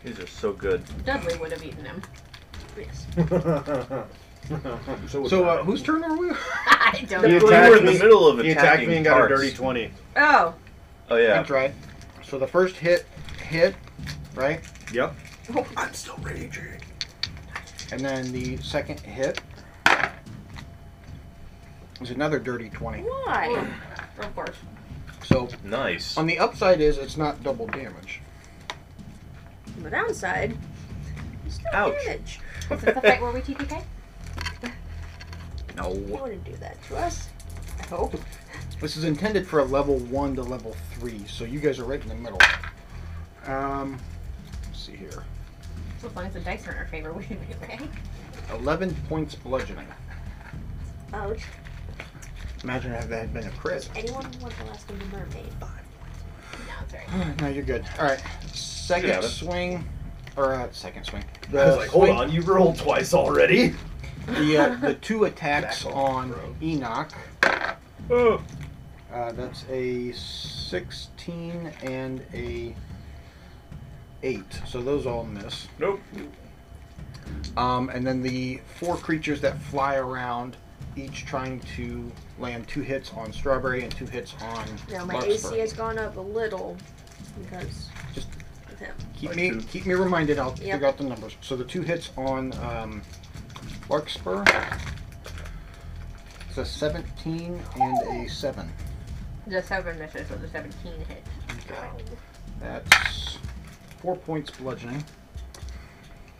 S7: These are so good.
S2: Dudley would have eaten him.
S8: Yes.
S5: so
S3: So, uh, whose turn are we?
S2: I don't
S5: he
S2: know.
S5: attacked
S7: were in the
S5: me-
S7: middle of
S5: He attacked
S7: attacking
S5: me and got a
S7: parts.
S5: dirty 20.
S2: Oh.
S7: Oh yeah.
S3: That's right. So the first hit, hit, right?
S5: Yep.
S3: I'm still raging. And then the second hit is another dirty 20.
S8: Why?
S26: Oh.
S2: Of course.
S3: So
S7: Nice.
S3: on the upside is it's not double damage.
S8: On the downside, there's no
S3: Ouch.
S8: damage.
S2: Is this the fight where we TPK?
S8: You
S3: No.
S8: wouldn't do that to us. I hope.
S3: This is intended for a level 1 to level 3, so you guys are right in the middle. Um, let's see here.
S2: So as long as the dice are in our favor, we should be okay.
S3: 11 points bludgeoning.
S8: Ouch.
S3: Imagine if that had been a crit.
S8: Anyone want the last of the mermaid?
S2: No, it's alright.
S3: No, you're good. All right, second
S5: Yeah, but-
S3: swing, or uh, second swing.
S5: I was like, hold
S3: swing-
S5: on, you rolled twice already.
S3: The uh, the two attacks on Enoch.
S7: Oh,
S3: Uh, that's a sixteen and a eight. So those all miss.
S28: Nope.
S3: Um, and then the four creatures that fly around, each trying to land two hits on Strawberry and two hits on.
S8: Now my
S3: Larkspur.
S8: AC has gone up a little because
S3: Just
S8: of him.
S3: Keep me keep me reminded. I'll
S8: Yep.
S3: figure out the numbers. So the two hits on um, Larkspur. It's a 17 and a 7.
S2: The seven misses with the 17 hit.
S3: That's four points bludgeoning.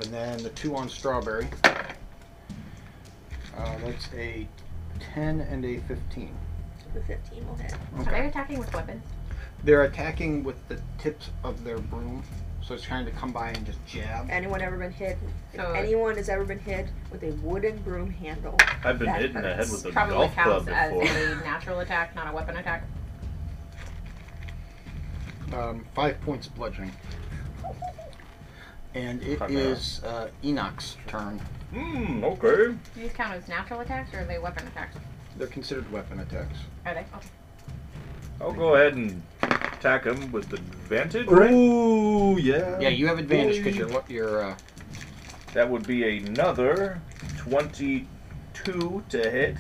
S3: And then the two on Strawberry. Uh, that's a 10 and a 15.
S8: The 15 will hit.
S2: Are
S3: Okay.
S2: they attacking with weapons?
S3: They're attacking with the tips of their broom, so it's trying to come by and just jab.
S8: Anyone ever been hit? If
S2: So-
S8: anyone has ever been hit with a wooden broom handle.
S7: I've been
S8: that
S7: hit in the head
S8: hurts.
S7: with a
S2: Probably
S7: golf club
S2: counts as
S7: before.
S2: a natural attack, not a weapon attack.
S3: Um, five points bludgeoning. And it
S7: Fuck me
S3: is uh, Enoch's turn.
S7: Hmm. Okay.
S2: Do these count as natural attacks or are they weapon attacks?
S3: They're considered weapon attacks.
S2: Are they? Okay.
S7: I'll go ahead and attack him with advantage.
S27: Ooh, yeah.
S3: Yeah, you have advantage because
S7: Boy.
S3: you're lo- you're. Uh,
S7: That would be another 22 to hit.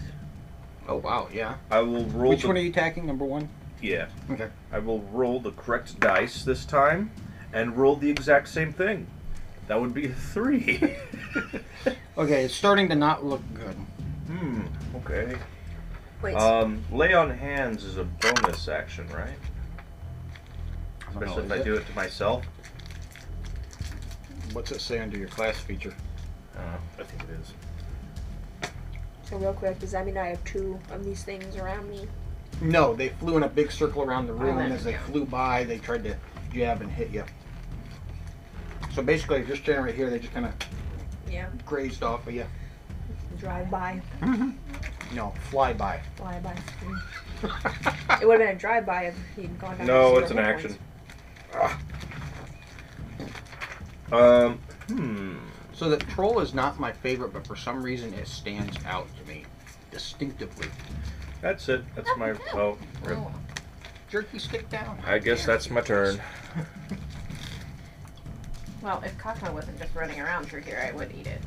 S3: Oh wow, yeah.
S7: I will roll
S3: which
S7: the,
S3: one are you attacking? Number one.
S7: Yeah.
S3: Okay.
S7: I will roll the correct dice this time and roll the exact same thing. That would be a 3.
S3: Okay, it's starting to not look good.
S7: hmm, okay.
S8: Wait.
S7: Um, lay on hands is a bonus action, right?
S3: don't know,
S7: Especially
S3: is
S7: if I
S3: it?
S7: do it to myself.
S3: What's it say under your class feature?
S7: Uh,
S5: I think it is.
S8: So real quick, does that mean I have two of these things around me?
S3: No, they flew in a big circle around the room,
S8: Oh,
S3: and as they
S8: yeah.
S3: flew by, they tried to jab and hit you. So basically, this general right here, they just kind of
S8: Yeah.
S3: grazed off of you.
S8: Drive by,
S3: No, fly by.
S8: fly by. it would have been a drive by if he'd gone down.
S7: No,
S8: to
S7: it's an
S8: zero
S7: action.
S8: points.
S7: Um, hmm.
S3: So the troll is not my favorite, but for some reason, it stands out to me distinctively.
S7: That's it. That's my. Oh, rip.
S3: Jerky stick down.
S7: I guess that's my turn.
S2: Well, if Cosmo wasn't just running around through here, I would eat it.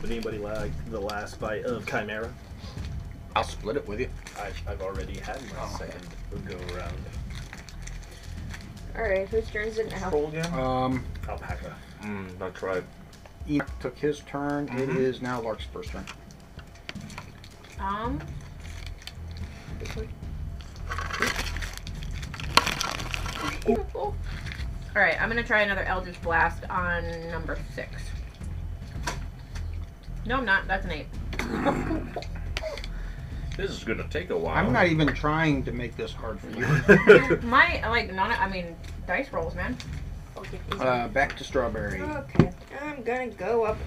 S5: Did anybody like the last bite of Chimera?
S3: I'll split it with you.
S5: I, I've already had my
S8: Oh.
S5: second go around.
S8: All right, whose turn is it now?
S3: Um,
S5: Alpaca.
S7: Mm, that's right.
S3: Enoch took his turn. It
S7: Mhm.
S3: is now Larkspur's turn.
S2: Um. All right, I'm gonna try another Eldritch Blast on number six. No, I'm not. That's an eight.
S7: This is gonna take a while.
S3: I'm not even trying to make this hard for you.
S2: My like non. I mean, dice rolls, man.
S3: Uh, back to strawberry.
S8: Okay, I'm gonna go up.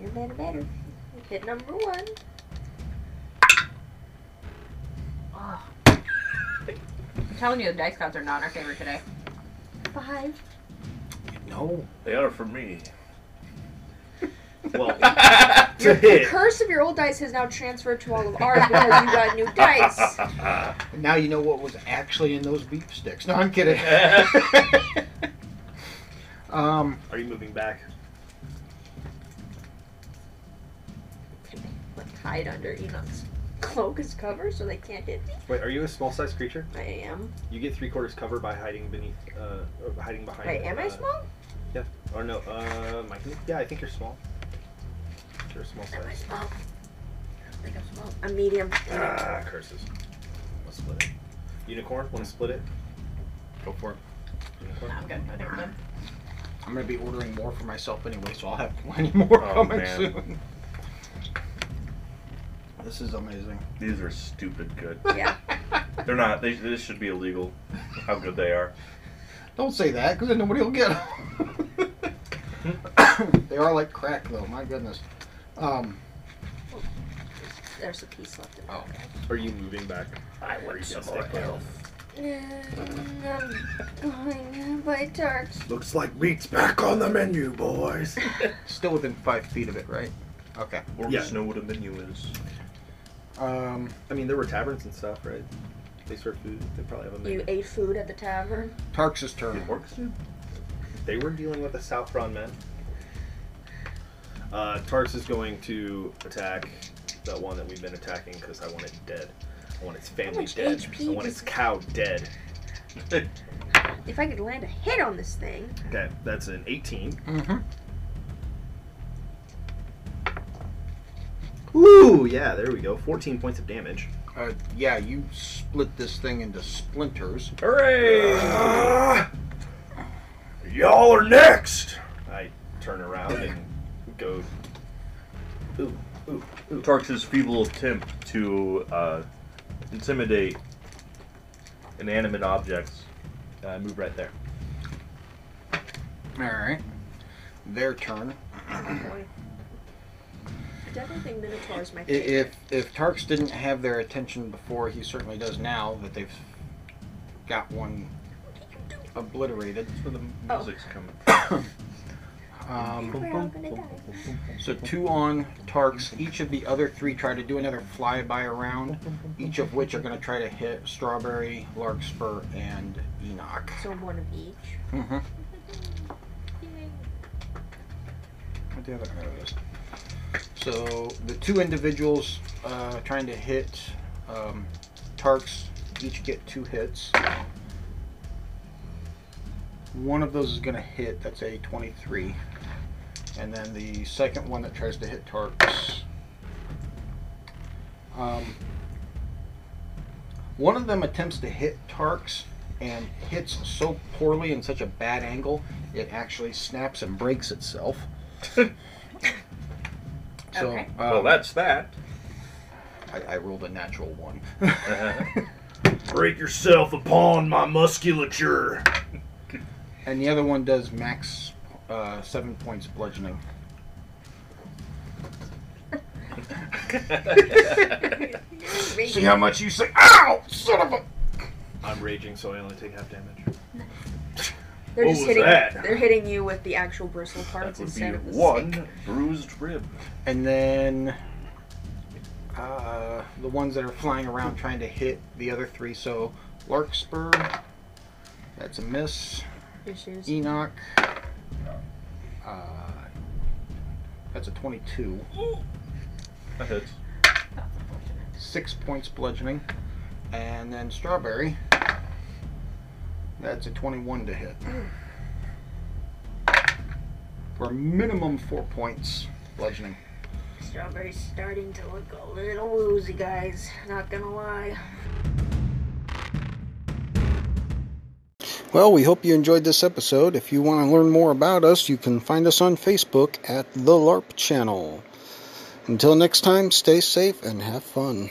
S8: You're better, better. Hit number one.
S2: Oh. I'm telling you, the dice gods are not in our favor today.
S8: Five.
S3: No,
S29: they are for me.
S30: well,
S8: Your, the curse of your old dice has now transferred to all of ours because you got new dice.
S3: now you know what was actually in those beef sticks. No, I'm kidding. um,
S30: Are you moving back?
S8: Left hide under Enoch's cloak as cover so they can't hit me.
S5: Wait, are you a small sized creature?
S8: I am.
S5: You get three quarters cover by hiding beneath, uh, or hiding behind.
S8: Wait, am I
S5: uh,
S8: small?
S5: Yeah. Or no, um, I think, yeah, I think you're small. You're small
S8: Am I
S5: size.
S8: small? I don't think I'm small. I'm medium.
S5: Ah, curses. Let's split it. Unicorn, want to split it?
S3: Go for it.
S5: Unicorn?
S8: Oh.
S2: I'm good. I think I'm good.
S3: I'm gonna be ordering more for myself anyway, so I'll have plenty more
S29: Oh,
S3: coming
S29: man.
S3: soon. This is amazing.
S29: These are stupid good.
S8: Yeah.
S29: They're not. They, this should be illegal. How good they are.
S3: Don't say that, because then nobody will get them. they are like crack, though. My goodness. Um,
S8: There's a piece left in
S3: oh.
S30: Are you moving back?
S8: I
S30: Or you
S8: want
S30: just
S8: some
S30: stay
S8: more
S30: put?
S8: I'm um, going by darts.
S3: Looks like meat's back on the menu, boys. Still within five feet of it, right? Okay.
S7: Or
S30: Yeah.
S7: just know what a menu is.
S3: Um,
S5: I mean, there were taverns and stuff, right? They serve food. They probably have a menu.
S8: You ate food at the tavern.
S3: Tark's turn.
S5: They were dealing with the Southron men.
S30: Uh, Tars is going to attack that one that we've been attacking because I want it dead. I want its family
S8: much
S30: dead.
S8: HP
S30: I want
S8: does-
S30: its cow dead.
S8: If I could land a hit on this thing,
S30: Okay, that's an 18.
S3: Mm-hmm.
S5: Ooh, yeah, there we go. 14 points of damage.
S3: Uh, yeah, you split this thing into splinters.
S30: Hooray!
S5: Ah,
S30: y'all are next! I turn around and go. Ooh, ooh, ooh.
S7: Tarx's feeble attempt to uh, intimidate inanimate objects. Uh, move right there.
S3: All right. Their turn.
S8: I Oh, definitely think Minotaur is my
S3: I-
S8: favorite.
S3: If if Tarks didn't have their attention before, he certainly does now that they've got one obliterated.
S7: That's where the
S8: Oh.
S7: music's coming
S8: We're all gonna
S3: Um,
S8: die.
S3: so two on Tarks. Each of the other three try to do another flyby around, each of which are going to try to hit Strawberry, Larkspur, and Enoch.
S8: So one of each.
S3: Mm-hmm. What the other arrow is? So the two individuals uh, trying to hit um, Tarks each get two hits. One of those is going to hit. That's a 23. And then the second one that tries to hit Tarks. Um, one of them attempts to hit Tarks and hits so poorly in such a bad angle, it actually snaps and breaks itself. so,
S7: Okay.
S3: um,
S7: Well, that's that.
S3: I, I rolled a natural one.
S30: Break yourself upon my musculature.
S3: and the other one does max uh, seven points bludgeoning. See how much you say. Ow! Son of a.
S5: I'm raging, so I only take half damage.
S8: They're
S30: What
S8: just
S30: was
S8: hitting.
S30: that?
S8: They're hitting you with the actual bristle parts instead of the stick.
S7: bruised rib.
S3: And then uh, the ones that are flying around trying to hit the other three. So Larkspur, that's a miss.
S8: Issues.
S3: Enoch, uh, that's a 22.
S7: That hits.
S3: Six points bludgeoning. And then Strawberry, that's a 21 to hit. For a minimum four points bludgeoning.
S8: Strawberry's starting to look a little woozy, guys. Not gonna lie.
S3: Well, we hope you enjoyed this episode. If you want to learn more about us, you can find us on Facebook at The LARP Channel. Until next time, stay safe and have fun.